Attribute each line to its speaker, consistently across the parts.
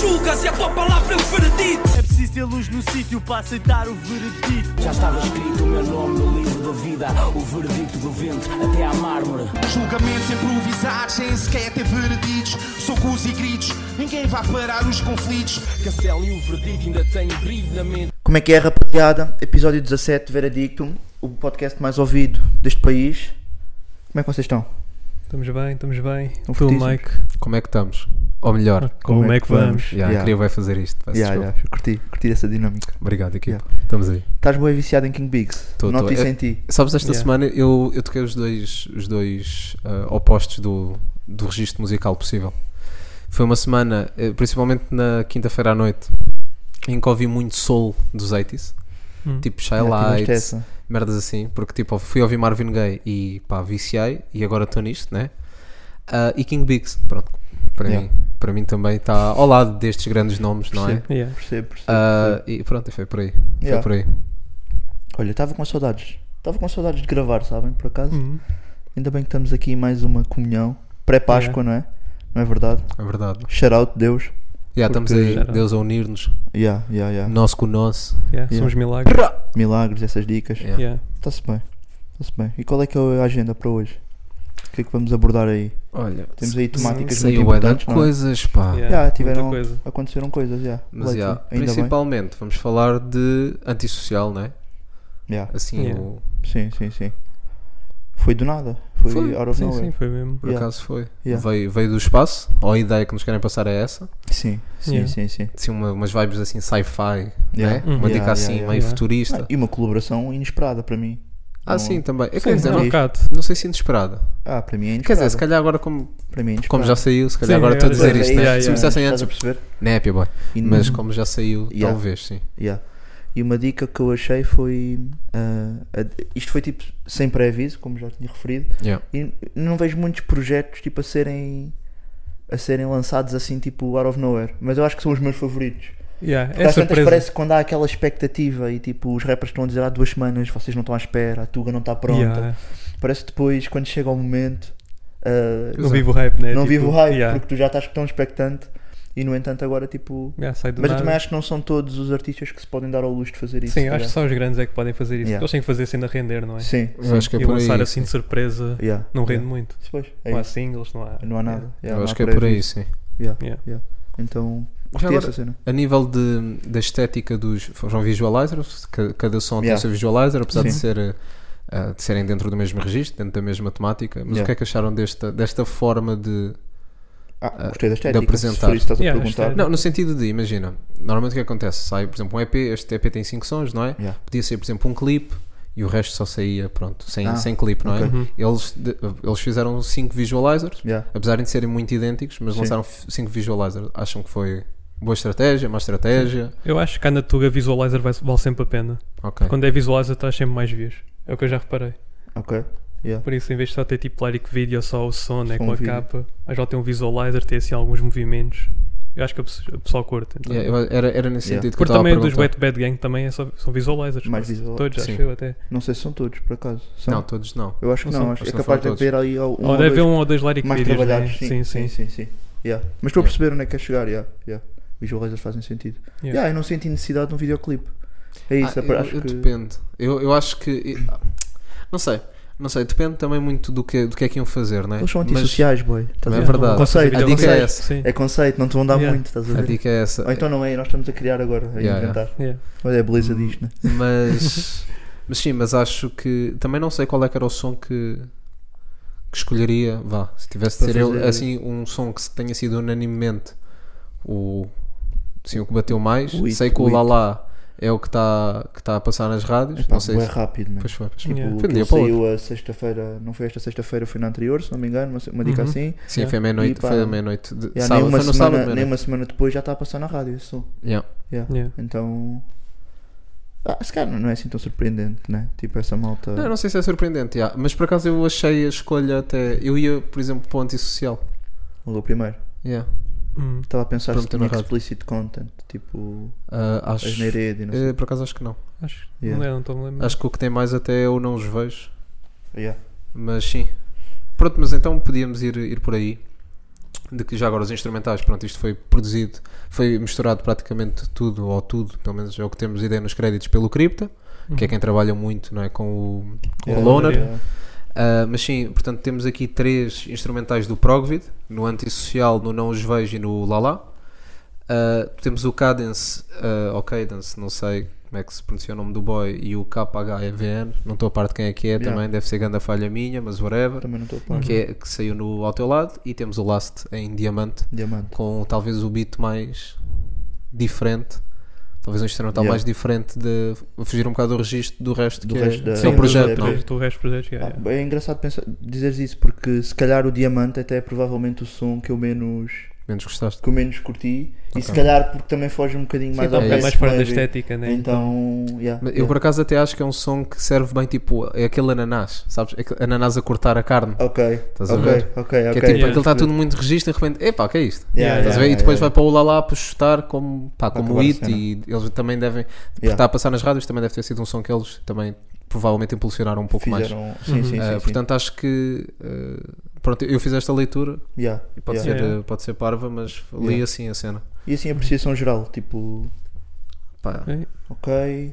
Speaker 1: julgas e a tua palavra é o veredito.
Speaker 2: É preciso ter luz no sítio para aceitar o veredito.
Speaker 3: Já estava escrito o meu nome no livro da vida, o veredito do vento até à mármore.
Speaker 4: Julgamentos improvisados, sem sequer ter vereditos. Socos e gritos, ninguém vai parar os conflitos.
Speaker 5: Castelo e o veredito ainda têm brilho na mente.
Speaker 6: Como é que é, rapaziada? Episódio 17, Veredicto, o podcast mais ouvido deste país. Como é que vocês estão?
Speaker 7: Estamos bem, estamos bem.
Speaker 6: Estão
Speaker 7: Tu,
Speaker 6: fortíssimos?
Speaker 7: Mike,
Speaker 8: Como é que estamos? Ou
Speaker 6: Ah,
Speaker 8: melhor,
Speaker 7: como, é que vamos?
Speaker 8: yeah,
Speaker 6: Yeah.
Speaker 8: queria vai fazer isto. peço
Speaker 6: Yeah,
Speaker 8: desculpa.
Speaker 6: yeah, curti, curti essa dinâmica.
Speaker 8: Obrigado, equipe.
Speaker 6: Yeah.
Speaker 8: Estamos aí.
Speaker 6: Estás bem viciado em King Bigs.
Speaker 8: Tô,
Speaker 6: Noto
Speaker 8: tô.
Speaker 6: isso
Speaker 8: É-
Speaker 6: em ti.
Speaker 8: Sabes, esta
Speaker 7: Yeah.
Speaker 8: semana eu, eu toquei os dois, os dois ah, opostos do, do registro musical possível. Foi uma semana, eh, principalmente na quinta-feira à noite, em que ouvi muito soul dos 80s,
Speaker 7: Hum.
Speaker 8: tipo Shy
Speaker 6: Yeah, tiveste
Speaker 8: Lights,
Speaker 6: essa.
Speaker 8: merdas assim, porque tipo, fui ouvir Marvin Gaye e pá, viciei e agora estou nisto, né? Ah, e King Biggs, pronto, para,
Speaker 6: Yeah.
Speaker 8: mim, para mim também está ao lado destes grandes nomes, não é?
Speaker 6: Percebo.
Speaker 7: Yeah.
Speaker 6: Percebo, percebo.
Speaker 8: Ah, e pronto, e foi por aí. Foi
Speaker 6: Yeah.
Speaker 8: por aí. é
Speaker 6: Olha, estava com saudades. Estava com saudades de gravar, sabem? Por acaso.
Speaker 7: Hum.
Speaker 6: Ainda bem que estamos aqui em mais uma comunhão. Pré-Páscoa, não é? Não é verdade?
Speaker 8: É verdade.
Speaker 6: Shout out, Deus.
Speaker 8: Yeah, estamos
Speaker 7: Porque
Speaker 8: aí,
Speaker 7: já era.
Speaker 8: Deus a unir-nos,
Speaker 6: Yeah, yeah, yeah.
Speaker 8: nós com o nosso.
Speaker 7: Yeah,
Speaker 6: Yeah.
Speaker 7: Somos milagres.
Speaker 6: Milagres, essas dicas.
Speaker 8: Yeah.
Speaker 7: Yeah.
Speaker 6: Está-se bem. Está-se bem. E qual é que é a agenda para hoje? O que é que vamos abordar aí?
Speaker 8: Olha,
Speaker 6: Temos aí temáticas muito
Speaker 8: saiu bué de
Speaker 6: importantes, não é?
Speaker 8: coisas, pá.
Speaker 7: Yeah,
Speaker 6: Yeah,
Speaker 7: muita
Speaker 6: tiveram,
Speaker 7: coisa.
Speaker 6: aconteceram coisas, yeah.
Speaker 8: Mas
Speaker 6: Lately,
Speaker 8: yeah,
Speaker 6: ainda bem.
Speaker 8: principalmente vamos falar de antissocial, né?
Speaker 6: Yeah.
Speaker 8: Assim,
Speaker 7: Yeah.
Speaker 8: o-
Speaker 6: Sim, sim, sim. Foi do nada. Foi,
Speaker 8: Foi,
Speaker 6: out of
Speaker 7: Sim,
Speaker 6: nowhere.
Speaker 7: sim, foi mesmo.
Speaker 8: por
Speaker 6: Yeah.
Speaker 8: acaso foi.
Speaker 6: Yeah.
Speaker 8: Veio, veio do espaço, ou a ideia que nos querem passar é essa.
Speaker 6: Sim, sim,
Speaker 7: Yeah.
Speaker 6: sim, sim.
Speaker 8: Assim, uma- umas vibes assim sci-fi, né?
Speaker 6: Yeah. Uhum.
Speaker 8: Uma dica
Speaker 6: Yeah,
Speaker 8: assim,
Speaker 6: yeah,
Speaker 8: meio
Speaker 7: yeah.
Speaker 8: futurista.
Speaker 6: Ah, e uma colaboração inesperada para mim.
Speaker 8: Ah,
Speaker 6: Não-
Speaker 8: sim, também. Eu
Speaker 7: Sim,
Speaker 8: quero dizer,
Speaker 7: um
Speaker 8: não,
Speaker 6: Sim.
Speaker 7: bocado.
Speaker 8: não sei se inesperada.
Speaker 6: Ah, para mim é
Speaker 8: Quer
Speaker 6: inesperada.
Speaker 8: dizer, se calhar agora, como,
Speaker 6: Para mim é
Speaker 8: como
Speaker 6: inesperada. é
Speaker 8: já saiu, se calhar
Speaker 7: Sim,
Speaker 8: agora estou a
Speaker 7: agora
Speaker 8: dizer
Speaker 7: dizer
Speaker 8: isto,
Speaker 7: isso,
Speaker 8: né?
Speaker 7: yeah,
Speaker 8: Se me dissessem
Speaker 6: Estás
Speaker 8: antes,
Speaker 6: a perceber?
Speaker 8: né, Pia boy.
Speaker 6: E
Speaker 8: Mas como já saiu,
Speaker 6: Uhum. Yeah.
Speaker 8: talvez, sim.
Speaker 6: Yeah. E uma dica que eu achei foi. ah, a- isto foi tipo sem pré-aviso, como já tinha referido.
Speaker 8: Yeah.
Speaker 6: E não vejo muitos projetos tipo a serem. a serem lançados assim, tipo out of nowhere. Mas eu acho que são os meus favoritos.
Speaker 7: Yeah,
Speaker 6: Porque
Speaker 7: É
Speaker 6: às tantas
Speaker 7: surpresa.
Speaker 6: parece que quando há aquela expectativa e tipo os rappers estão a dizer há duas semanas, vocês não estão à espera, a Tuga não está pronta.
Speaker 7: Yeah.
Speaker 6: Parece que depois, quando chega o momento, ah,
Speaker 7: Não vivo o hype, né?
Speaker 6: não
Speaker 7: Tipo,
Speaker 6: vive o hype,
Speaker 7: yeah.
Speaker 6: porque tu já estás tão expectante e no entanto agora tipo.
Speaker 7: Yeah, sai do
Speaker 6: Mas eu
Speaker 7: nada.
Speaker 6: também acho que não são todos os artistas que se podem dar ao luxo de fazer isso.
Speaker 7: Sim,
Speaker 6: se
Speaker 7: acho que
Speaker 6: calhar.
Speaker 7: só os grandes é que podem fazer isso.
Speaker 6: Yeah.
Speaker 7: Eles têm que fazer a cena render, não é?
Speaker 6: Sim,
Speaker 8: Eu acho que é
Speaker 7: e
Speaker 8: por
Speaker 7: lançar
Speaker 8: aí.
Speaker 7: assim de surpresa
Speaker 6: yeah,
Speaker 7: não rende
Speaker 6: yeah.
Speaker 7: muito.
Speaker 6: Se pois, é
Speaker 7: não há
Speaker 6: isso.
Speaker 7: singles, não há.
Speaker 6: Não há nada. yeah,
Speaker 8: Eu
Speaker 6: não
Speaker 8: acho
Speaker 6: há
Speaker 8: que é por aí, sim.
Speaker 6: Yeah,
Speaker 7: Yeah.
Speaker 6: yeah. Então,
Speaker 8: Já
Speaker 6: curti
Speaker 8: agora,
Speaker 6: essa cena.
Speaker 8: a nível de, da estética dos foram visualizers, ca- cada som tem
Speaker 6: Yeah.
Speaker 8: o seu visualizer, apesar de,
Speaker 6: Sim.
Speaker 8: ser, eh, ah, de serem dentro do mesmo registro, dentro da mesma temática. Mas
Speaker 6: Yeah.
Speaker 8: o que é que acharam desta, desta forma de.
Speaker 6: Ah,
Speaker 8: ah,
Speaker 6: gostei da estética. Se
Speaker 8: apresentar.
Speaker 6: for isso que estás a
Speaker 7: Yeah,
Speaker 6: perguntar.
Speaker 7: estética.
Speaker 8: Não, no sentido de, imagina, normalmente o que acontece? Sai, por exemplo, um EP, este EP tem 5 sons, não é?
Speaker 6: Yeah.
Speaker 8: Podia ser, por exemplo, um clipe e o resto só saía, pronto, sem,
Speaker 6: Ah,
Speaker 8: sem clipe, não
Speaker 6: ok.
Speaker 7: Uhum.
Speaker 8: é? Eles, de- eles fizeram 5 visualizers,
Speaker 6: Yeah.
Speaker 8: apesar de serem muito idênticos, mas
Speaker 6: Sim.
Speaker 8: lançaram 5 visualizers. Acham que foi boa estratégia, má estratégia?
Speaker 7: Eu acho que a Natuga Visualizer vai- vale sempre a pena.
Speaker 8: Ok.
Speaker 7: Quando é Visualizer, estás sempre mais views. É o que eu já reparei.
Speaker 6: Ok. Yeah.
Speaker 7: Por isso, em vez de só ter tipo lyric video, só o som, né,
Speaker 6: Só um
Speaker 7: com a
Speaker 6: vídeo.
Speaker 7: capa, mas já tem um visualizer, tem assim alguns movimentos. Eu acho que a pessoa, a pessoa curte. Então.
Speaker 8: Yeah, eu- era, era nesse
Speaker 6: Yeah.
Speaker 8: sentido que
Speaker 7: Porque
Speaker 8: eu estava
Speaker 7: também
Speaker 8: a
Speaker 7: o dos
Speaker 8: perguntar.
Speaker 7: Wet Bad Gang também é só, são visualizers.
Speaker 6: Mais
Speaker 7: quase.
Speaker 6: visual-
Speaker 7: Todos,
Speaker 8: Sim.
Speaker 7: acho eu até.
Speaker 6: Não sei se são todos, por acaso. São?
Speaker 8: Não, todos não.
Speaker 6: Eu acho que
Speaker 8: Não
Speaker 6: não,
Speaker 8: são,
Speaker 6: acho
Speaker 8: acho
Speaker 6: que é
Speaker 8: que não
Speaker 6: capaz de
Speaker 8: foram
Speaker 6: haver ali um
Speaker 7: ou
Speaker 6: ou
Speaker 7: deve haver
Speaker 6: dois
Speaker 7: um ou dois lyric
Speaker 6: mais
Speaker 7: videos.
Speaker 6: trabalhados.
Speaker 7: né?
Speaker 6: Sim, sim, sim. sim, Yeah. Mas estou a perceber onde é que quer chegar, yeah. Yeah. Visualizers fazem sentido.
Speaker 7: Yeah.
Speaker 6: Yeah, eu não senti necessidade de um videoclipe. É isso,
Speaker 8: Ah,
Speaker 6: é pra-
Speaker 8: eu-
Speaker 6: acho
Speaker 8: eu
Speaker 6: que...
Speaker 8: Depende. Eu, eu acho que. eu- Não sei. Não sei. Depende também muito do que, do que é que iam fazer, né?
Speaker 6: Eles são
Speaker 8: Mas
Speaker 6: antissociais, boy. Estás a
Speaker 8: É
Speaker 6: ver?
Speaker 8: verdade.
Speaker 6: Um Conceito,
Speaker 7: Fazer
Speaker 6: é
Speaker 8: A dica é
Speaker 6: conceito.
Speaker 7: visualizações,
Speaker 8: essa.
Speaker 7: Sim.
Speaker 6: É conceito, não te vão dar
Speaker 7: Yeah.
Speaker 6: muito, estás a
Speaker 8: A
Speaker 6: ver?
Speaker 8: dica é essa.
Speaker 6: Ou então não é, nós estamos a criar agora, a
Speaker 8: Yeah,
Speaker 6: inventar.
Speaker 7: Yeah.
Speaker 6: Olha a beleza disto, né?
Speaker 8: Mas. mas sim, mas acho que. Também não sei qual é que era o som que. que escolheria. Vá. Se tivesse de
Speaker 6: Para
Speaker 8: ser eu,
Speaker 6: fazer-
Speaker 8: assim, um som que se tenha sido unanimemente o. Sim, o que bateu mais.
Speaker 6: O hit,
Speaker 8: sei que
Speaker 6: o
Speaker 8: o
Speaker 6: hit.
Speaker 8: Lala é o que está que tá a passar nas rádios.
Speaker 6: Epá,
Speaker 8: não sei
Speaker 6: bué
Speaker 8: se.
Speaker 6: rápido, mano.
Speaker 8: Pois foi, pois foi.
Speaker 6: Tipo,
Speaker 7: Yeah.
Speaker 8: Foi de um
Speaker 6: aquilo
Speaker 8: dia para o
Speaker 6: saiu a sexta-feira, não foi esta sexta-feira, foi na anterior, se não me engano, uma, uma dica
Speaker 7: Uhum.
Speaker 6: assim.
Speaker 8: Sim,
Speaker 7: Yeah.
Speaker 8: foi à
Speaker 6: E
Speaker 8: meia-noite.
Speaker 6: pá,
Speaker 8: Foi à meia-noite. de-
Speaker 6: Yeah,
Speaker 8: sábado,
Speaker 6: nem, uma
Speaker 8: foi no
Speaker 6: semana,
Speaker 8: sábado, à
Speaker 6: nem
Speaker 8: meia-noite.
Speaker 6: uma semana depois já está a passar na rádio esse som.
Speaker 8: Yeah.
Speaker 6: Yeah.
Speaker 7: Yeah.
Speaker 6: Então. Ah, se calhar não é assim tão surpreendente, né? Tipo, essa malta.
Speaker 8: Não, não sei se é surpreendente, yeah. mas por acaso eu achei a escolha até. Eu ia, por exemplo, para o antissocial.
Speaker 6: Mudou primeiro.
Speaker 8: Yeah.
Speaker 7: Hum.
Speaker 6: Estava a pensar se
Speaker 8: Pronto,
Speaker 6: tinha
Speaker 8: na rádio.
Speaker 6: explicit content, tipo.
Speaker 8: Ah, acho.
Speaker 6: As Nereid e não sei.
Speaker 8: eh, por acaso acho que não.
Speaker 7: Acho que
Speaker 6: Yeah.
Speaker 7: não, é, não estou a me lembrar.
Speaker 8: Acho que o que tem mais até eu não os vejo.
Speaker 6: Yeah.
Speaker 8: é Mas sim. Pronto, mas então podíamos ir, ir por aí. de que já agora os instrumentais, pronto, isto foi produzido, foi misturado praticamente tudo, ou tudo, pelo menos é o que temos ideia nos créditos, pelo Cripta, que
Speaker 7: Uhum. Hum.
Speaker 8: é quem trabalha muito não é, com o, com o
Speaker 6: Yeah.
Speaker 8: Loner.
Speaker 6: Yeah.
Speaker 8: Ah, mas sim, portanto, temos aqui três instrumentais do Progvid, no Antissocial, no Não Os Vejo e no Lala. Ah, temos o Cadence, ah, ou Cadence, não sei como é que se pronuncia o nome do boy, e o KHEVN, não estou a par de quem é que é
Speaker 6: Yeah. Uhum.
Speaker 8: também, deve ser grande a falha minha, mas whatever,
Speaker 6: Também não estou a par.
Speaker 8: que, é, que saiu no Ao Teu Lado, e temos o Last em Diamante,
Speaker 6: Diamante.
Speaker 8: com talvez o beat mais diferente, talvez um instrumental
Speaker 6: Yeah.
Speaker 8: mais diferente de fugir um bocado do registro do resto
Speaker 6: Do
Speaker 8: que
Speaker 6: resto
Speaker 8: é,
Speaker 6: da-
Speaker 8: que é
Speaker 6: Sim,
Speaker 8: o
Speaker 6: do-
Speaker 8: projeto,
Speaker 6: do-
Speaker 8: não?
Speaker 7: do, do resto do projeto. yeah, yeah.
Speaker 6: Ah, é engraçado pensar, dizeres isso porque se calhar o Diamante até é provavelmente o som que eu menos,
Speaker 8: menos gostaste.
Speaker 6: que eu menos curti e se
Speaker 8: Ok.
Speaker 6: calhar porque também foge um bocadinho mais ao
Speaker 8: é
Speaker 7: é
Speaker 6: Bass
Speaker 7: mais fora da
Speaker 6: Heavy.
Speaker 7: estética, né?
Speaker 6: Então, yeah, yeah.
Speaker 8: Mas Eu por acaso até acho que é um som que serve bem tipo, é aquele ananás, sabes? É aquele ananás a cortar a carne.
Speaker 6: Ok,
Speaker 8: Estás a
Speaker 6: ok,
Speaker 8: ver?
Speaker 6: ok, ok.
Speaker 8: Que é tipo,
Speaker 7: Yeah.
Speaker 8: aquilo está tudo muito registro e de repente, epá, que é isto?
Speaker 6: Yeah,
Speaker 8: Estás a ver?
Speaker 6: yeah,
Speaker 8: e depois
Speaker 6: yeah,
Speaker 8: vai para o Lala para chutar como, pá, como
Speaker 6: acabar
Speaker 8: o
Speaker 6: a
Speaker 8: It
Speaker 6: cena.
Speaker 8: e eles também devem, porque
Speaker 6: Yeah.
Speaker 8: está a passar nas rádios, também deve ter sido um som que eles também provavelmente impulsionaram um pouco mais.
Speaker 6: Fizeram, sim, sim, sim,
Speaker 8: Ah,
Speaker 6: sim.
Speaker 8: portanto, acho que eh, pronto, eu fiz esta leitura,
Speaker 6: Yeah,
Speaker 8: e pode,
Speaker 6: yeah.
Speaker 8: ser,
Speaker 7: Yeah.
Speaker 8: eh, pode ser parva, mas li
Speaker 6: Yeah.
Speaker 8: assim a cena.
Speaker 6: E assim, apreciação geral, tipo,
Speaker 8: Pá,
Speaker 7: Ok.
Speaker 6: ok,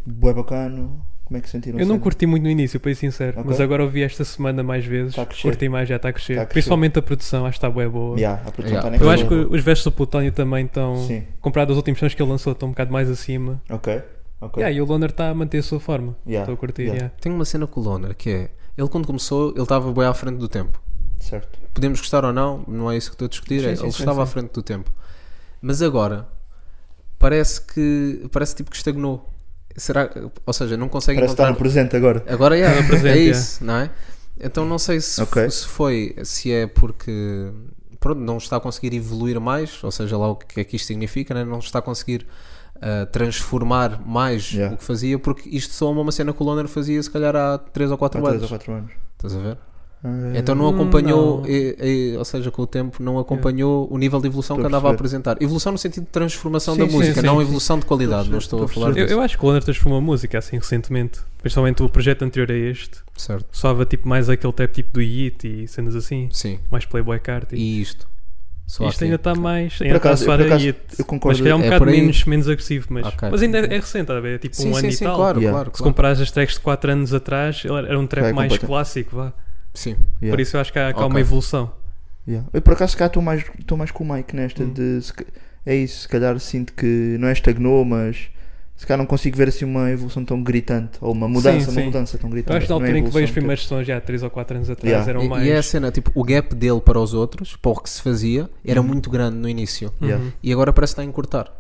Speaker 6: bué bacano, como é que sentiram?
Speaker 7: Eu não
Speaker 6: sendo?
Speaker 7: curti muito no início, para ser sincero,
Speaker 6: Ok.
Speaker 7: mas agora ouvi esta semana mais vezes.
Speaker 6: Tá a crescer.
Speaker 7: curti mais, já está a, crescer.
Speaker 6: Tá a crescer.
Speaker 7: Principalmente a produção, acho que está bué boa.
Speaker 6: Yeah, a produção
Speaker 8: Yeah.
Speaker 6: tá
Speaker 7: Eu
Speaker 6: naquele
Speaker 7: acho que
Speaker 6: nível.
Speaker 7: os versos do Plutónio também estão.
Speaker 6: Sim,
Speaker 7: Comparado aos últimos sons que ele lançou, estão um bocado mais acima.
Speaker 6: ok, ok.
Speaker 7: Yeah, e o Loner está a manter a sua forma. Estou
Speaker 6: Yeah,
Speaker 7: a curtir.
Speaker 6: yeah.
Speaker 7: yeah.
Speaker 8: Tem uma cena com o Loner que é, ele quando começou, ele estava bem à frente do tempo.
Speaker 6: Certo.
Speaker 8: podemos gostar ou não, não é isso que estou a discutir,
Speaker 7: Sim,
Speaker 8: é,
Speaker 7: sim,
Speaker 8: ele
Speaker 7: sim,
Speaker 8: estava
Speaker 7: sim.
Speaker 8: à frente do tempo. Mas agora parece que parece tipo que estagnou. Será, ou seja, não consegue
Speaker 6: Parece que está
Speaker 8: encontrar
Speaker 6: no presente agora.
Speaker 8: Agora yeah, é,
Speaker 7: presente, é.
Speaker 8: isso, não é? Então não sei se,
Speaker 6: Ok.
Speaker 8: f- se foi, se é porque pronto, não está a conseguir evoluir mais, ou seja, lá o que é que isto significa, né? não está a conseguir ah, transformar mais
Speaker 6: Yeah.
Speaker 8: o que fazia, porque isto só uma cena que o Loner fazia se calhar há 3 ou 4
Speaker 6: Há 3 ou
Speaker 8: anos.
Speaker 6: 4 anos.
Speaker 8: Estás a ver?
Speaker 6: Ah,
Speaker 8: Então não
Speaker 7: Hum,
Speaker 8: acompanhou,
Speaker 7: não.
Speaker 8: e- e- ou seja, com o tempo não acompanhou o nível de evolução
Speaker 6: Estou
Speaker 8: que
Speaker 6: a
Speaker 8: andava a
Speaker 6: perceber.
Speaker 8: apresentar. Evolução no sentido de transformação
Speaker 7: Sim,
Speaker 8: da
Speaker 7: sim,
Speaker 8: música,
Speaker 7: sim,
Speaker 8: não
Speaker 7: sim.
Speaker 8: evolução de qualidade, não
Speaker 6: Estou
Speaker 8: estou
Speaker 6: a
Speaker 8: a falar
Speaker 7: Eu,
Speaker 8: disso.
Speaker 7: eu acho que o Loner transformou a música assim recentemente. Principalmente o projeto anterior a este.
Speaker 8: Certo.
Speaker 7: Soava tipo mais aquele trap tipo do Yeet e cenas assim.
Speaker 8: Sim.
Speaker 7: Mais Playboy Card. E...
Speaker 8: E isto. Só
Speaker 7: Isto
Speaker 8: assim.
Speaker 7: ainda está mais. Ainda está a
Speaker 6: acaso-
Speaker 7: soar
Speaker 6: por
Speaker 7: a
Speaker 6: acaso
Speaker 7: Yeet.
Speaker 6: eu concordo.
Speaker 7: Mas que é um
Speaker 8: É
Speaker 7: bocado
Speaker 8: por aí.
Speaker 7: menos, menos agressivo. Mas,
Speaker 8: Ok.
Speaker 7: mas ainda é é recente, tá a ver? É tipo
Speaker 8: Sim,
Speaker 7: um
Speaker 8: sim,
Speaker 7: ano
Speaker 8: sim,
Speaker 7: e tal.
Speaker 8: claro,
Speaker 6: Yeah.
Speaker 8: claro.
Speaker 7: Se
Speaker 8: claro.
Speaker 7: comparares as tracks de 4 anos atrás, ele era um trap
Speaker 6: Já é
Speaker 7: mais
Speaker 6: completa-
Speaker 7: clássico, vá.
Speaker 8: Sim.
Speaker 6: Yeah.
Speaker 7: Por isso eu acho que há, que há
Speaker 8: Ok.
Speaker 7: uma evolução.
Speaker 6: Yeah. Eu por acaso cá estou mais, estou mais com o Mike nesta
Speaker 7: Hum.
Speaker 6: de se ca- é isso, se calhar sinto que não é estagnou, mas se calhar não consigo ver assim uma evolução tão gritante, ou uma
Speaker 7: Sim,
Speaker 6: mudança, uma
Speaker 7: sim.
Speaker 6: mudança tão gritante.
Speaker 7: Eu acho que na
Speaker 6: não é
Speaker 7: altura em que veio os
Speaker 6: evolução,
Speaker 7: primeiros sons, já há 3 ou 4 anos atrás,
Speaker 6: Yeah.
Speaker 7: eram
Speaker 8: E-
Speaker 7: mais.
Speaker 8: E é a cena, tipo, o gap dele para os outros, para o que se fazia, era muito grande no início.
Speaker 6: tipo- Yeah.
Speaker 7: Uhum.
Speaker 8: E agora parece que está a encurtar.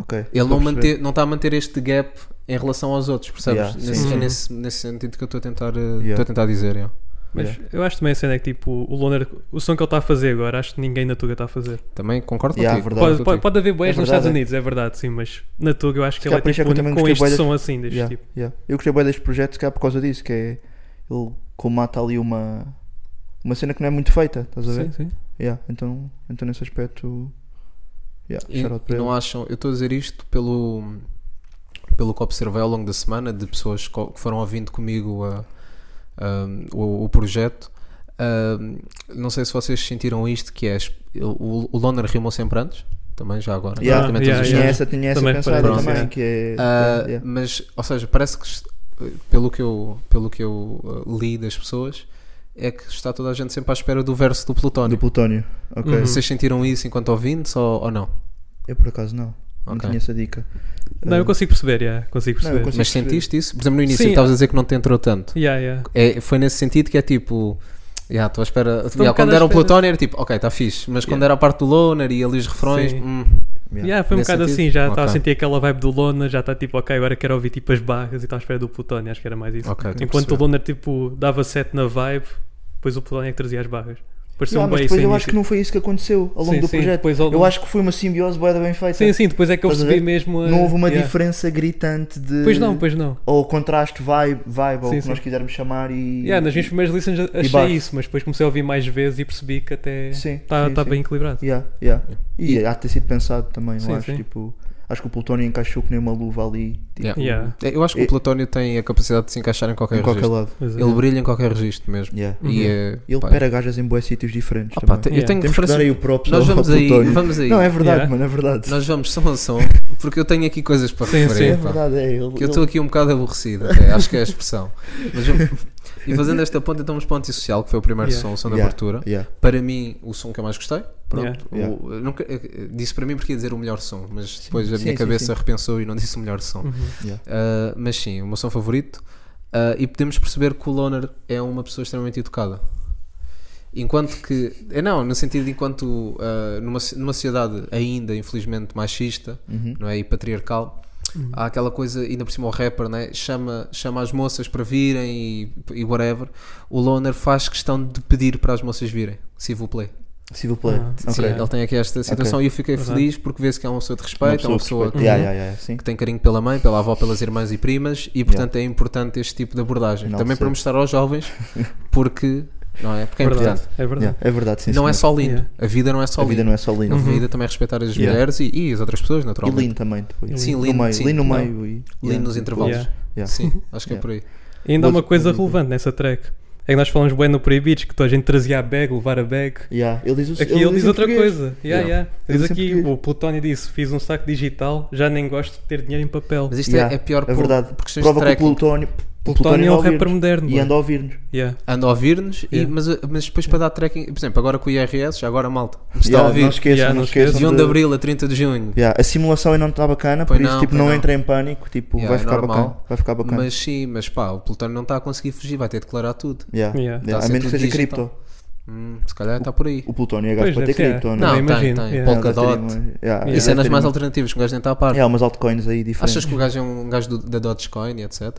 Speaker 6: Ok,
Speaker 8: Ele
Speaker 6: estou
Speaker 8: não,
Speaker 6: a perceber.
Speaker 8: manter, não está a manter este gap em relação aos outros, percebes?
Speaker 6: Yeah,
Speaker 8: nesse,
Speaker 7: sim.
Speaker 8: é nesse, nesse sentido que eu estou a tentar, eh,
Speaker 6: Yeah.
Speaker 8: estou a tentar dizer. yeah.
Speaker 7: Mas eu acho também a cena é que tipo, o Loner, o som que ele está a fazer agora, acho que ninguém na Tuga está a fazer.
Speaker 8: Também concordo
Speaker 6: Yeah,
Speaker 8: contigo.
Speaker 6: verdade.
Speaker 7: Pode,
Speaker 8: Concordo
Speaker 7: pode, pode haver boés
Speaker 6: É
Speaker 7: nos
Speaker 6: verdade,
Speaker 7: Estados
Speaker 6: é.
Speaker 7: Unidos, é verdade, sim, mas na Tuga eu acho que
Speaker 6: Se
Speaker 7: ele
Speaker 6: calhar
Speaker 7: é
Speaker 6: por isso é
Speaker 7: tipo
Speaker 6: que eu também
Speaker 7: único com
Speaker 6: gostei
Speaker 7: este
Speaker 6: bué deste-
Speaker 7: som assim, deste
Speaker 6: Yeah,
Speaker 7: tipo.
Speaker 6: yeah. Eu gostei bem deste projeto, se calhar por causa disso, que é ele comata ali uma, uma cena que não é muito feita, estás a ver?
Speaker 7: Sim, sim.
Speaker 6: Yeah. Então, então nesse aspecto, yeah,
Speaker 8: E,
Speaker 6: shout out
Speaker 8: e
Speaker 6: para
Speaker 8: não
Speaker 6: ele.
Speaker 8: acham, eu estou a dizer isto pelo, pelo que observei ao longo da semana de pessoas co- que foram ouvindo comigo a- a- o, o projeto. Ah, não sei se vocês sentiram isto, que é as- o, o Loner rimou sempre antes, também já agora.
Speaker 6: Yeah,
Speaker 8: praticamente
Speaker 7: yeah,
Speaker 8: todos os
Speaker 6: Tinha
Speaker 7: yeah.
Speaker 8: dias.
Speaker 6: essa, tinha essa
Speaker 7: Também
Speaker 6: pensada
Speaker 8: parece,
Speaker 6: também,
Speaker 7: yeah.
Speaker 6: que é.
Speaker 8: Ah,
Speaker 6: yeah.
Speaker 8: Mas, ou seja, parece que est- pelo que eu, pelo que eu ah, li das pessoas é que está toda a gente sempre à espera do verso do Plutónio.
Speaker 6: Do Plutónio. Ok.
Speaker 7: Uhum.
Speaker 8: Vocês sentiram isso enquanto ouvintes ou, ou não?
Speaker 6: Eu por acaso não. Não
Speaker 8: Ok.
Speaker 6: tinha essa dica.
Speaker 7: Não, eu
Speaker 6: Ah,
Speaker 7: consigo perceber, yeah, consigo
Speaker 6: Não, eu
Speaker 7: perceber.
Speaker 6: consigo-
Speaker 8: Mas
Speaker 6: perceber.
Speaker 8: sentiste isso? Por exemplo, no início
Speaker 7: Sim, é.
Speaker 8: estavas a dizer que não te entrou tanto.
Speaker 7: Yeah, yeah.
Speaker 8: É, foi nesse sentido que é tipo. Yeah, estou à espera.
Speaker 7: um
Speaker 8: Yeah,
Speaker 7: bocado
Speaker 8: quando
Speaker 7: à
Speaker 8: era o
Speaker 7: espera.
Speaker 8: Plutónio era tipo, ok, está fixe. Mas quando era a parte do Loner e ali os refrões.
Speaker 7: Sim.
Speaker 8: hum,
Speaker 6: Ah, Yeah.
Speaker 7: Yeah, foi um
Speaker 8: Nesse
Speaker 7: bocado
Speaker 8: sentido?
Speaker 7: assim, já estava a
Speaker 8: Ok.
Speaker 7: sentir aquela vibe do Loner, já está tipo, ok, agora quero ouvir tipo as barras e está à espera do Plutónio, acho que era mais isso.
Speaker 8: ok, estou a
Speaker 7: Enquanto o
Speaker 8: perceber.
Speaker 7: Loner tipo dava set na vibe, depois o Plutónio é que trazia as barras. Pareceu
Speaker 6: Yeah,
Speaker 7: um
Speaker 6: Ah, mas
Speaker 7: bem
Speaker 6: depois
Speaker 7: isso
Speaker 6: eu acho que não foi isso que aconteceu ao longo
Speaker 7: Sim,
Speaker 6: do
Speaker 7: sim,
Speaker 6: projeto.
Speaker 7: depois ao
Speaker 6: Eu
Speaker 7: longo-
Speaker 6: acho que foi uma simbiose bué da bem feita.
Speaker 7: Sim, sim, depois é que eu
Speaker 6: Estás a
Speaker 7: percebi
Speaker 6: ver?
Speaker 7: mesmo. a-
Speaker 6: Não houve uma
Speaker 7: yeah.
Speaker 6: diferença gritante de.
Speaker 7: Pois não, pois não.
Speaker 6: Ou contraste vibe, vibe ou o
Speaker 7: Sim,
Speaker 6: que
Speaker 7: sim.
Speaker 6: nós quisermos chamar e.
Speaker 7: Yeah, nas minhas primeiras listens achei
Speaker 6: baixo.
Speaker 7: isso, mas depois comecei a ouvir mais vezes e percebi que até
Speaker 6: Sim,
Speaker 7: está
Speaker 6: sim, sim.
Speaker 7: Tá- bem equilibrado.
Speaker 6: Yeah, yeah. E há de ter sido pensado também, eu
Speaker 7: Sim,
Speaker 6: acho.
Speaker 7: sim.
Speaker 6: Tipo, Acho que o Plutónio encaixou que nem uma luva ali tipo,
Speaker 8: Yeah.
Speaker 7: Yeah,
Speaker 8: É, Eu acho que
Speaker 6: E-
Speaker 8: o Platónio tem a capacidade de se encaixar em qualquer
Speaker 6: em qualquer
Speaker 8: registro.
Speaker 6: lado.
Speaker 7: pois é.
Speaker 8: Ele brilha em qualquer registro mesmo.
Speaker 6: Yeah.
Speaker 8: E
Speaker 7: Uhum.
Speaker 8: é,
Speaker 6: Ele
Speaker 8: pá,
Speaker 6: pera gajas em boas sítios diferentes.
Speaker 8: ah, pá,
Speaker 6: também.
Speaker 8: te- eu
Speaker 7: Yeah.
Speaker 8: tenho
Speaker 6: Temos que dar aí
Speaker 8: referência.
Speaker 6: um o props
Speaker 8: Nós
Speaker 6: ao,
Speaker 8: vamos
Speaker 6: ao
Speaker 8: aí,
Speaker 6: Plutónio.
Speaker 8: vamos aí.
Speaker 6: Não, é verdade,
Speaker 7: Yeah.
Speaker 6: mano, é verdade.
Speaker 8: Nós vamos só a som, porque eu tenho aqui coisas para
Speaker 7: Sim,
Speaker 8: referir.
Speaker 6: é
Speaker 8: pá.
Speaker 6: verdade, é ele.
Speaker 8: Que eu estou aqui um bocado aborrecido, até, acho que é a expressão. Mas eu- e fazendo esta ponta, então vamos para o Antissocial, que foi o primeiro
Speaker 7: Yeah.
Speaker 8: som, o som da
Speaker 6: Yeah.
Speaker 8: abertura.
Speaker 6: Yeah.
Speaker 8: Para mim, o som que eu mais gostei. Pronto.
Speaker 7: Yeah.
Speaker 8: O-
Speaker 6: Yeah.
Speaker 8: eu nunca- eu disse para mim porque ia dizer o melhor som, mas depois a
Speaker 6: Sim,
Speaker 8: minha
Speaker 6: sim,
Speaker 8: cabeça
Speaker 6: sim.
Speaker 8: repensou e não disse o melhor som.
Speaker 7: Uhum.
Speaker 8: Ah, mas sim, o meu som favorito. Ah, e podemos perceber que o Loner é uma pessoa extremamente educada. Enquanto que. É não, no sentido de enquanto. ah, numa, numa sociedade ainda, infelizmente, machista
Speaker 6: Uhum.
Speaker 8: não é? e patriarcal, há aquela coisa, ainda por cima o rapper não é? chama, chama as moças para virem e, e whatever. O Loner faz questão de pedir para as moças virem, se vous plaît.
Speaker 6: Civil Play.
Speaker 7: Ah,
Speaker 6: ok.
Speaker 8: Sim, ele tem aqui esta situação e eu fiquei
Speaker 7: Exato.
Speaker 8: feliz porque vê-se que é uma pessoa de
Speaker 6: Uma
Speaker 8: respeito, é uma pessoa
Speaker 6: respeita.
Speaker 8: que-
Speaker 6: Yeah, yeah, yeah, sim.
Speaker 8: que tem carinho pela mãe, pela avó, pelas irmãs e primas e portanto é importante este tipo de abordagem.
Speaker 6: Não
Speaker 8: Também
Speaker 6: sei.
Speaker 8: para mostrar aos jovens porque não é? Porque é
Speaker 7: verdade,
Speaker 8: importante.
Speaker 7: é verdade.
Speaker 6: Yeah, É verdade, sim.
Speaker 8: não é
Speaker 6: senhor.
Speaker 8: só lindo.
Speaker 7: Yeah. Uhum.
Speaker 8: A vida não é só
Speaker 6: A
Speaker 8: lindo.
Speaker 6: vida não é só linda.
Speaker 8: A vida também é respeitar as
Speaker 6: Yeah.
Speaker 8: mulheres e, e as outras pessoas,
Speaker 6: E
Speaker 8: naturalmente.
Speaker 6: Lean também depois.
Speaker 8: Sim,
Speaker 6: no
Speaker 8: lindo,
Speaker 6: meio.
Speaker 8: sim.
Speaker 6: Lean no
Speaker 8: Não.
Speaker 6: meio e.
Speaker 8: Lean nos intervalos.
Speaker 7: Yeah.
Speaker 6: Yeah.
Speaker 8: Sim, acho que é
Speaker 6: Yeah.
Speaker 8: por aí.
Speaker 7: E ainda há uma
Speaker 6: Outro-
Speaker 7: coisa relevante nessa track. É que nós falamos bem no Proibidos, que toda a gente trazia a bag, levar a bag.
Speaker 6: Yeah, Ele diz, o-
Speaker 7: Aqui ele
Speaker 6: em
Speaker 7: diz outra
Speaker 6: português.
Speaker 7: coisa. Yeah,
Speaker 8: Yeah.
Speaker 7: yeah.
Speaker 6: Ele
Speaker 7: Diz
Speaker 6: diz em
Speaker 7: aqui,
Speaker 6: português.
Speaker 7: o Plutónio disse, fiz um saco digital, já nem gosto de ter dinheiro em papel.
Speaker 8: Mas isto
Speaker 6: Yeah,
Speaker 8: é, é pior
Speaker 6: É
Speaker 8: por,
Speaker 6: verdade.
Speaker 8: por questões
Speaker 6: Prova
Speaker 8: de
Speaker 6: que o
Speaker 8: tracking.
Speaker 6: Plutónio.
Speaker 7: Plutónio é um
Speaker 6: anda a
Speaker 7: rapper
Speaker 6: ouvir-nos.
Speaker 7: moderno.
Speaker 6: E
Speaker 7: mano.
Speaker 6: anda a ouvir-nos.
Speaker 7: Yeah.
Speaker 8: Anda a ouvir-nos, e-
Speaker 7: Yeah.
Speaker 8: mas, mas depois para dar tracking, por exemplo, agora com o IRS, já agora malta, me está
Speaker 6: Yeah,
Speaker 8: a ouvir.
Speaker 6: Não esqueçam,
Speaker 7: Yeah,
Speaker 6: não
Speaker 7: não
Speaker 6: esqueçam.
Speaker 7: esqueçam.
Speaker 8: de 1
Speaker 6: de-
Speaker 8: de Abril a 30 de Junho.
Speaker 6: Yeah, a simulação ainda não está bacana,
Speaker 8: Pois
Speaker 6: por isso
Speaker 8: não,
Speaker 6: tipo,
Speaker 8: pois
Speaker 6: não,
Speaker 8: não.
Speaker 6: entra em pânico, tipo,
Speaker 8: Yeah,
Speaker 6: vai
Speaker 8: é
Speaker 6: ficar bacana.
Speaker 8: normal.
Speaker 6: Vai ficar bacana.
Speaker 8: Mas sim, mas pá, o Plutónio não está a conseguir fugir, vai ter de declarar tudo.
Speaker 6: Yeah,
Speaker 7: Yeah.
Speaker 6: yeah,
Speaker 8: Tá
Speaker 6: a
Speaker 8: a ser
Speaker 6: menos que
Speaker 8: tudo
Speaker 6: seja
Speaker 8: digital.
Speaker 6: cripto.
Speaker 8: Hum, se calhar está por aí.
Speaker 6: O Plutónio é gajo
Speaker 7: Pois,
Speaker 6: para ter
Speaker 7: deve ser.
Speaker 6: cripto,
Speaker 8: Não,
Speaker 6: é?
Speaker 8: tem,
Speaker 7: imagino,
Speaker 8: tem.
Speaker 7: yeah.
Speaker 8: Polkadot.
Speaker 6: Yeah,
Speaker 8: E
Speaker 6: deve
Speaker 8: cenas
Speaker 6: ter um
Speaker 8: mais
Speaker 6: uma-
Speaker 8: alternativas, que o gajo nem está à parte.
Speaker 6: É, umas altcoins aí diferentes.
Speaker 8: Achas que o gajo é um gajo do- da Dogecoin, etc?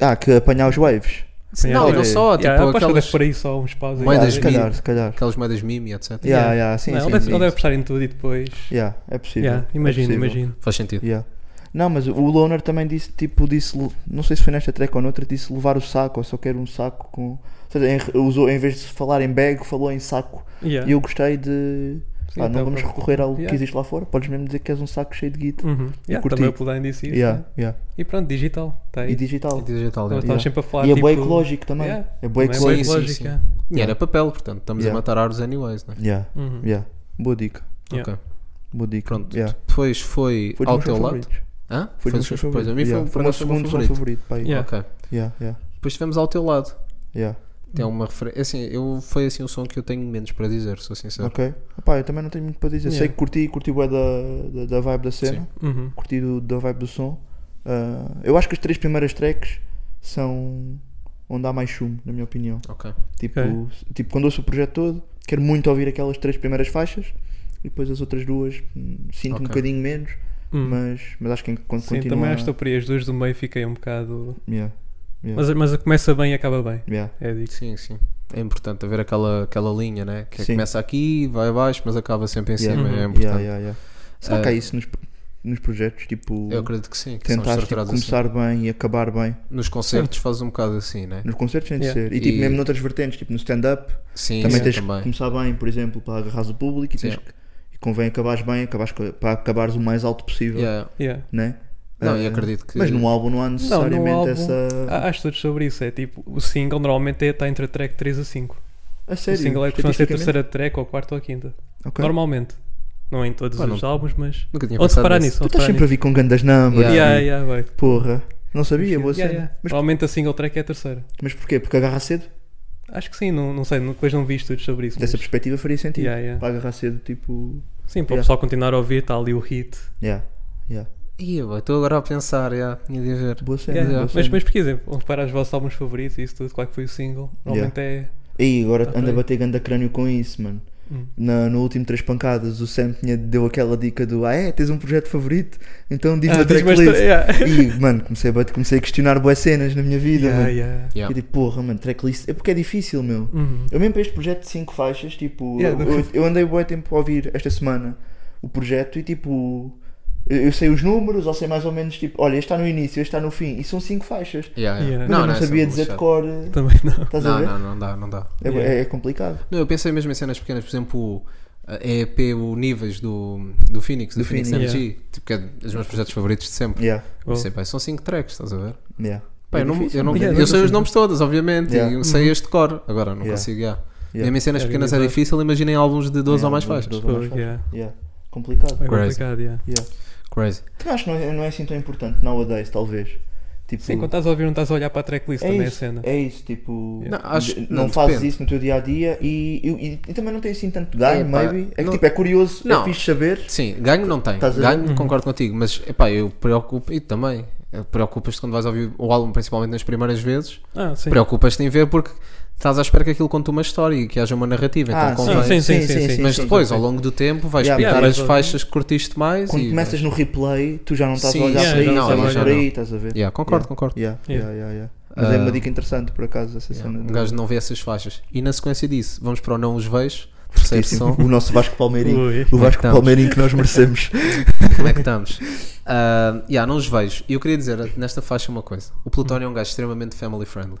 Speaker 6: Ah, que apanhar os waves.
Speaker 7: Sim,
Speaker 8: não,
Speaker 7: é.
Speaker 8: e não só,
Speaker 7: Yeah,
Speaker 8: tipo
Speaker 7: aposto que ele
Speaker 8: aquelas,
Speaker 7: deve por aí só uns paus. aí.
Speaker 8: Mãe
Speaker 6: Yeah,
Speaker 8: das
Speaker 6: se
Speaker 8: mil.
Speaker 6: calhar, se calhar.
Speaker 8: aquelas moedas meme, etc.
Speaker 6: Yeah,
Speaker 7: Yeah.
Speaker 6: yeah, sim,
Speaker 7: Não,
Speaker 6: sim,
Speaker 7: ele deve-
Speaker 6: sim.
Speaker 7: ele deve apostar em tudo e depois.
Speaker 6: Yeah, é possível.
Speaker 7: Yeah,
Speaker 6: é
Speaker 7: Imagino,
Speaker 6: possível.
Speaker 7: imagino.
Speaker 8: Faz sentido.
Speaker 6: Yeah. Não, mas o Loner também disse, tipo, disse, le- não sei se foi nesta track ou noutra, disse levar o saco, ou só quero um saco com. Ou seja, em- usou, em vez de falar em bag, falou em saco.
Speaker 7: Yeah.
Speaker 6: E eu gostei de.
Speaker 7: Sim,
Speaker 6: Pá, não
Speaker 7: então,
Speaker 6: vamos
Speaker 7: pronto.
Speaker 6: recorrer ao que
Speaker 7: Yeah.
Speaker 6: existe lá fora, podes mesmo dizer que és um saco cheio de guito.
Speaker 7: Uhum.
Speaker 6: Eu
Speaker 7: Yeah,
Speaker 6: curti.
Speaker 7: também o Plutónio disse isso.
Speaker 6: Yeah,
Speaker 7: né?
Speaker 6: yeah.
Speaker 7: E pronto, digital. Tá aí.
Speaker 6: E digital.
Speaker 8: E
Speaker 7: Nós
Speaker 8: digital, yeah.
Speaker 7: estávamos
Speaker 6: yeah.
Speaker 7: sempre a falar
Speaker 6: e é
Speaker 7: tipo...
Speaker 6: bué ecológico também.
Speaker 7: Yeah.
Speaker 6: É bué
Speaker 7: Também é bué
Speaker 8: Sim,
Speaker 6: ecológico.
Speaker 8: sim,
Speaker 7: ecológico,
Speaker 8: sim.
Speaker 7: yeah.
Speaker 8: E era é papel, portanto, estamos
Speaker 6: Yeah.
Speaker 8: a matar árvores anyways, né?
Speaker 6: Yeah,
Speaker 7: Uhum.
Speaker 6: yeah. Boa dica.
Speaker 7: Yeah.
Speaker 8: Ok.
Speaker 6: Boa dica.
Speaker 8: Pronto.
Speaker 6: Yeah.
Speaker 8: Depois foi,
Speaker 6: Foi dos
Speaker 8: ao
Speaker 6: meus
Speaker 8: teu lado.
Speaker 6: favoritos.
Speaker 8: Hã?
Speaker 6: Foi dos
Speaker 8: Foi
Speaker 6: meus
Speaker 8: dos teus favoritos.
Speaker 6: favoritos.
Speaker 8: A mim foi
Speaker 6: Yeah,
Speaker 8: um-
Speaker 6: foi
Speaker 8: por
Speaker 6: o meu
Speaker 8: acaso, foi o
Speaker 6: segundo
Speaker 8: meu
Speaker 6: som
Speaker 8: favorito.
Speaker 6: favorito. pá, aí.
Speaker 7: Yeah.
Speaker 8: Ok.
Speaker 6: Yeah, yeah,
Speaker 8: Depois tivemos ao teu lado.
Speaker 6: yeah.
Speaker 8: Tem uma referência. Assim, eu, foi assim um som que eu tenho menos para dizer, sou sincero.
Speaker 6: Ok. Epá, eu também não tenho muito para dizer. Sei
Speaker 7: Yeah.
Speaker 6: que curti, curti bué da, da, da vibe da cena,
Speaker 8: Sim.
Speaker 7: Uhum.
Speaker 6: curti do- da vibe do som. Ah, eu acho que as três primeiras tracks são onde há mais chumbo, na minha opinião.
Speaker 8: Ok.
Speaker 6: Tipo,
Speaker 7: Ok.
Speaker 6: tipo quando ouço o projeto todo, quero muito ouvir aquelas três primeiras faixas e depois as outras duas hum, sinto um
Speaker 8: Ok.
Speaker 6: bocadinho menos,
Speaker 7: Hum.
Speaker 6: mas, mas acho que quando
Speaker 7: Sim,
Speaker 6: continua.
Speaker 7: também acho que estou por aí. As duas do meio fiquei um bocado...
Speaker 6: Yeah, yeah,
Speaker 7: Mas, mas começa bem e acaba bem.
Speaker 6: yeah.
Speaker 7: É disso.
Speaker 8: Sim, sim. É importante haver aquela, aquela linha, né? Que é-
Speaker 6: Sim.
Speaker 8: começa aqui, vai abaixo, mas acaba sempre em
Speaker 6: Yeah.
Speaker 8: cima. É
Speaker 7: Uhum.
Speaker 8: importante. Eh,
Speaker 6: Yeah, yeah, yeah. Será que há isso nos, nos projetos? Tipo,
Speaker 8: Eu acredito que sim. Que são
Speaker 6: tentar tipo,
Speaker 8: estruturados assim.
Speaker 6: começar bem e acabar bem.
Speaker 8: Nos concertos faz um bocado assim, né?
Speaker 6: Nos concertos tem de
Speaker 7: Yeah.
Speaker 6: ser. E tipo,
Speaker 8: E-
Speaker 6: mesmo noutras vertentes, tipo no stand-up,
Speaker 8: Sim,
Speaker 6: também
Speaker 8: sim,
Speaker 6: tens que
Speaker 8: também.
Speaker 6: começar bem, por exemplo, para agarrar o público e, tens
Speaker 8: Sim.
Speaker 6: que- e convém acabares bem, acabares, co- para acabares o mais alto possível.
Speaker 8: Yeah.
Speaker 7: Yeah.
Speaker 6: Né?
Speaker 8: Não,
Speaker 6: Ah,
Speaker 8: eu acredito que.
Speaker 6: Mas num álbum não há necessariamente
Speaker 7: álbum-
Speaker 6: essa.
Speaker 7: Há há estudos sobre isso. É tipo, o single normalmente está entre a track 3 a 5.
Speaker 6: A
Speaker 7: O
Speaker 6: sério?
Speaker 7: single é que costuma ser a
Speaker 6: estatisticamente?
Speaker 7: terceira track, ou a quarta ou a quinta.
Speaker 6: Ok.
Speaker 7: Normalmente. Não é em todos
Speaker 8: Pá,
Speaker 7: os
Speaker 8: não-
Speaker 7: álbuns, mas.
Speaker 8: Nunca tinha
Speaker 7: Ou de
Speaker 8: pensado
Speaker 7: parar
Speaker 8: nisso.
Speaker 7: nisso.
Speaker 6: Tu
Speaker 7: ou de
Speaker 6: estás
Speaker 7: parar
Speaker 6: sempre a vir com grandes numbers.
Speaker 8: Yeah.
Speaker 7: nisso. Yeah,
Speaker 8: vir-
Speaker 7: yeah, vai.
Speaker 6: Porra. Não sabia, boa
Speaker 7: Yeah,
Speaker 6: cena.
Speaker 7: yeah.
Speaker 6: Mas,
Speaker 7: Normalmente a single track é a terceira.
Speaker 6: mas porquê? Porque agarra cedo?
Speaker 7: Acho que sim, não, não sei, depois não vi estudos sobre isso.
Speaker 6: Dessa
Speaker 7: mas-
Speaker 6: perspectiva faria sentido.
Speaker 7: Yeah, yeah.
Speaker 6: Para agarrar cedo, tipo.
Speaker 7: Sim, para
Speaker 6: Yeah.
Speaker 7: o pessoal continuar a ouvir, está ali o hit.
Speaker 6: Yeah. Yeah.
Speaker 8: Ih, eu estou agora a pensar, já, tinha de haver.
Speaker 6: Boa cena.
Speaker 7: Yeah,
Speaker 6: Boa
Speaker 7: Mas,
Speaker 6: cena.
Speaker 7: mas por exemplo, para os vossos álbuns favoritos e isso tudo, claro que foi o single. Normalmente
Speaker 6: E agora
Speaker 7: Tá por
Speaker 6: anda a
Speaker 7: aí.
Speaker 6: bater ganda crânio com isso, mano.
Speaker 7: Hum.
Speaker 6: Na- no último Três Pancadas, o Sam tinha, deu aquela dica do Ah, é? Tens um projeto favorito? Então
Speaker 7: é.
Speaker 6: diz-me a
Speaker 7: diz uma
Speaker 6: tracklist.
Speaker 7: história- yeah.
Speaker 6: E, mano, comecei a, bater- comecei a questionar boas cenas na minha vida,
Speaker 7: Yeah,
Speaker 6: mano.
Speaker 7: yeah.
Speaker 8: Yeah.
Speaker 6: Eu digo, porra, mano, tracklist. É porque é difícil, meu.
Speaker 7: Uhum.
Speaker 6: Eu mesmo para este projeto de 5 faixas, tipo,
Speaker 7: Yeah,
Speaker 6: eu, eu- eu andei bué tempo a ouvir esta semana o projeto e tipo, eu eu sei os números, ou sei mais ou menos, tipo, olha, este está no início, este está no fim, e são 5 faixas.
Speaker 8: Yeah, yeah.
Speaker 7: Yeah.
Speaker 6: Mas eu não,
Speaker 8: é
Speaker 6: sabia
Speaker 8: só
Speaker 6: dizer de
Speaker 8: chato.
Speaker 6: cor, eh,
Speaker 7: Também não.
Speaker 6: estás a
Speaker 8: Não,
Speaker 6: ver?
Speaker 8: não, não dá, não dá.
Speaker 6: É,
Speaker 7: Yeah.
Speaker 6: é complicado.
Speaker 8: Não, eu pensei mesmo em cenas pequenas, por exemplo, a EEP, o Níveis do, do Phoenix, do,
Speaker 6: Do
Speaker 8: Phoenix,
Speaker 7: Phoenix,
Speaker 8: MG, tipo, que é dos meus projetos favoritos de sempre.
Speaker 6: Yeah,
Speaker 7: Bom,
Speaker 8: Sei, pá, são 5 tracks, estás a ver?
Speaker 6: yeah.
Speaker 8: Pá,
Speaker 6: É
Speaker 8: eu, não,
Speaker 6: difícil,
Speaker 8: eu, não-
Speaker 6: mas-
Speaker 7: Yeah,
Speaker 8: eu sei
Speaker 7: difícil.
Speaker 8: os nomes todos, obviamente,
Speaker 6: Yeah. Uhum.
Speaker 8: e eu sei este core. Agora, não
Speaker 6: Yeah.
Speaker 8: consigo, yeah.
Speaker 6: Yeah.
Speaker 8: Mesmo em cenas
Speaker 7: É,
Speaker 8: pequenas é
Speaker 7: ninguém vai-
Speaker 8: difícil, imaginem álbuns de 12
Speaker 6: É,
Speaker 8: ou mais
Speaker 6: álbuns de
Speaker 8: faixas.
Speaker 6: 12.
Speaker 7: pô, yeah,
Speaker 6: Yeah. Complicado.
Speaker 7: É
Speaker 8: Crazy.
Speaker 7: complicado, yeah.
Speaker 6: Yeah.
Speaker 8: Crazy.
Speaker 6: Também acho que não é, não é assim tão importante nowadays, talvez. Tipo,
Speaker 7: Sim, quando estás a ouvir, não estás a olhar para a tracklist,
Speaker 6: é
Speaker 7: também é a
Speaker 6: isso,
Speaker 7: cena.
Speaker 6: É isso, tipo.
Speaker 8: Não, acho-
Speaker 6: n-
Speaker 8: não,
Speaker 6: não fazes
Speaker 8: depende.
Speaker 6: isso no teu dia a dia e, e- e- e também não tem assim tanto ganho,
Speaker 8: É, pá,
Speaker 6: maybe. É que
Speaker 8: não-
Speaker 6: tipo, é curioso,
Speaker 8: Não.
Speaker 6: é fixe saber.
Speaker 8: Sim, ganho não tem.
Speaker 6: Estás a ver? Uhum.
Speaker 8: Ganho, concordo contigo, mas epá, eu preocupo, e também, eh, preocupas-te quando vais ouvir o álbum, principalmente nas primeiras vezes,
Speaker 7: Ah, sim.
Speaker 8: preocupas-te em ver porque estás à espera que aquilo conte uma história e que haja uma narrativa,
Speaker 6: Ah,
Speaker 8: então
Speaker 6: sim,
Speaker 8: convém.
Speaker 7: sim, sim, sim, sim.
Speaker 8: mas depois,
Speaker 6: sim.
Speaker 8: ao longo do tempo, vais
Speaker 6: Yeah,
Speaker 8: picar
Speaker 7: yeah,
Speaker 8: as
Speaker 7: mas-
Speaker 8: faixas que curtiste mais
Speaker 6: Quando
Speaker 8: e. é,
Speaker 6: começas no replay, tu já não estás
Speaker 8: Sim,
Speaker 6: a olhar
Speaker 7: yeah,
Speaker 6: para
Speaker 7: já
Speaker 6: aí,
Speaker 7: não
Speaker 6: já
Speaker 7: estás a
Speaker 6: vais
Speaker 7: olhar,
Speaker 6: para aí,
Speaker 8: não.
Speaker 6: estás a ver.
Speaker 8: Yeah, concordo, concordo.
Speaker 6: Yeah,
Speaker 7: Yeah.
Speaker 6: yeah, yeah, yeah. Mas é
Speaker 8: Ah,
Speaker 6: uma dica interessante, por acaso, essa
Speaker 8: Yeah,
Speaker 6: cena.
Speaker 8: um
Speaker 6: do-
Speaker 8: gajo não vê essas faixas. E na sequência disso, vamos para o Não Os Vejo, terceiro som.
Speaker 6: O nosso Vasco Palmeirinho.
Speaker 7: Ui.
Speaker 6: O
Speaker 8: Como é que
Speaker 6: Vasco
Speaker 8: estamos?
Speaker 6: Palmeirinho que nós merecemos.
Speaker 8: Como é que estamos? Ah, yeah, não os vejo. E eu queria dizer nesta faixa uma coisa: o Plutónio é um gajo extremamente family friendly.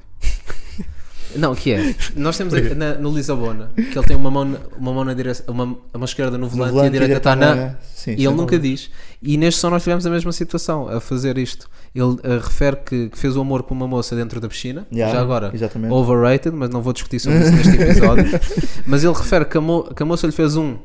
Speaker 8: Não, que é? Nós temos aqui na- no Lisabona que ele tem uma mão, na- uma mão na direção, uma, a mão esquerda no volante, e a direita está na.
Speaker 6: na- Sim,
Speaker 8: E
Speaker 6: sim.
Speaker 8: ele nunca diz. E neste som nós tivemos a mesma situação a fazer isto. Ele ah, refere que, que fez o amor com uma moça dentro da piscina.
Speaker 6: Yeah,
Speaker 8: já agora,
Speaker 6: Exatamente.
Speaker 8: overrated, mas não vou discutir sobre isso neste episódio. mas ele refere que a, mo- que a moça lhe fez um,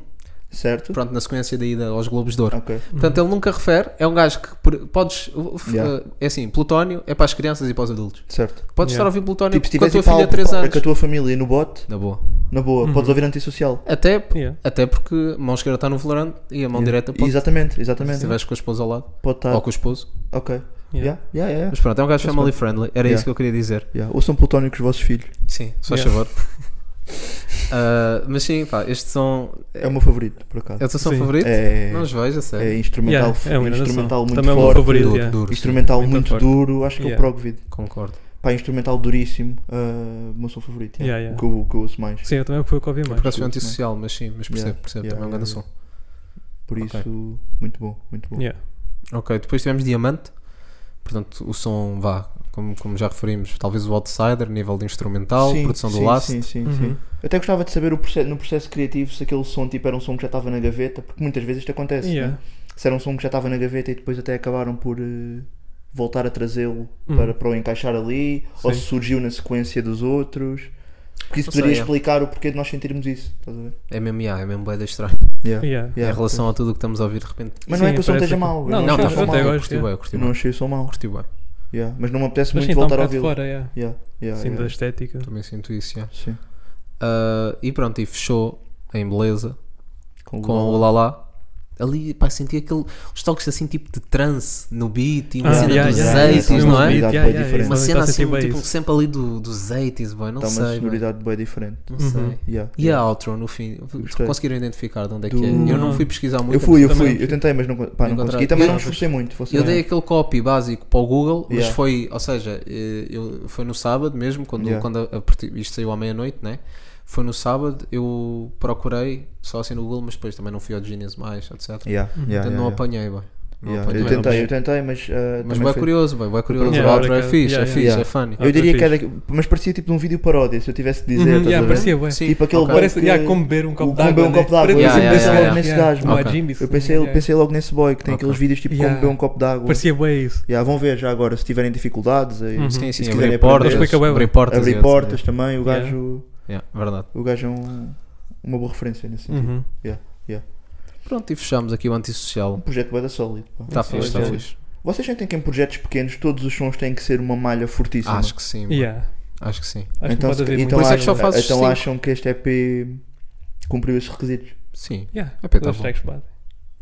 Speaker 6: Certo?
Speaker 8: pronto, na sequência da ida aos Globos de Ouro.
Speaker 6: Ok.
Speaker 8: Portanto, ele nunca refere. É um gajo que por- podes. f-
Speaker 6: Uhum. Yeah.
Speaker 8: É assim, Plutónio é para as crianças e para os adultos.
Speaker 6: Certo.
Speaker 7: Yeah.
Speaker 8: Podes estar a ouvir Plutónio
Speaker 6: Tipo, se
Speaker 8: com a
Speaker 6: tiveres
Speaker 8: tua
Speaker 6: ir para
Speaker 8: filha
Speaker 6: algo-
Speaker 8: há 3 anos. Uhum.
Speaker 6: com a tua família no bote,
Speaker 8: Na boa.
Speaker 6: na boa, podes ouvir antissocial.
Speaker 8: Até,
Speaker 7: Yeah.
Speaker 8: até porque a mão esquerda está no volante e a mão direita pode.
Speaker 6: Exatamente,
Speaker 8: Se
Speaker 6: exatamente.
Speaker 8: estiveres com a esposa ao lado
Speaker 6: Pode estar.
Speaker 8: ou com o esposo.
Speaker 6: Ok.
Speaker 7: Yeah.
Speaker 6: Yeah. Yeah, yeah, yeah.
Speaker 8: Mas pronto, é um gajo family friendly. Era
Speaker 6: Yeah.
Speaker 8: isso que eu queria dizer.
Speaker 6: Yeah. Ouçam plutónio com os vossos filhos.
Speaker 8: Sim, só
Speaker 7: Yeah.
Speaker 8: favor. Ah, mas sim, pá, este som
Speaker 6: É o meu favorito, por acaso.
Speaker 8: é o teu som
Speaker 7: Sim.
Speaker 8: favorito?
Speaker 6: É,
Speaker 8: Não os vejo, a sério.
Speaker 6: é instrumental,
Speaker 7: Yeah, é um grande
Speaker 6: instrumental
Speaker 7: som.
Speaker 6: muito
Speaker 7: Também é o meu
Speaker 6: forte.
Speaker 7: favorito,
Speaker 8: Duro,
Speaker 7: yeah.
Speaker 8: duro, sim.
Speaker 6: Instrumental
Speaker 7: Muito
Speaker 6: muito,
Speaker 7: forte.
Speaker 6: duro, acho que é
Speaker 7: Yeah.
Speaker 6: o Progvid.
Speaker 8: Concordo.
Speaker 6: Pá, instrumental duríssimo. Uh, meu som favorito. yeah.
Speaker 7: Yeah, yeah.
Speaker 6: O, que eu, o que eu ouço mais.
Speaker 7: Sim, eu também fui o que ouvi
Speaker 8: Por
Speaker 7: mais.
Speaker 8: acaso foi
Speaker 6: tudo,
Speaker 8: antissocial, mas sim, mas percebo,
Speaker 6: Yeah.
Speaker 8: percebo.
Speaker 6: Yeah,
Speaker 8: também é um grande som.
Speaker 6: yeah, Por isso,
Speaker 8: Ok.
Speaker 6: muito bom, muito bom.
Speaker 7: Yeah.
Speaker 8: Ok, depois tivemos Diamante, portanto o som vá, como, como já referimos, talvez o Outsider, nível de instrumental,
Speaker 6: Sim,
Speaker 8: produção do
Speaker 6: sim,
Speaker 8: Last.
Speaker 6: Sim, sim,
Speaker 7: Uhum.
Speaker 6: sim. Eu até gostava de saber o processo, no processo criativo se aquele som tipo, era um som que já estava na gaveta, porque muitas vezes isto acontece.
Speaker 7: Yeah.
Speaker 6: né? Se era um som que já estava na gaveta e depois até acabaram por eh, voltar a trazê-lo
Speaker 7: Uhum.
Speaker 6: para, para o encaixar ali, ou
Speaker 7: Sim.
Speaker 6: se surgiu na sequência dos outros. Porque isso
Speaker 8: Não sei,
Speaker 6: poderia
Speaker 8: é.
Speaker 6: explicar o porquê de nós sentirmos isso. Estás a ver?
Speaker 8: É mesmo, yeah, é mesmo bué da estranho,
Speaker 6: Yeah.
Speaker 7: Yeah.
Speaker 8: em
Speaker 6: Yeah,
Speaker 8: relação a tudo o que estamos a ouvir de repente.
Speaker 6: Mas não é
Speaker 7: Sim,
Speaker 6: que o som
Speaker 7: parece
Speaker 6: esteja
Speaker 7: que-
Speaker 6: mau. eu
Speaker 7: Não,
Speaker 8: não,
Speaker 7: não,
Speaker 8: está
Speaker 7: eu
Speaker 8: bom,
Speaker 7: até
Speaker 8: eu
Speaker 7: gosto,
Speaker 8: curti
Speaker 7: yeah.
Speaker 8: bem, eu curti
Speaker 6: Eu
Speaker 8: bem,
Speaker 6: não achei o som mau.
Speaker 8: curti bem.
Speaker 6: Yeah, Mas não me apetece
Speaker 7: Mas
Speaker 6: muito
Speaker 7: sim, está um
Speaker 6: voltar a
Speaker 7: bocado
Speaker 6: ouvi-lo.
Speaker 7: fora, yeah.
Speaker 6: Yeah, yeah,
Speaker 7: Sim, da
Speaker 6: yeah.
Speaker 7: estética.
Speaker 8: Também sinto isso, yeah.
Speaker 6: Sim,
Speaker 8: Ah, E pronto, e fechou em beleza
Speaker 6: com,
Speaker 8: com o Lala. Ali, pá, senti aquele, os toques assim tipo de trance no beat e uma
Speaker 7: Ah,
Speaker 8: cena
Speaker 7: yeah,
Speaker 8: dos
Speaker 7: yeah,
Speaker 8: 80s,
Speaker 7: yeah,
Speaker 6: sim,
Speaker 8: não é?
Speaker 6: sim,
Speaker 7: Yeah,
Speaker 6: Exato,
Speaker 7: yeah,
Speaker 6: é
Speaker 7: yeah,
Speaker 6: diferente.
Speaker 8: Uma
Speaker 7: isso,
Speaker 8: cena
Speaker 7: tá a sentir
Speaker 8: assim,
Speaker 7: bem
Speaker 8: tipo,
Speaker 7: isso.
Speaker 8: sempre ali do, dos 80s, boy, não
Speaker 6: Está Tá uma
Speaker 8: sei. boy.
Speaker 6: sonoridade bem diferente.
Speaker 8: Não
Speaker 7: Uhum.
Speaker 8: sei.
Speaker 6: Yeah,
Speaker 8: E a outro no fim? Conseguiram identificar de onde é que
Speaker 6: Do-
Speaker 8: é? Eu não
Speaker 7: Não.
Speaker 8: fui pesquisar muito.
Speaker 6: Eu fui, eu
Speaker 7: também
Speaker 6: fui,
Speaker 7: não
Speaker 6: eu tentei, mas não, con- pá, não
Speaker 8: Encontrar-
Speaker 6: consegui. Também
Speaker 8: Eu-
Speaker 6: não me esforcei muito. vou ser
Speaker 8: Eu dei
Speaker 6: honesto.
Speaker 8: aquele copy básico para o Google, mas
Speaker 6: Yeah.
Speaker 8: foi, ou seja, eh, eu, foi no sábado mesmo, quando,
Speaker 6: Yeah.
Speaker 8: quando a- a partir- isto saiu à meia-noite, né? Foi no sábado, eu procurei só assim no Google, mas depois também não fui ao Genius mais,
Speaker 6: Yeah,
Speaker 8: etc.
Speaker 6: yeah,
Speaker 8: Portanto,
Speaker 6: yeah,
Speaker 8: Então não
Speaker 6: yeah.
Speaker 8: apanhei, boy. Não
Speaker 6: Yeah,
Speaker 8: apanhei.
Speaker 6: eu tentei, eu tentei, mas. uh,
Speaker 8: Mas
Speaker 6: também
Speaker 8: vai
Speaker 6: foi-
Speaker 8: curioso, boy, vai curioso.
Speaker 7: Yeah,
Speaker 8: o outro é
Speaker 7: yeah,
Speaker 8: fixe, é
Speaker 7: yeah,
Speaker 8: fixe,
Speaker 6: yeah.
Speaker 8: é funny.
Speaker 7: Ah,
Speaker 6: Eu
Speaker 7: foi
Speaker 6: diria que era. Mas parecia tipo de um vídeo paródia, se eu tivesse de dizer.
Speaker 7: Uhum,
Speaker 6: estás a
Speaker 7: yeah,
Speaker 6: ver?
Speaker 7: parecia, ué.
Speaker 8: Sim,
Speaker 6: Tipo aquele.
Speaker 8: ok.
Speaker 6: boy
Speaker 7: Parece,
Speaker 6: que-
Speaker 7: yeah, como beber um copo
Speaker 6: o-
Speaker 7: d'água.
Speaker 6: como beber um copo d'água,
Speaker 7: Parece-
Speaker 8: eu sempre pensei
Speaker 7: yeah,
Speaker 8: logo
Speaker 6: nesse
Speaker 7: yeah.
Speaker 6: gajo,
Speaker 7: Não
Speaker 8: mano.
Speaker 7: há Jimbis,
Speaker 6: Eu pensei,
Speaker 7: yeah.
Speaker 6: pensei logo nesse boy que tem
Speaker 8: Ok.
Speaker 6: aqueles vídeos tipo
Speaker 7: Yeah.
Speaker 6: como beber um copo d'água.
Speaker 7: Parecia bem isso.
Speaker 6: Yeah, vão ver já agora se tiverem dificuldades. aí,
Speaker 7: Uhum.
Speaker 8: Sim, sim,
Speaker 6: se
Speaker 8: abrir
Speaker 6: quiserem
Speaker 8: portas,
Speaker 7: aprender- Explica, ué, ué.
Speaker 8: abrir portas. e
Speaker 6: Abrir
Speaker 8: etc.
Speaker 6: portas também. O
Speaker 7: Yeah.
Speaker 6: gajo
Speaker 8: Yeah, verdade.
Speaker 6: o gajo é um- uma boa referência nesse sentido.
Speaker 7: Uhum.
Speaker 8: Pronto, e fechamos aqui o antissocial.
Speaker 6: Um projeto bem da sólido. pá.
Speaker 8: Está
Speaker 7: Sim,
Speaker 8: Tá fixe, está
Speaker 6: sim. é
Speaker 8: fixe.
Speaker 6: Vocês sentem que em projetos pequenos todos os sons têm que ser uma malha fortíssima?
Speaker 8: Acho que sim, boy.
Speaker 7: Yeah.
Speaker 8: acho que sim.
Speaker 7: Acho que pode
Speaker 6: se-
Speaker 7: haver
Speaker 6: então,
Speaker 8: Por
Speaker 7: muito.
Speaker 8: isso é que só
Speaker 6: acham,
Speaker 8: fazes
Speaker 6: então
Speaker 8: cinco.
Speaker 6: acham que este EP cumpriu esses requisitos?
Speaker 8: Sim.
Speaker 7: Yeah,
Speaker 8: É pá, tá
Speaker 7: dois
Speaker 8: bom.
Speaker 7: tracks batem.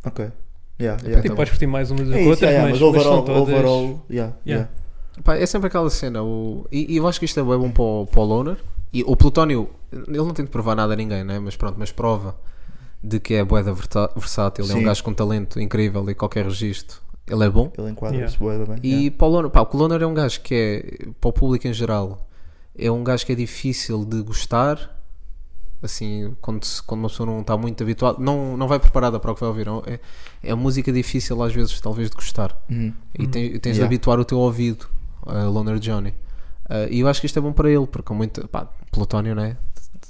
Speaker 6: Ok. Yeah,
Speaker 8: É
Speaker 6: yeah.
Speaker 8: pá,
Speaker 7: Tipo, podes curtir mais umas do
Speaker 6: É
Speaker 7: que
Speaker 6: isso,
Speaker 7: outras,
Speaker 6: yeah, yeah,
Speaker 7: mas,
Speaker 6: mas
Speaker 7: mas são
Speaker 6: overall,
Speaker 7: todas...
Speaker 6: overall yeah,
Speaker 7: Yeah.
Speaker 6: yeah.
Speaker 8: Pá, é sempre aquela cena. O... E, e eu acho que isto é bem bom para o, para o Loner. E o Plutónio, ele não tem de provar nada a ninguém, né? mas pronto, mas prova de que é boeda versátil. É um
Speaker 6: Sim.
Speaker 8: gajo com talento incrível e qualquer registro. Ele é bom.
Speaker 6: ele enquadra-se bué bem.
Speaker 8: E
Speaker 6: yeah.
Speaker 8: para o Loner, pá, o Loner é um gajo que é, para o público em geral, é um gajo que é difícil de gostar. Assim, quando, se- quando uma pessoa não está muito habituada, não, não vai preparada para o que vai ouvir. É, é- é música difícil, às vezes, talvez, de gostar
Speaker 6: Uhum.
Speaker 8: e tens, e tens de
Speaker 6: Yeah.
Speaker 8: habituar o teu Uh, ouvido a Loner Johnny. Ah, e eu acho que isto é bom para ele, porque há muito. Pá, Plutónio, né?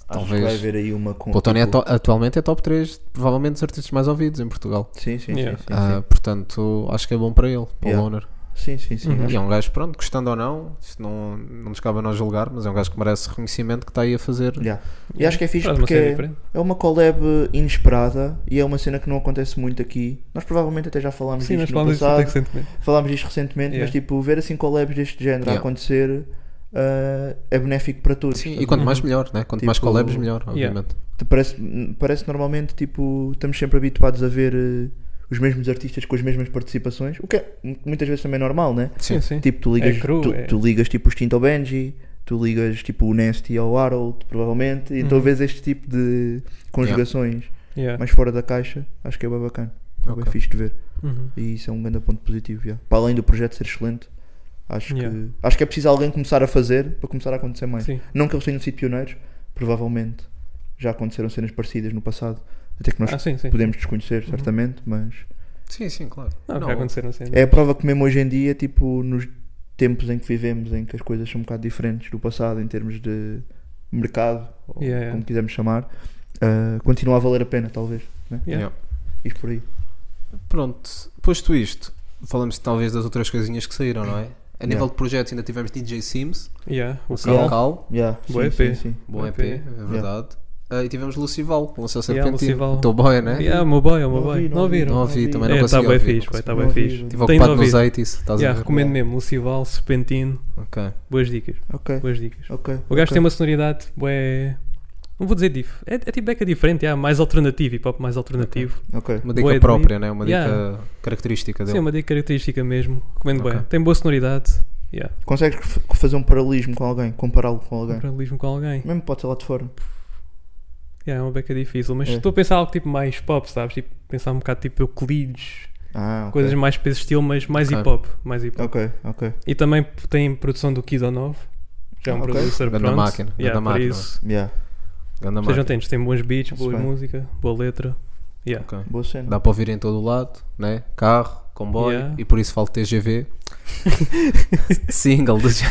Speaker 6: Acho que vai
Speaker 8: Talvez.
Speaker 6: haver aí uma com.
Speaker 8: O Tony é
Speaker 6: tipo-
Speaker 8: to- atualmente é top 3, provavelmente dos artistas mais ouvidos em Portugal.
Speaker 6: Sim, sim,
Speaker 7: Yeah.
Speaker 6: sim, sim,
Speaker 8: Ah, portanto, acho que é bom para ele, para
Speaker 6: Yeah.
Speaker 8: o Loner.
Speaker 6: sim. Sim, sim, sim.
Speaker 7: Uhum.
Speaker 8: E é um gajo, pronto, gostando ou não, isto não, não nos cabe a nós julgar, mas é um gajo que merece reconhecimento que está aí a fazer.
Speaker 6: Yeah. E acho que é fixe
Speaker 7: Faz uma
Speaker 6: porque
Speaker 7: cena
Speaker 6: é,
Speaker 7: diferente.
Speaker 6: é uma collab inesperada e é uma cena que não acontece muito aqui. Nós provavelmente até já falámos
Speaker 7: Sim, nós
Speaker 6: disto no
Speaker 7: falamos disso
Speaker 6: passado,
Speaker 7: até recentemente.
Speaker 6: falámos disto recentemente,
Speaker 7: Yeah.
Speaker 6: mas tipo, ver assim collabs deste género a
Speaker 8: Yeah.
Speaker 6: acontecer ah, é benéfico para todos.
Speaker 8: Sim,
Speaker 6: Portanto,
Speaker 8: e quanto mais melhor, né? quanto mais
Speaker 6: Uhum. Tipo-
Speaker 8: collabs, melhor,
Speaker 7: Yeah.
Speaker 8: obviamente.
Speaker 6: te parece, parece normalmente tipo, estamos sempre habituados a ver eh, os mesmos artistas com as mesmas participações, o que é mu- muitas vezes também é normal, né?
Speaker 7: Sim, sim.
Speaker 6: Tipo, tu ligas,
Speaker 7: É cru,
Speaker 6: tu,
Speaker 7: é.
Speaker 6: tu ligas tipo o Stinto ao Benji, tu ligas tipo o Nasty ao Harold, provavelmente, e então
Speaker 7: Uhum.
Speaker 6: vês este tipo de conjugações
Speaker 7: Yeah.
Speaker 6: mais fora da caixa, acho que é bem bacana, é bem
Speaker 8: Ok.
Speaker 6: fixe de ver,
Speaker 7: Uhum.
Speaker 6: e isso é um grande ponto positivo, yeah. para além do projeto ser excelente. Acho,
Speaker 7: Yeah.
Speaker 6: que, acho que é preciso alguém começar a fazer para começar a acontecer mais.
Speaker 7: Sim.
Speaker 6: Não que eles tenham sido pioneiros, provavelmente já aconteceram cenas parecidas no passado, até que nós
Speaker 7: Ah, sim, sim.
Speaker 6: podemos desconhecer, certamente, mas
Speaker 8: Sim, sim, claro.
Speaker 7: Não,
Speaker 8: Não,
Speaker 7: já aconteceram assim.
Speaker 6: é a prova que mesmo hoje em dia, tipo, nos tempos em que vivemos, em que as coisas são um bocado diferentes do passado em termos de mercado, ou
Speaker 7: Yeah, yeah.
Speaker 6: como quisermos chamar, ah, continua a valer a pena, talvez.
Speaker 7: Yeah.
Speaker 6: Isto por aí.
Speaker 8: Pronto, posto isto, falamos talvez das outras coisinhas que saíram, não é? A nível
Speaker 6: Yeah.
Speaker 8: de projetos ainda tivemos DJ Sims,
Speaker 6: É
Speaker 7: Yeah, O
Speaker 8: o
Speaker 7: Cal.
Speaker 8: Cal,
Speaker 6: Yeah.
Speaker 8: Cal
Speaker 6: Yeah,
Speaker 7: Boa
Speaker 6: sim,
Speaker 7: EP.
Speaker 6: sim, sim.
Speaker 8: bom EP,
Speaker 7: EP,
Speaker 8: é verdade. Ah, e tivemos Lucival, que lançou
Speaker 7: Yeah,
Speaker 8: Serpentino.
Speaker 7: Lucival.
Speaker 8: Estou boa, né?
Speaker 7: Yeah, o meu boy, o meu
Speaker 6: Não
Speaker 7: boy.
Speaker 6: ouvi,
Speaker 7: Não ouviram?
Speaker 8: Não ouvi,
Speaker 6: ouvi.
Speaker 8: também não
Speaker 7: É, está
Speaker 8: consegui
Speaker 7: bem
Speaker 8: ouvir,
Speaker 7: fixe,
Speaker 8: não
Speaker 7: vai, está
Speaker 6: consegui
Speaker 7: bem
Speaker 6: ouvir.
Speaker 7: fixe.
Speaker 8: Estive
Speaker 7: Tem de
Speaker 8: ocupado nos né?
Speaker 7: ouvir.
Speaker 8: 80s, estás
Speaker 7: Yeah,
Speaker 8: a ver?
Speaker 7: recomendo mesmo. Lucival, Serpentino.
Speaker 8: Ok.
Speaker 7: Boas dicas.
Speaker 6: Ok,
Speaker 7: Boas dicas.
Speaker 6: ok.
Speaker 7: O gajo
Speaker 6: É. ok.
Speaker 7: tem uma sonoridade, bué... Não vou dizer dif. É, é tipo beca diferente, yeah, mais alternativo, hip hop mais alternativo.
Speaker 6: Ok,
Speaker 8: Uma dica
Speaker 7: Boa ideia.
Speaker 8: própria, né? Uma dica
Speaker 7: Yeah.
Speaker 8: característica dele.
Speaker 7: Sim, é uma dica característica mesmo. Recomendo
Speaker 8: Ok.
Speaker 7: bem. Tem boa sonoridade. Yeah.
Speaker 6: Consegues f- fazer um paralelismo com alguém, compará-lo com alguém?
Speaker 7: Paralelismo com alguém.
Speaker 6: Mesmo pode ser lá de fora.
Speaker 7: Yeah, é uma beca difícil, mas
Speaker 6: É.
Speaker 7: estou a pensar algo tipo mais pop, sabes? Tipo, pensar um bocado tipo Euclides,
Speaker 6: Ah, ok.
Speaker 7: coisas mais para esse estilo, mas mais
Speaker 8: Ok.
Speaker 7: hip hop. Mais hip hop.
Speaker 6: Ok, ok.
Speaker 7: E também p- tem produção do Kid 9, já é um
Speaker 6: Ok.
Speaker 7: producer
Speaker 8: Ganda
Speaker 7: pronto.
Speaker 8: máquina,
Speaker 7: Yeah,
Speaker 8: ganda
Speaker 7: por
Speaker 8: máquina.
Speaker 7: isso.
Speaker 6: Yeah.
Speaker 8: Ganda
Speaker 7: Sejam
Speaker 8: marca.
Speaker 7: atentos, tem bons beats,
Speaker 6: Está-se
Speaker 7: boa
Speaker 6: bem.
Speaker 7: música, boa letra. Yeah.
Speaker 8: Ok.
Speaker 6: Boa cena.
Speaker 8: Dá para ouvir em todo o lado, né? Carro, comboio,
Speaker 7: Yeah.
Speaker 8: e por isso falo TGV. Single do, Gio-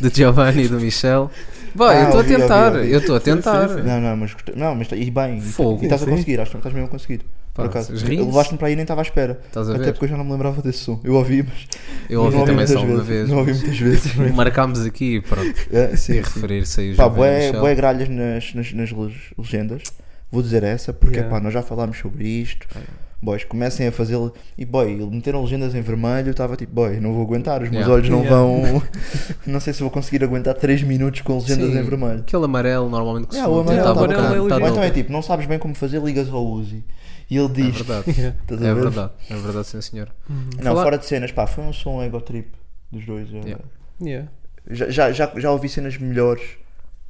Speaker 8: do Giovanni e do Michel. Boy,
Speaker 6: Ah,
Speaker 8: eu estou a
Speaker 6: ouvi, ouvi,
Speaker 8: tentar,
Speaker 6: ouvi.
Speaker 8: eu estou a tentar. né?
Speaker 6: Não, não, mas, gostei- não, mas tá- e bem, e-
Speaker 8: Fogo.
Speaker 6: e estás a
Speaker 8: Sim.
Speaker 6: conseguir, acho que estás mesmo a conseguir.
Speaker 8: Pá,
Speaker 6: Por acaso,
Speaker 8: os rins,
Speaker 6: levaste-me para aí e nem estava à espera.
Speaker 8: estás a
Speaker 6: Até
Speaker 8: ver?
Speaker 6: porque eu já não me lembrava desse som. Eu ouvi, mas
Speaker 8: Eu
Speaker 6: não
Speaker 8: ouvi
Speaker 6: ouvi
Speaker 8: também
Speaker 6: muitas
Speaker 8: só uma
Speaker 6: vezes.
Speaker 8: vez.
Speaker 6: Não ouvi muitas vezes.
Speaker 8: Marcámos aqui, pronto.
Speaker 6: é,
Speaker 8: E
Speaker 6: sim, sim.
Speaker 8: referir-se aí o
Speaker 6: Pá,
Speaker 8: Giovanni e
Speaker 6: bué,
Speaker 8: Michel.
Speaker 6: bué gralhas nas, nas, nas le- legendas. Vou dizer essa porque
Speaker 7: Yeah.
Speaker 6: pá, nós já falámos sobre isto.
Speaker 8: É.
Speaker 6: Boys, comecem a fazê-lo. E boy, meteram legendas em vermelho. Eu estava tipo, boy, não vou aguentar. Os meus
Speaker 8: Yeah.
Speaker 6: olhos não
Speaker 7: Yeah.
Speaker 6: vão. não sei se vou conseguir aguentar 3 minutos com legendas
Speaker 8: Sim,
Speaker 6: em vermelho.
Speaker 8: Aquele amarelo normalmente que se
Speaker 6: É, o
Speaker 8: monta,
Speaker 6: amarelo
Speaker 8: tá
Speaker 6: tá
Speaker 8: bacana,
Speaker 6: bacana.
Speaker 7: amarelo
Speaker 8: tá
Speaker 7: é
Speaker 6: Ou então é
Speaker 8: novo.
Speaker 6: tipo, não sabes bem como fazer, ligas ao Uzi. E ele
Speaker 8: É
Speaker 6: diz.
Speaker 8: verdade.
Speaker 7: Yeah.
Speaker 6: estás a
Speaker 8: É
Speaker 6: ver?
Speaker 8: verdade, é verdade, sim senhor.
Speaker 6: Não,
Speaker 8: Falar-
Speaker 6: fora de cenas, pá, foi um som ego trip dos dois. eu-
Speaker 8: Yeah.
Speaker 7: Yeah.
Speaker 6: Já, já, já, já ouvi cenas melhores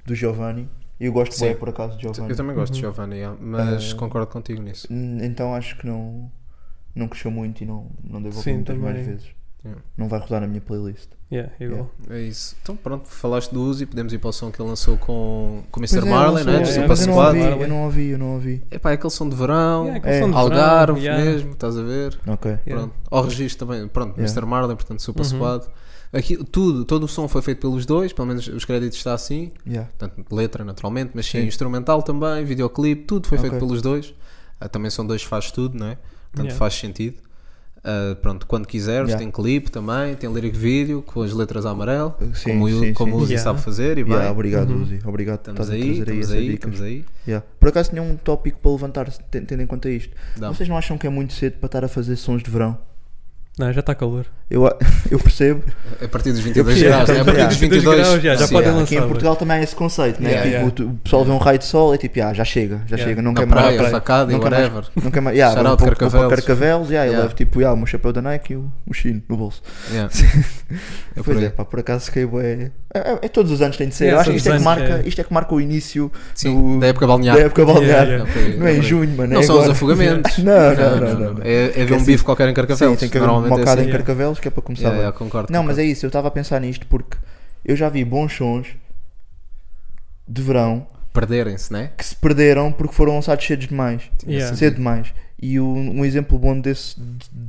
Speaker 6: do Giovanni. e Eu gosto
Speaker 8: Sim.
Speaker 6: bem, por acaso, de Giovanni. Uhum.
Speaker 8: Eu também gosto de Giovanni, yeah, mas
Speaker 6: Eh,
Speaker 8: concordo contigo nisso.
Speaker 6: N- Então acho que não, não cresceu muito e não, não devo ouvir
Speaker 7: Sim,
Speaker 6: muitas
Speaker 7: também.
Speaker 6: mais vezes.
Speaker 8: Yeah.
Speaker 6: Não vai rodar na minha playlist.
Speaker 7: Yeah, igual.
Speaker 8: É isso. Então pronto, falaste do Uzi, podemos ir para o som que ele lançou com, com o Mr.
Speaker 6: Pois é,
Speaker 8: Marley,
Speaker 6: lançou-
Speaker 8: né?
Speaker 7: é,
Speaker 8: Do
Speaker 7: é,
Speaker 8: Super
Speaker 6: mas eu não
Speaker 8: Squad.
Speaker 6: ouvi,
Speaker 7: Marley.
Speaker 6: eu não ouvi, eu não ouvi.
Speaker 8: Epá, é aquele som de verão,
Speaker 6: Então,
Speaker 7: Yeah, aquele som de
Speaker 8: Algarve
Speaker 7: verão, yeah.
Speaker 8: mesmo, estás a ver?
Speaker 6: Ok.
Speaker 7: Yeah.
Speaker 8: Pronto. Ao registro também, pronto,
Speaker 6: Yeah.
Speaker 8: Mr. Marley, portanto Super
Speaker 7: Uhum.
Speaker 8: Squad. Aqui, tudo, todo o som foi feito pelos dois, pelo menos os créditos está assim,
Speaker 6: Yeah.
Speaker 8: portanto, letra naturalmente, mas sim,
Speaker 6: Sim.
Speaker 8: instrumental também, videoclipe, tudo foi feito
Speaker 6: Ok.
Speaker 8: pelos dois. Ah, também são dois faz tudo, não é? Portanto,
Speaker 7: Yeah.
Speaker 8: faz sentido. Ah, pronto, quando quiseres,
Speaker 6: Yeah.
Speaker 8: tem clipe também, tem lyric vídeo com as letras a amarelo,
Speaker 6: Uh, Sim,
Speaker 8: como, o-
Speaker 6: sim,
Speaker 8: como
Speaker 6: sim.
Speaker 8: o Uzi
Speaker 7: Yeah.
Speaker 8: sabe fazer e bem.
Speaker 6: Yeah, obrigado, Uzi. Obrigado por
Speaker 8: Estamos
Speaker 6: estás a
Speaker 8: aí,
Speaker 6: trazer aí
Speaker 8: estamos
Speaker 6: essa
Speaker 8: aí,
Speaker 6: dica.
Speaker 8: estamos aí.
Speaker 6: Yeah. Por acaso tinha um tópico para levantar, te- tendo em conta isto.
Speaker 8: Dá.
Speaker 6: Vocês não acham que é muito cedo para estar a fazer sons de verão?
Speaker 7: Não, já está calor.
Speaker 6: Eu, a- eu percebo.
Speaker 8: A partir dos 22
Speaker 6: percebo,
Speaker 8: graus, é a partir
Speaker 6: yeah.
Speaker 8: dos
Speaker 7: 22
Speaker 8: 22
Speaker 7: graus, já- já
Speaker 8: sim,
Speaker 7: podem
Speaker 8: yeah.
Speaker 7: lançar.
Speaker 6: Aqui em
Speaker 7: sabe.
Speaker 6: Portugal também há esse conceito, né?
Speaker 8: Yeah,
Speaker 6: tipo,
Speaker 7: yeah.
Speaker 6: tu- o pessoal vê um raio de sol e tipo, ah, já chega, já
Speaker 7: Yeah.
Speaker 6: chega, não
Speaker 8: Na
Speaker 6: quer mais.
Speaker 8: praia,
Speaker 6: para-
Speaker 8: facada e
Speaker 6: não quer mais-
Speaker 8: whatever.
Speaker 6: Não quer mais. Yeah,
Speaker 8: Shout
Speaker 6: vou,
Speaker 8: out
Speaker 6: vou, vou para
Speaker 8: Carcavelos.
Speaker 6: Carcavelos, yeah, eu
Speaker 8: Yeah.
Speaker 6: levo tipo, yeah, o meu chapéu da Nike e o, o chino no bolso.
Speaker 8: Yeah. É por
Speaker 6: pois
Speaker 8: aí.
Speaker 6: é, pá, por acaso fiquei bué- é, é, é todos os anos tem de ser.
Speaker 7: Yeah,
Speaker 6: eu acho
Speaker 7: todos
Speaker 6: que isto é
Speaker 7: os
Speaker 6: que,
Speaker 7: anos,
Speaker 6: marca,
Speaker 7: é.
Speaker 6: isto é que marca o início
Speaker 8: Sim,
Speaker 6: do-
Speaker 8: da época balnear.
Speaker 6: da época balnear.
Speaker 7: Yeah,
Speaker 8: É por aí,
Speaker 6: Não é
Speaker 8: por
Speaker 6: em
Speaker 8: aí.
Speaker 6: junho, mano.
Speaker 8: Não
Speaker 6: é
Speaker 8: são os
Speaker 6: agora.
Speaker 8: afogamentos.
Speaker 6: Não, não, não, não, não.
Speaker 8: É, é ver
Speaker 6: Porque
Speaker 8: um bife qualquer em
Speaker 6: Sim,
Speaker 8: Carcavelos.
Speaker 6: tem que haver um
Speaker 8: Normalmente é
Speaker 6: bocado
Speaker 8: assim.
Speaker 6: em Carcavelos que é para começar
Speaker 8: Yeah,
Speaker 6: bem.
Speaker 8: yeah, concordo.
Speaker 6: Não, mas é
Speaker 8: concordo.
Speaker 6: isso, eu estava a pensar nisto porque eu já vi bons sons de verão
Speaker 8: Perderem-se, né?
Speaker 6: que se perderam porque foram lançados cedo demais.
Speaker 7: Yeah.
Speaker 6: Cedo demais. E o- um exemplo bom desse,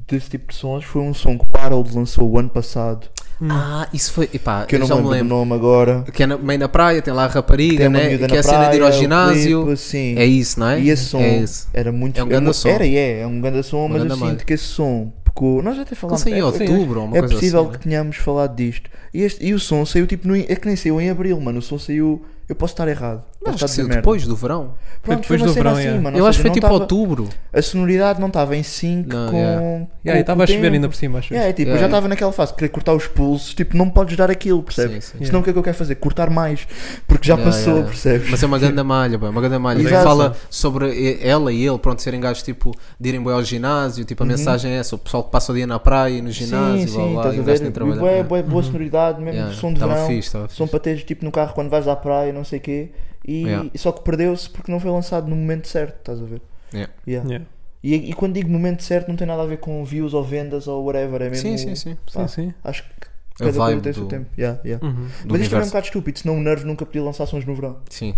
Speaker 6: desse tipo de sons foi um som que o Harold lançou o ano passado.
Speaker 8: Ah, isso foi. Epá,
Speaker 6: Que eu não
Speaker 8: já
Speaker 6: me
Speaker 8: me
Speaker 6: lembro do
Speaker 8: lembro.
Speaker 6: nome agora.
Speaker 8: Que é na, meio na praia, tem lá a rapariga,
Speaker 6: Tem uma
Speaker 8: né?
Speaker 6: miúda
Speaker 8: Que é
Speaker 6: na
Speaker 8: a cena de ir ao
Speaker 6: praia, o
Speaker 8: ginásio.
Speaker 6: clipe, sim.
Speaker 8: É isso, não é?
Speaker 6: E esse som Tá
Speaker 8: É esse.
Speaker 6: era muito.
Speaker 8: É um ganda
Speaker 6: mu-
Speaker 8: som.
Speaker 6: Era e é, é um grande som, mas
Speaker 8: ganda
Speaker 6: eu sinto
Speaker 8: malha.
Speaker 6: que esse som. Porque o- nós até
Speaker 8: Ele
Speaker 6: falámos.
Speaker 8: saiu em
Speaker 6: é-
Speaker 8: outubro ou uma
Speaker 6: É
Speaker 8: coisa
Speaker 6: possível
Speaker 8: assim.
Speaker 6: que
Speaker 8: né?
Speaker 6: tenhamos falado disto. E, este, e o som saiu tipo. No, in- é que nem saiu em abril, mano. O som saiu. Eu posso estar errado.
Speaker 8: Não,
Speaker 6: posso estar
Speaker 8: acho
Speaker 6: a
Speaker 8: que
Speaker 6: dizer
Speaker 8: saiu
Speaker 6: merda.
Speaker 8: depois do verão.
Speaker 6: Pronto,
Speaker 7: Foi
Speaker 6: foi
Speaker 7: depois
Speaker 6: uma
Speaker 7: do
Speaker 6: cena
Speaker 7: verão, é.
Speaker 6: assim,
Speaker 7: yeah.
Speaker 6: mano.
Speaker 8: Eu
Speaker 6: ou
Speaker 8: acho
Speaker 6: seja,
Speaker 8: que foi
Speaker 6: não
Speaker 8: tipo
Speaker 6: tava-
Speaker 8: outubro.
Speaker 6: A sonoridade não estava em sync
Speaker 8: Não,
Speaker 6: com.
Speaker 8: yeah.
Speaker 6: com
Speaker 7: Yeah, e estava
Speaker 6: o
Speaker 7: a chover
Speaker 6: tempo.
Speaker 7: ainda por cima, acho. eu.
Speaker 6: Yeah, é, tipo,
Speaker 8: Yeah.
Speaker 6: eu já estava naquela fase, querer cortar os pulsos, tipo, não podes dar aquilo, percebes?
Speaker 8: Sim, sim.
Speaker 6: Senão o que é que eu quero fazer? Cortar mais, porque já
Speaker 8: Yeah,
Speaker 6: passou,
Speaker 8: yeah.
Speaker 6: percebes?
Speaker 8: Mas é uma grande malha, pá, uma grande malha.
Speaker 6: Exato.
Speaker 8: Fala sobre e- ela e ele, pronto, serem gajos tipo de irem bem ao ginásio, tipo a mensagem é essa, o pessoal que passa o dia na praia e no ginásio,
Speaker 6: Uhum. sim,
Speaker 8: blá
Speaker 6: sim,
Speaker 8: blá,
Speaker 6: estás
Speaker 8: e
Speaker 6: a
Speaker 8: o gajo nem
Speaker 6: ver? E
Speaker 8: trabalha.
Speaker 6: bué,
Speaker 8: Yeah.
Speaker 6: bué, boa sonoridade, mesmo
Speaker 8: Yeah,
Speaker 6: som de
Speaker 8: tava
Speaker 6: verão,
Speaker 8: fixe, tava
Speaker 6: som
Speaker 8: fixe.
Speaker 6: para teres tipo no carro quando vais à praia, não sei o quê, e
Speaker 8: Yeah.
Speaker 6: só que perdeu-se porque não foi lançado no momento certo, estás a ver?
Speaker 8: Yeah.
Speaker 6: Yeah.
Speaker 7: Yeah.
Speaker 6: E, e quando digo momento certo, não tem nada a ver com views ou vendas ou whatever, é mesmo.
Speaker 8: Sim, sim, sim.
Speaker 6: pá,
Speaker 7: Sim, sim.
Speaker 6: Acho que
Speaker 8: A
Speaker 6: cada coisa
Speaker 8: vibe
Speaker 6: tem o seu
Speaker 8: do-
Speaker 6: tempo. Yeah, yeah.
Speaker 7: Uhum.
Speaker 8: Do
Speaker 6: Mas isto também é um
Speaker 8: universo.
Speaker 6: bocado estúpido, senão o Nerve nunca podia lançar sons no verão,
Speaker 8: Sim,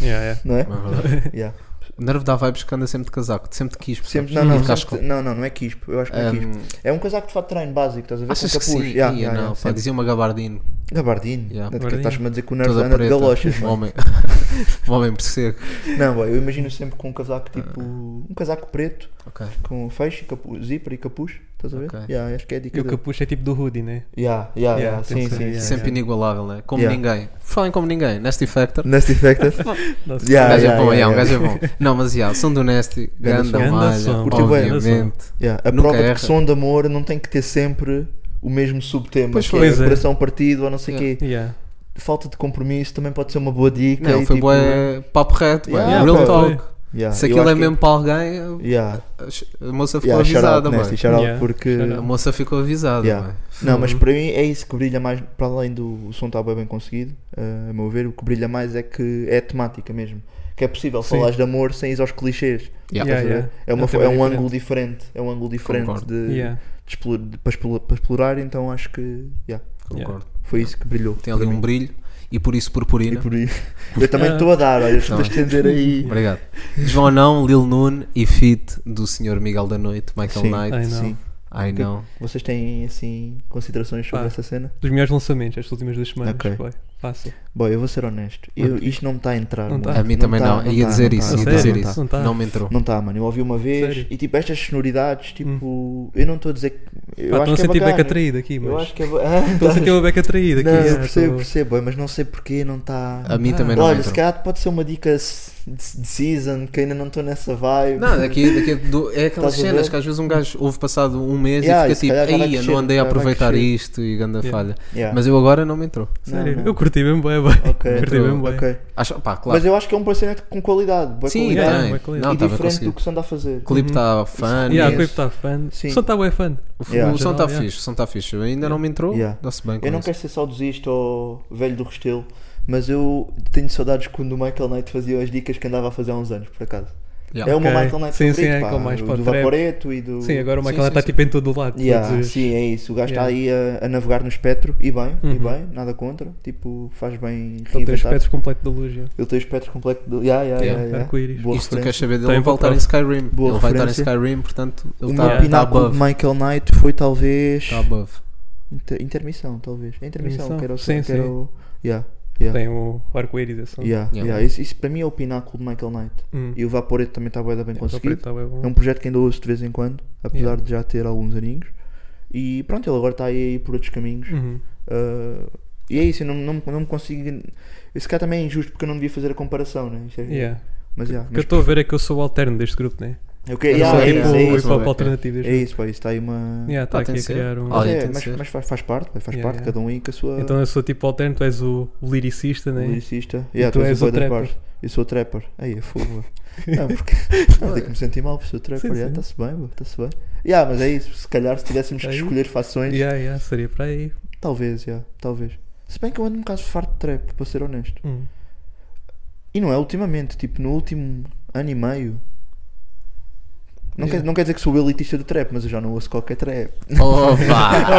Speaker 7: Yeah, yeah.
Speaker 6: não é?
Speaker 8: é verdade.
Speaker 6: Yeah.
Speaker 8: O nervo dá vibes que anda sempre de casaco, sempre de quis,
Speaker 6: Sempre,
Speaker 8: percebes?
Speaker 6: não, não,
Speaker 8: Porque acho
Speaker 6: sempre-
Speaker 8: que-
Speaker 6: não, não, não é quispo. Eu acho que não é
Speaker 8: Ahm,
Speaker 6: quispo. É um casaco de fato de treino básico, estás a ver?
Speaker 8: Achas
Speaker 6: com
Speaker 8: que
Speaker 6: capuz.
Speaker 8: sim?
Speaker 6: Yeah,
Speaker 8: Ia,
Speaker 6: yeah,
Speaker 8: não,
Speaker 6: yeah,
Speaker 8: pá,
Speaker 6: sempre.
Speaker 8: dizia uma gabardino,
Speaker 6: Gabardinho. Não,
Speaker 8: Yeah.
Speaker 7: Gabardinho.
Speaker 6: Estás-me a dizer que o nervo
Speaker 8: toda
Speaker 6: anda de
Speaker 8: preta.
Speaker 6: galochas,
Speaker 8: Um
Speaker 6: mano.
Speaker 8: homem, um homem Ah. percego.
Speaker 6: Não, boy, eu imagino sempre com um casaco tipo. Um casaco preto,
Speaker 8: Ok.
Speaker 6: com feixe, e capu- zíper e capuz, estás a ver?
Speaker 8: Ok.
Speaker 6: Yeah, acho que é a dica.
Speaker 7: E o
Speaker 6: dele.
Speaker 7: capucho é tipo do hoodie, né?
Speaker 6: Yeah, yeah, yeah,
Speaker 7: Yeah, tem
Speaker 6: sim,
Speaker 7: que ser,
Speaker 6: sim.
Speaker 7: yeah.
Speaker 6: sim.
Speaker 8: Sempre inigualável, né? Como
Speaker 6: Yeah.
Speaker 8: ninguém. Falem como ninguém, Nasty Factor.
Speaker 6: Nasty Factor.
Speaker 7: Nossa,
Speaker 8: Um
Speaker 6: Yeah,
Speaker 8: gajo é
Speaker 6: yeah,
Speaker 8: bom, yeah,
Speaker 6: yeah,
Speaker 8: um gajo é bom. Não, mas yeah, som do Nasty, grande
Speaker 7: som. Ganda
Speaker 8: malha,
Speaker 7: som. Curtiu
Speaker 6: bem.
Speaker 8: obviamente.
Speaker 6: Yeah, A
Speaker 8: Nunca
Speaker 6: prova de
Speaker 8: erra.
Speaker 6: que som de amor não tem que ter sempre o mesmo subtema,
Speaker 8: Pois
Speaker 6: que é,
Speaker 7: pois é.
Speaker 6: coração partido ou não sei o
Speaker 8: Yeah.
Speaker 6: quê.
Speaker 7: Yeah.
Speaker 6: Falta de compromisso também pode ser uma boa dica.
Speaker 8: Não,
Speaker 6: e,
Speaker 8: foi
Speaker 6: tipo,
Speaker 8: bué papo reto, bué,
Speaker 6: Yeah,
Speaker 8: real
Speaker 6: foi,
Speaker 8: talk.
Speaker 6: yeah,
Speaker 8: Se
Speaker 6: eu
Speaker 8: aquilo
Speaker 6: acho
Speaker 8: é
Speaker 6: que-
Speaker 8: mesmo para alguém,
Speaker 6: Yeah.
Speaker 8: a moça ficou
Speaker 6: Yeah, shout out,
Speaker 8: avisada,
Speaker 6: Nasty,
Speaker 8: mano.
Speaker 6: shout out,
Speaker 7: Yeah,
Speaker 6: porque.
Speaker 7: shout
Speaker 8: A moça ficou avisada,
Speaker 6: Yeah.
Speaker 8: mano.
Speaker 6: Não,
Speaker 7: Uhum.
Speaker 6: mas para mim é isso que brilha mais, para além do o som estar bem, bem conseguido, eh, a meu ver, o que brilha mais é que é a temática mesmo. Que é possível
Speaker 7: Sim.
Speaker 6: falar de amor sem ir aos clichês.
Speaker 8: Yeah.
Speaker 7: Yeah,
Speaker 6: estás a ver?
Speaker 7: yeah.
Speaker 6: É, uma,
Speaker 7: É um
Speaker 6: fo-
Speaker 7: tema
Speaker 6: é um
Speaker 7: diferente.
Speaker 6: ângulo diferente. É um ângulo diferente
Speaker 8: Concordo.
Speaker 6: de,
Speaker 7: Yeah.
Speaker 6: de explo- de- para, explo- para explorar, então acho que yeah,
Speaker 8: Concordo.
Speaker 6: foi isso que brilhou.
Speaker 8: Tem ali
Speaker 6: para
Speaker 8: um
Speaker 6: mim.
Speaker 8: brilho e por isso
Speaker 6: E
Speaker 8: purpurina.
Speaker 6: por aí. Eu também estou a dar, olha, estou a estender aí.
Speaker 8: Obrigado. João Não, Lil Nun e Fit do Sr. Miguel da Noite, Michael
Speaker 6: Sim.
Speaker 8: Knight.
Speaker 7: Ai, não.
Speaker 6: Sim.
Speaker 8: I know.
Speaker 6: Vocês têm assim considerações sobre
Speaker 7: Pá.
Speaker 6: essa cena?
Speaker 7: Dos melhores lançamentos estas últimas duas semanas.
Speaker 6: Ok.
Speaker 7: Foi. Fácil.
Speaker 6: Bom, eu vou ser honesto. Eu, isto não me está a entrar.
Speaker 7: Não
Speaker 6: mano.
Speaker 7: tá.
Speaker 8: A mim também
Speaker 6: tá,
Speaker 8: não. Ia
Speaker 6: tá,
Speaker 8: dizer
Speaker 6: não
Speaker 8: isso,
Speaker 6: tá,
Speaker 8: ia
Speaker 6: não tá,
Speaker 8: dizer
Speaker 6: não
Speaker 8: isso.
Speaker 6: tá.
Speaker 7: Não tá.
Speaker 8: Não me entrou.
Speaker 6: Não está, mano. Eu ouvi uma vez
Speaker 7: Sério? Hum.
Speaker 6: e tipo estas sonoridades, tipo, eu não estou a dizer que. Eu
Speaker 7: Pá,
Speaker 6: acho
Speaker 7: Estão a
Speaker 6: que é
Speaker 7: sentir
Speaker 6: bacana.
Speaker 7: beca traída aqui,
Speaker 6: Eu
Speaker 7: mas.
Speaker 6: acho que é. ba- Ah,
Speaker 7: Estou a sentir uma beca traída aqui.
Speaker 6: Não, eu
Speaker 7: yeah,
Speaker 6: percebo,
Speaker 7: tô-
Speaker 6: percebo, boy, mas não sei porque não está.
Speaker 8: A mim também não me
Speaker 6: Olha, se
Speaker 8: entrou.
Speaker 6: calhar pode ser uma dica s- de de season que ainda não estou nessa vibe.
Speaker 8: Não, daqui, daqui do- é aquelas
Speaker 6: Estás a
Speaker 8: cenas
Speaker 6: ver?
Speaker 8: que às vezes um gajo ouve passado um mês
Speaker 6: Yeah,
Speaker 8: e
Speaker 6: e se
Speaker 8: fica
Speaker 6: calhar já
Speaker 8: tipo,
Speaker 6: vai
Speaker 8: ei, eu
Speaker 6: crescer,
Speaker 8: não andei a
Speaker 6: já vai
Speaker 8: aproveitar
Speaker 6: crescer."
Speaker 8: isto e ganda
Speaker 7: Yeah.
Speaker 8: falha.
Speaker 6: Yeah.
Speaker 8: Mas eu agora não me entrou.
Speaker 6: Não,
Speaker 7: Sério,
Speaker 6: não.
Speaker 7: eu curti mesmo, bem, bem.
Speaker 6: Ok,
Speaker 7: Curti mesmo, bem.
Speaker 6: ok.
Speaker 8: Acho, pá, claro.
Speaker 6: Mas eu acho que é um parceiro com qualidade, boa
Speaker 8: Sim,
Speaker 6: qualidade.
Speaker 7: yeah, boa
Speaker 8: tem.
Speaker 7: qualidade.
Speaker 8: Não,
Speaker 6: e
Speaker 8: está bem
Speaker 6: diferente do
Speaker 8: conseguido.
Speaker 6: que Uhum. se anda a fazer.
Speaker 8: O clipe está fã.
Speaker 7: Yeah,
Speaker 6: Yes.
Speaker 7: o clipe está fã.
Speaker 6: Sim.
Speaker 7: O som está bem fã.
Speaker 8: O,
Speaker 6: Yeah.
Speaker 8: o som está
Speaker 7: Yeah.
Speaker 8: fixe, o som está fixe. Eu ainda não me entrou,
Speaker 6: Yeah.
Speaker 8: dá-se bem com
Speaker 6: Eu não
Speaker 8: isso.
Speaker 6: quero ser saudosista ou velho do Restelo, mas eu tenho saudades quando o Michael Knight fazia as dicas que andava a fazer há uns anos, por acaso.
Speaker 8: Yeah.
Speaker 6: É o meu
Speaker 7: Ok.
Speaker 6: Michael Knight
Speaker 7: Sim,
Speaker 6: favorito,
Speaker 7: sim, é
Speaker 6: pá,
Speaker 7: aquele mais
Speaker 6: do,
Speaker 7: para o
Speaker 6: do
Speaker 7: trap.
Speaker 6: Vaporeto e do...
Speaker 7: Sim, agora o
Speaker 8: Sim,
Speaker 7: Michael
Speaker 8: sim,
Speaker 7: está
Speaker 8: sim.
Speaker 7: tipo em todo o lado.
Speaker 6: Yeah,
Speaker 7: todos os-
Speaker 6: sim, é isso. O gajo está
Speaker 7: Yeah.
Speaker 6: aí a, a navegar no espectro e bem, e
Speaker 7: Uhum.
Speaker 6: bem, nada contra. Tipo, faz bem
Speaker 7: Ele tem os
Speaker 6: reinventar.
Speaker 7: pés completo da luz. yeah.
Speaker 6: Ele tem o espectro completo do. Yeah, yeah, yeah,
Speaker 8: Yeah.
Speaker 6: yeah.
Speaker 7: Arco-íris.
Speaker 6: Boa
Speaker 8: Isto tu
Speaker 6: referência.
Speaker 8: queres saber dele,
Speaker 7: Tem
Speaker 8: ele vai estar em Skyrim.
Speaker 6: Boa
Speaker 8: ele vai estar em
Speaker 6: referência.
Speaker 8: Skyrim, portanto,
Speaker 6: O
Speaker 8: ele
Speaker 6: meu
Speaker 8: está tá
Speaker 6: pináculo
Speaker 8: above.
Speaker 6: de Michael Knight foi talvez.
Speaker 8: Tá above.
Speaker 6: Inter- intermissão, talvez. É intermissão,
Speaker 7: Intermissão?
Speaker 6: que era o.
Speaker 7: Sim,
Speaker 6: que era
Speaker 7: sim. Tá
Speaker 6: o- Yeah, yeah.
Speaker 7: Tem o arco-íris. esse som.
Speaker 6: Yeah,
Speaker 8: Yeah.
Speaker 6: yeah. Isso, isso para mim é o pináculo de Michael Knight.
Speaker 7: Hum.
Speaker 6: E o Vaporeto também está bem, bem
Speaker 7: Yeah, o
Speaker 6: conseguido.
Speaker 7: preto tá bué bom.
Speaker 6: É um projeto que ainda ouço de vez em quando, apesar
Speaker 7: Yeah.
Speaker 6: de já ter alguns aninhos. E pronto, ele agora está aí por outros caminhos.
Speaker 7: Uhum.
Speaker 6: Uh, e é isso, eu não, não, não me consigo. Esse cara também é injusto porque eu não devia fazer a comparação, né? Isto é-
Speaker 7: Yeah.
Speaker 6: Mas, yeah,
Speaker 7: O que eu
Speaker 6: mas
Speaker 7: estou a ver é que eu sou o alterno deste grupo, né?
Speaker 6: eu que-
Speaker 7: Eu
Speaker 6: yeah,
Speaker 7: sou
Speaker 6: é?
Speaker 7: tipo
Speaker 6: isso,
Speaker 7: o
Speaker 6: é
Speaker 7: hip
Speaker 6: isso,
Speaker 8: é
Speaker 7: hop
Speaker 8: isso.
Speaker 7: alternativo.
Speaker 6: é isso, pá, isso está aí uma.
Speaker 7: Yeah, está
Speaker 8: Ah,
Speaker 7: aqui
Speaker 8: tem de
Speaker 7: a
Speaker 8: ser.
Speaker 7: criar um.
Speaker 8: Ah,
Speaker 6: Mas,
Speaker 8: tem
Speaker 6: é,
Speaker 8: de
Speaker 6: mas-
Speaker 8: ser.
Speaker 6: mas faz, faz parte, faz
Speaker 7: Yeah,
Speaker 6: parte,
Speaker 7: yeah.
Speaker 6: cada um aí com a sua.
Speaker 7: Então eu sou tipo alterno, tu és o, o liricista,
Speaker 6: o
Speaker 7: né?
Speaker 6: lyricista.
Speaker 7: E
Speaker 6: Yeah,
Speaker 7: tu és
Speaker 6: boy
Speaker 7: o
Speaker 6: das
Speaker 7: trapper.
Speaker 6: bars. Eu sou o trapper. Aí é fogo. Não, porque. Não, tenho que me sentir mal por ser o trapper.
Speaker 7: é. Sim,
Speaker 6: yeah,
Speaker 7: sim. É
Speaker 6: Está-se bem, bro, está-se bem. Yeah, mas é isso, se calhar se tivéssemos que
Speaker 7: Aí.
Speaker 6: escolher fações,
Speaker 7: Yeah, yeah, seria para aí.
Speaker 6: talvez, yeah, talvez. Se bem que eu ando um bocado farto de trap, para ser honesto.
Speaker 7: Hum.
Speaker 6: E não é ultimamente, tipo, no último ano e meio. Não, quer, não quer dizer que sou o elitista do trap, mas eu já não ouço qualquer trap.
Speaker 8: Opa!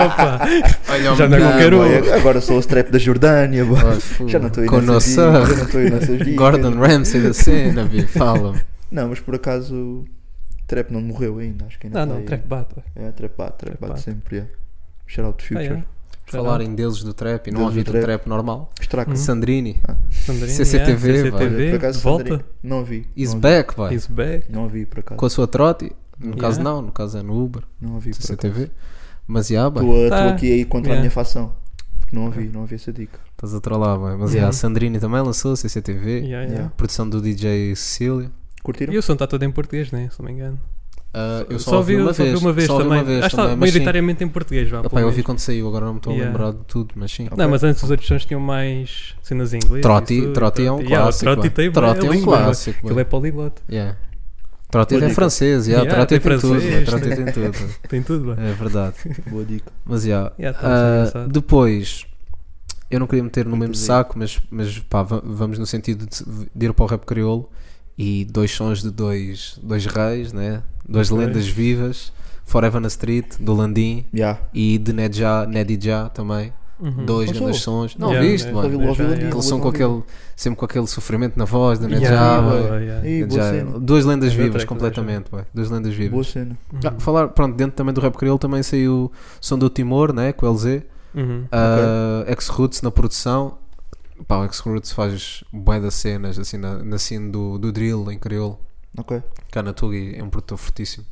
Speaker 7: Opa!
Speaker 8: Olha o
Speaker 7: Já não é
Speaker 8: menino.
Speaker 7: qualquer um.
Speaker 6: Boy, agora sou o trap da Jordânia, boy.
Speaker 8: Ai, fogo.
Speaker 6: já não estou aí
Speaker 8: Com
Speaker 6: nessas
Speaker 8: noção.
Speaker 6: dicas, já não estou aí nessas dicas.
Speaker 8: Gordon Ramsay da cena, vi, fala-me.
Speaker 6: Não, mas por acaso trap não morreu ainda, acho que ainda
Speaker 7: Não,
Speaker 6: tá
Speaker 7: não,
Speaker 6: aí.
Speaker 7: trap bate.
Speaker 6: É, trap bate, trap
Speaker 7: Trap
Speaker 6: bate
Speaker 7: bate.
Speaker 6: sempre, yeah. Shout out to
Speaker 7: Ah,
Speaker 6: Future.
Speaker 7: yeah. Sei
Speaker 8: falar
Speaker 7: lá.
Speaker 8: em deuses do trap e não
Speaker 6: Deuses
Speaker 8: havia
Speaker 6: do
Speaker 8: do trap,
Speaker 6: trap.
Speaker 8: normal.
Speaker 6: Estraco.
Speaker 7: Uhum.
Speaker 8: Sandrini
Speaker 7: Sandrine,
Speaker 8: CCTV,
Speaker 7: yeah,
Speaker 8: vai.
Speaker 7: CCTV,
Speaker 6: Por acaso,
Speaker 7: volta.
Speaker 6: Sandrinho, Não vi.
Speaker 8: is
Speaker 6: não,
Speaker 8: back, vai.
Speaker 7: Is back.
Speaker 6: não vi, por acaso.
Speaker 8: Com a sua trote. No
Speaker 7: Yeah.
Speaker 8: caso não, no caso é no Uber,
Speaker 6: Não vi, por acaso.
Speaker 8: CCTV. Mas já, yeah,
Speaker 6: Estou
Speaker 7: Tá.
Speaker 6: aqui aí contra
Speaker 7: Yeah.
Speaker 6: a minha facção. Porque não ouvi, não ouvi essa dica.
Speaker 8: estás a trollar, vai. Mas já,
Speaker 7: Yeah.
Speaker 8: a Sandrini também lançou CCTV.
Speaker 7: Yeah, yeah.
Speaker 6: Yeah.
Speaker 8: Produção do DJ Cecília.
Speaker 6: Curtiram?
Speaker 7: E o som está todo em português, né? Se não me engano.
Speaker 8: Ah, eu só,
Speaker 7: Só
Speaker 8: ouvi, uma
Speaker 7: só
Speaker 8: vez,
Speaker 7: uma vez
Speaker 8: só ouvi
Speaker 7: também.
Speaker 8: uma vez
Speaker 7: Acho que
Speaker 8: também,
Speaker 7: está
Speaker 8: mas sim.
Speaker 7: maioritariamente em português, vá.
Speaker 8: Epá,
Speaker 7: pelo
Speaker 8: eu ouvi
Speaker 7: menos.
Speaker 8: quando saiu, agora não me estou
Speaker 7: Yeah.
Speaker 8: a lembrar de tudo, mas sim.
Speaker 7: Não, mas antes os outros sons tinham mais cenas em inglês.
Speaker 8: Trotti,
Speaker 7: e tudo,
Speaker 8: Trotti é um
Speaker 7: Yeah, o
Speaker 8: clássico,
Speaker 7: Trotti
Speaker 8: é.
Speaker 7: tem
Speaker 8: Trotti é um
Speaker 7: uma língua,
Speaker 8: clássico,
Speaker 7: Ele
Speaker 8: é.
Speaker 7: é poliglota.
Speaker 8: Yeah. Trotti é
Speaker 6: Boa dica.
Speaker 8: francês, yeah,
Speaker 7: Yeah,
Speaker 8: Trotti
Speaker 7: tem
Speaker 8: tem tudo,
Speaker 7: francês,
Speaker 8: Trotti
Speaker 7: tem-
Speaker 8: tem tudo.
Speaker 7: Tem tudo, bem.
Speaker 8: É verdade.
Speaker 6: Boa dica.
Speaker 8: Mas yeah.
Speaker 7: Yeah, tá,
Speaker 8: Ah,
Speaker 7: engraçado.
Speaker 8: depois, eu não queria meter no mesmo
Speaker 6: dizer.
Speaker 8: saco, mas, mas pá, va- vamos no sentido de, de ir para o rap crioulo e dois sons de dois, dois reis, né? duas
Speaker 7: Ok.
Speaker 8: lendas vivas, Forever na Street, do Landim
Speaker 6: Yeah.
Speaker 8: e de Ned Já, Ned Já também.
Speaker 7: Uhum.
Speaker 8: Dois
Speaker 6: Ouço.
Speaker 8: grandes sons. Não
Speaker 7: Yeah,
Speaker 8: viste,
Speaker 7: é,
Speaker 8: mano?
Speaker 6: né? Ouvi- ouvi
Speaker 7: Já,
Speaker 6: o
Speaker 7: já.
Speaker 6: Dino,
Speaker 8: Aquele som com
Speaker 6: ouvi o
Speaker 8: aquele, sempre com aquele sofrimento na voz do Ned
Speaker 6: Yeah,
Speaker 8: Já,
Speaker 6: yeah,
Speaker 8: bué.
Speaker 6: yeah.
Speaker 7: yeah.
Speaker 6: Ei,
Speaker 8: Ned
Speaker 6: boa
Speaker 8: Já,
Speaker 6: cena. É
Speaker 8: Duas lendas
Speaker 7: Boa
Speaker 8: vivas,
Speaker 7: track, boa
Speaker 8: completamente, bué. Duas lendas
Speaker 6: Boa
Speaker 8: vivas.
Speaker 6: cena.
Speaker 8: Ah, falar, pronto, dentro também do rap crioulo também saiu Som do Timor, né? Com o LZ.
Speaker 7: Uhum.
Speaker 8: Uh, X-Roots na produção. Pá, o X-Roots faz bué das cenas, assim, na, na cena do, do drill em crioulo.
Speaker 6: Ok.
Speaker 8: Kanatugi é um produtor fortíssimo.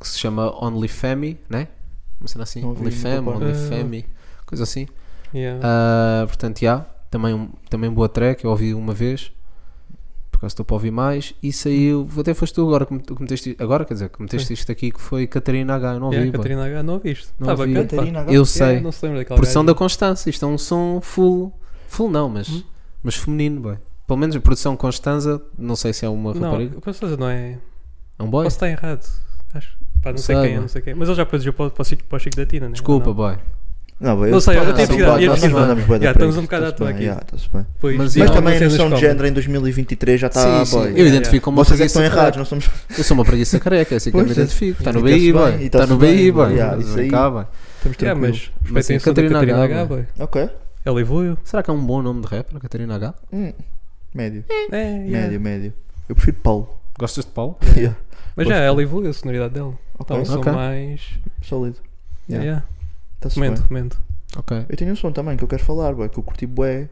Speaker 8: Que se chama Only Femi, né? Uma cena assim.
Speaker 6: Não ouvi,
Speaker 8: Only Femi,
Speaker 6: nunca
Speaker 8: Only
Speaker 7: parei.
Speaker 8: Femi, coisa assim.
Speaker 7: Yeah.
Speaker 8: Ah, portanto, já. também, um- também boa track, eu ouvi uma vez. Por acaso estou para ouvir mais. E saiu. Até foste tu agora que me- que meteste. Agora, quer dizer, que meteste isto aqui que foi Catarina H. Eu não ouvi.
Speaker 7: Yeah,
Speaker 8: pá.
Speaker 7: Catarina H, não ouviste?
Speaker 8: Não
Speaker 7: Está
Speaker 8: ouvi.
Speaker 7: bacana. pá.
Speaker 6: Catarina H.
Speaker 8: eu sei.
Speaker 7: Yeah, Não se lembra daquela
Speaker 8: Produção da
Speaker 7: gaja.
Speaker 8: Constança. Isto é um som full. Full não, mas,
Speaker 7: Hum?
Speaker 8: mas feminino, boy. Pelo menos a produção Constanza, não sei se é uma
Speaker 7: Não,
Speaker 8: rapariga.
Speaker 7: o que eu estou a dizer não é.
Speaker 8: É um boy?
Speaker 7: Posso estar errado. Acho. Pá, não
Speaker 8: Não
Speaker 7: sei
Speaker 8: sei,
Speaker 7: quem é,
Speaker 8: mano.
Speaker 7: não sei quem é. Mas ele já produziu para, para, o Chico- para o Chico da Tina, né?
Speaker 8: Desculpa,
Speaker 7: Ou não?
Speaker 8: boy.
Speaker 6: Não, bem,
Speaker 7: Não sei, eu
Speaker 6: tá-
Speaker 7: tenho
Speaker 6: tá-
Speaker 7: que ir-
Speaker 6: tá-
Speaker 7: ia
Speaker 6: nós
Speaker 7: pesquisar.
Speaker 6: andamos bué da
Speaker 7: Yeah,
Speaker 6: frente,
Speaker 7: estamos um bocado à
Speaker 6: tá-se
Speaker 7: toa
Speaker 6: bem,
Speaker 7: aqui.
Speaker 6: yeah, tá-se bem.
Speaker 7: Pois,
Speaker 8: Mas
Speaker 7: já
Speaker 6: Mas
Speaker 8: há
Speaker 6: também a
Speaker 7: cenas
Speaker 6: noção de
Speaker 7: como.
Speaker 6: género em 2023 já
Speaker 8: Sim,
Speaker 6: está
Speaker 8: sim,
Speaker 6: Ah, boy.
Speaker 8: Eu
Speaker 7: Yeah,
Speaker 8: identifico uma
Speaker 6: Vocês é que
Speaker 8: preguiça
Speaker 6: estão errados,
Speaker 8: careca.
Speaker 6: não somos.
Speaker 8: Eu sou uma preguiça careca, é assim que eu me
Speaker 6: Pois é.
Speaker 8: identifico. Está no
Speaker 6: Fica-se bem,
Speaker 8: BI, boy.
Speaker 6: e
Speaker 8: Está
Speaker 6: tá-se
Speaker 8: no
Speaker 6: bem,
Speaker 8: BI, boy.
Speaker 6: yeah, isso
Speaker 8: Vem
Speaker 6: aí.
Speaker 8: cá, boy.
Speaker 7: Estamos yeah,
Speaker 6: tranquilos.
Speaker 7: mas
Speaker 8: Mas sim,
Speaker 7: respeitem o som da
Speaker 8: Catarina
Speaker 7: Catarina
Speaker 8: H,
Speaker 7: H,
Speaker 8: boy.
Speaker 7: boy.
Speaker 6: Ok.
Speaker 7: Ela evoluiu.
Speaker 8: Será que é um bom nome de rapper, Catarina H?
Speaker 6: Hum, Médio,
Speaker 7: É, yeah.
Speaker 6: médio, médio. Eu prefiro Paulo.
Speaker 8: Gostas de Paulo?
Speaker 6: Yeah,
Speaker 7: Mas já, ela evoluiu a sonoridade dela. Está
Speaker 6: Ok,
Speaker 7: um som
Speaker 8: Ok.
Speaker 7: mais.
Speaker 6: sólido.
Speaker 7: Yeah.
Speaker 6: Yeah. Está-se bem.
Speaker 7: Recomendo, recomendo.
Speaker 8: Ok.
Speaker 6: Eu tenho um som também que eu quero falar, boy, que eu curti bué,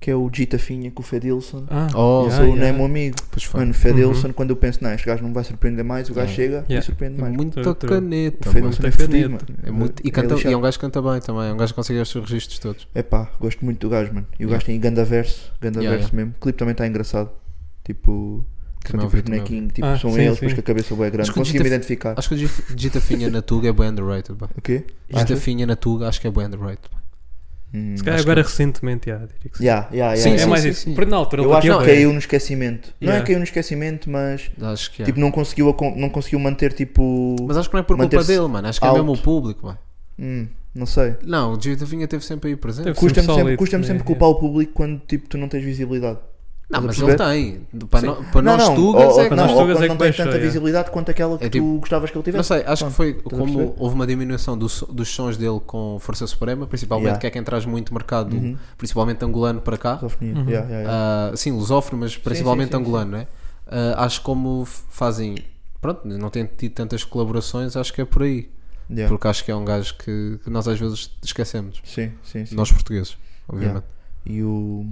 Speaker 6: que é o Gita Finha com o Fedilson.
Speaker 7: Ah,
Speaker 6: O
Speaker 8: Oh,
Speaker 7: yeah, Tá.
Speaker 6: Sou
Speaker 7: yeah.
Speaker 6: não é meu amigo.
Speaker 8: Pois foi.
Speaker 6: Mano, Fedilson, quando eu penso, não, este gajo não me vai surpreender mais, o gajo
Speaker 8: Uhum.
Speaker 6: chega
Speaker 8: Yeah.
Speaker 7: Yeah. É
Speaker 6: e surpreende mais.
Speaker 8: É Muita
Speaker 7: True, true.
Speaker 8: caneta,
Speaker 6: O
Speaker 8: boy.
Speaker 6: Fedilson é
Speaker 7: Muita
Speaker 6: fedido,
Speaker 7: caneta.
Speaker 6: mano.
Speaker 8: É muito-
Speaker 6: É
Speaker 8: e, canta,
Speaker 6: lixado.
Speaker 8: e é um gajo que canta bem também. É um gajo que consegue os seus registros todos.
Speaker 6: Epá, gosto muito do gajo, mano. E o gajo tem ganda verso, ganda
Speaker 8: Yeah,
Speaker 6: verso mesmo. O clipe também está engraçado. Tipo, são tipo
Speaker 8: Também ouvi,
Speaker 6: os
Speaker 8: também ouvi.
Speaker 6: bonequinhos, tipo,
Speaker 7: Ah,
Speaker 6: são
Speaker 7: sim,
Speaker 6: eles,
Speaker 7: sim.
Speaker 6: depois que a cabeça é bué grande.
Speaker 8: Acho que o
Speaker 6: Consegui-me
Speaker 8: Gita-
Speaker 6: identificar.
Speaker 8: Acho que o Gita- Gita Finha na Tuga é bem underrated, boy.
Speaker 6: O quê?
Speaker 8: Gita
Speaker 6: Achas?
Speaker 8: Finha na Tuga acho que é bem underrated.
Speaker 6: Hum.
Speaker 7: Se calhar
Speaker 8: Acho
Speaker 7: agora recentemente, já, diria que sim.
Speaker 6: Yeah, yeah, yeah,
Speaker 8: Sim,
Speaker 6: yeah.
Speaker 7: É mais
Speaker 8: sim,
Speaker 7: isso.
Speaker 8: sim.
Speaker 7: Porque na altura
Speaker 6: Eu
Speaker 7: ele
Speaker 6: acho
Speaker 7: batia
Speaker 6: que
Speaker 7: bué.
Speaker 6: caiu no esquecimento. Não é
Speaker 7: Yeah.
Speaker 6: caiu no esquecimento, mas
Speaker 8: Acho que é.
Speaker 6: tipo, não conseguiu, acon- não conseguiu manter tipo.
Speaker 8: Mas acho que não é por culpa
Speaker 6: manter-se
Speaker 8: dele, mano. Acho que é
Speaker 6: alto.
Speaker 8: mesmo o público, mano.
Speaker 6: Hum, não sei.
Speaker 8: Não, o Gita Vinha teve sempre aí presente.
Speaker 7: Teve. Sempre
Speaker 6: Custa-me sempre,
Speaker 7: sólido,
Speaker 6: custa
Speaker 7: né?
Speaker 6: sempre culpar o público quando tipo, tu não tens visibilidade.
Speaker 8: Não, tá.
Speaker 6: Estás a
Speaker 8: mas
Speaker 6: perceber?
Speaker 8: ele tem. Para, no- para
Speaker 6: não,
Speaker 8: nós
Speaker 6: não, Oh,
Speaker 8: Tugas
Speaker 6: ou,
Speaker 8: é que
Speaker 6: não,
Speaker 7: nós
Speaker 6: ou
Speaker 7: Tugas
Speaker 6: quando
Speaker 7: é que
Speaker 6: não tens
Speaker 7: deixa,
Speaker 6: tanta
Speaker 7: yeah.
Speaker 6: visibilidade quanto aquela que
Speaker 8: É tipo-
Speaker 6: tu gostavas que ele
Speaker 8: Não
Speaker 6: tivesse.
Speaker 8: sei, acho que foi
Speaker 6: a
Speaker 8: como
Speaker 6: perceber?
Speaker 8: houve uma diminuição do so- dos sons dele com Força Suprema, principalmente
Speaker 6: Yeah. Uhum.
Speaker 8: que é quem traz muito mercado, principalmente angolano para cá.
Speaker 6: Lusofonia,
Speaker 7: Uhum.
Speaker 6: yeah, yeah, yeah.
Speaker 8: Ah, sim, lusófono, mas principalmente
Speaker 6: sim, sim,
Speaker 8: angolano, né? Ah, acho como f- fazem. Pronto, não têm tido tantas colaborações, acho que é por aí.
Speaker 6: Yeah.
Speaker 8: Porque acho que é um gajo que, que nós às vezes esquecemos.
Speaker 6: Sim, sim, sim.
Speaker 8: Nós portugueses, obviamente.
Speaker 6: E o.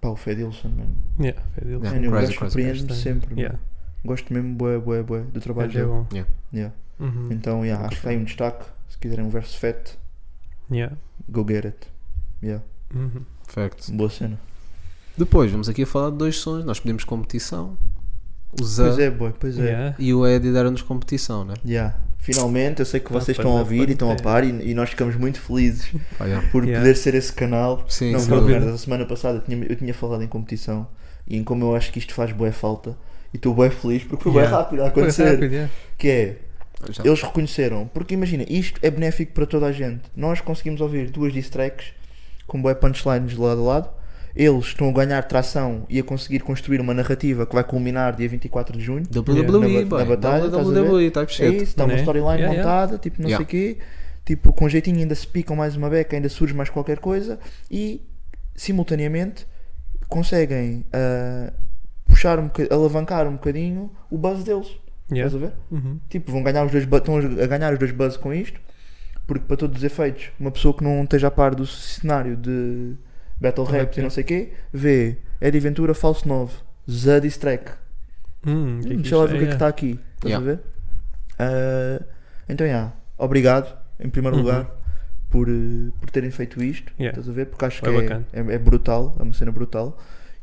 Speaker 6: Pá, o Fedilson, mano.
Speaker 7: Yeah, foi dele.
Speaker 8: Yeah. é
Speaker 6: Mano, o
Speaker 8: Crazy,
Speaker 6: gajo
Speaker 8: crazy,
Speaker 6: surpreende-me
Speaker 7: crazy.
Speaker 6: sempre.
Speaker 7: Yeah.
Speaker 6: mano. Gosto mesmo, bué, bué, bué, do trabalho
Speaker 7: Mas é
Speaker 6: dele.
Speaker 7: bom.
Speaker 6: Yeah.
Speaker 7: Uhum.
Speaker 6: Então, yeah, acho que tem um destaque. Se quiserem um verso fat,
Speaker 7: Yeah.
Speaker 6: go get it. Yeah,
Speaker 7: Uhum.
Speaker 8: Facts.
Speaker 6: boa cena.
Speaker 8: Depois, vamos aqui a falar de dois sons. Nós pedimos competição. O
Speaker 6: Pois
Speaker 8: Zé
Speaker 6: é, boy, pois é.
Speaker 7: Yeah.
Speaker 8: e o Eddie deram-nos competição, né?
Speaker 6: Yeah. Finalmente, eu sei que
Speaker 8: Tá,
Speaker 7: Dá
Speaker 6: vocês
Speaker 7: para-
Speaker 6: estão a
Speaker 7: dá
Speaker 6: ouvir
Speaker 7: para
Speaker 6: e estão a
Speaker 7: ter.
Speaker 6: par e, e nós ficamos muito felizes
Speaker 8: Pá, yeah.
Speaker 6: por
Speaker 7: Yeah. Tá
Speaker 6: poder ser esse canal.
Speaker 8: Sim,
Speaker 6: não,
Speaker 8: sem
Speaker 6: por
Speaker 8: dúvida.
Speaker 6: merda, a semana passada eu tinha, eu tinha falado em competição e em como eu acho que isto faz boa falta e estou bué feliz porque foi bué
Speaker 7: Yeah.
Speaker 6: rápido a
Speaker 7: Foi
Speaker 6: acontecer.
Speaker 7: rápido, yeah.
Speaker 6: Que é,
Speaker 8: Já.
Speaker 6: eles reconheceram, porque imagina, isto é benéfico para toda a gente. Nós conseguimos ouvir duas diss tracks com boé punchlines de lado a lado. Eles estão a ganhar tração e a conseguir construir uma narrativa que vai culminar dia 24 de junho.
Speaker 8: WWE,
Speaker 6: Na
Speaker 8: boy.
Speaker 6: ba- na batalha, estás a ver?
Speaker 8: WWE, type
Speaker 6: É
Speaker 8: shit.
Speaker 6: isso, está uma
Speaker 7: Né?
Speaker 6: storyline
Speaker 7: Yeah, yeah.
Speaker 6: montada, tipo não
Speaker 8: Yeah.
Speaker 6: sei quê, tipo com jeitinho ainda se picam mais uma beca, ainda surge mais qualquer coisa e simultaneamente conseguem ah, puxar um boca- alavancar um bocadinho o buzz deles.
Speaker 7: Yeah.
Speaker 6: Estás a ver?
Speaker 7: Uhum.
Speaker 6: Tipo, vão ganhar os dois bu- estão a ganhar os dois buzz com isto. Porque, para todos os efeitos, uma pessoa que não esteja a par do cenário de Battle Raps
Speaker 7: é.
Speaker 6: e não sei o quê, vê Eddie Ventura Falso 9, Zuddy's Track.
Speaker 7: Hum, que é que
Speaker 6: Deixa lá
Speaker 7: isto é,
Speaker 6: ver o que é que
Speaker 7: yeah.
Speaker 6: está aqui. Estás
Speaker 8: Yeah.
Speaker 6: a ver? Ah, então, yeah, obrigado, em primeiro
Speaker 7: Uhum.
Speaker 6: lugar, por, eh, por terem feito isto.
Speaker 7: Yeah.
Speaker 6: Estás a ver? Porque acho
Speaker 7: Foi
Speaker 6: que
Speaker 7: bacana.
Speaker 6: é, é, é brutal, é uma cena brutal.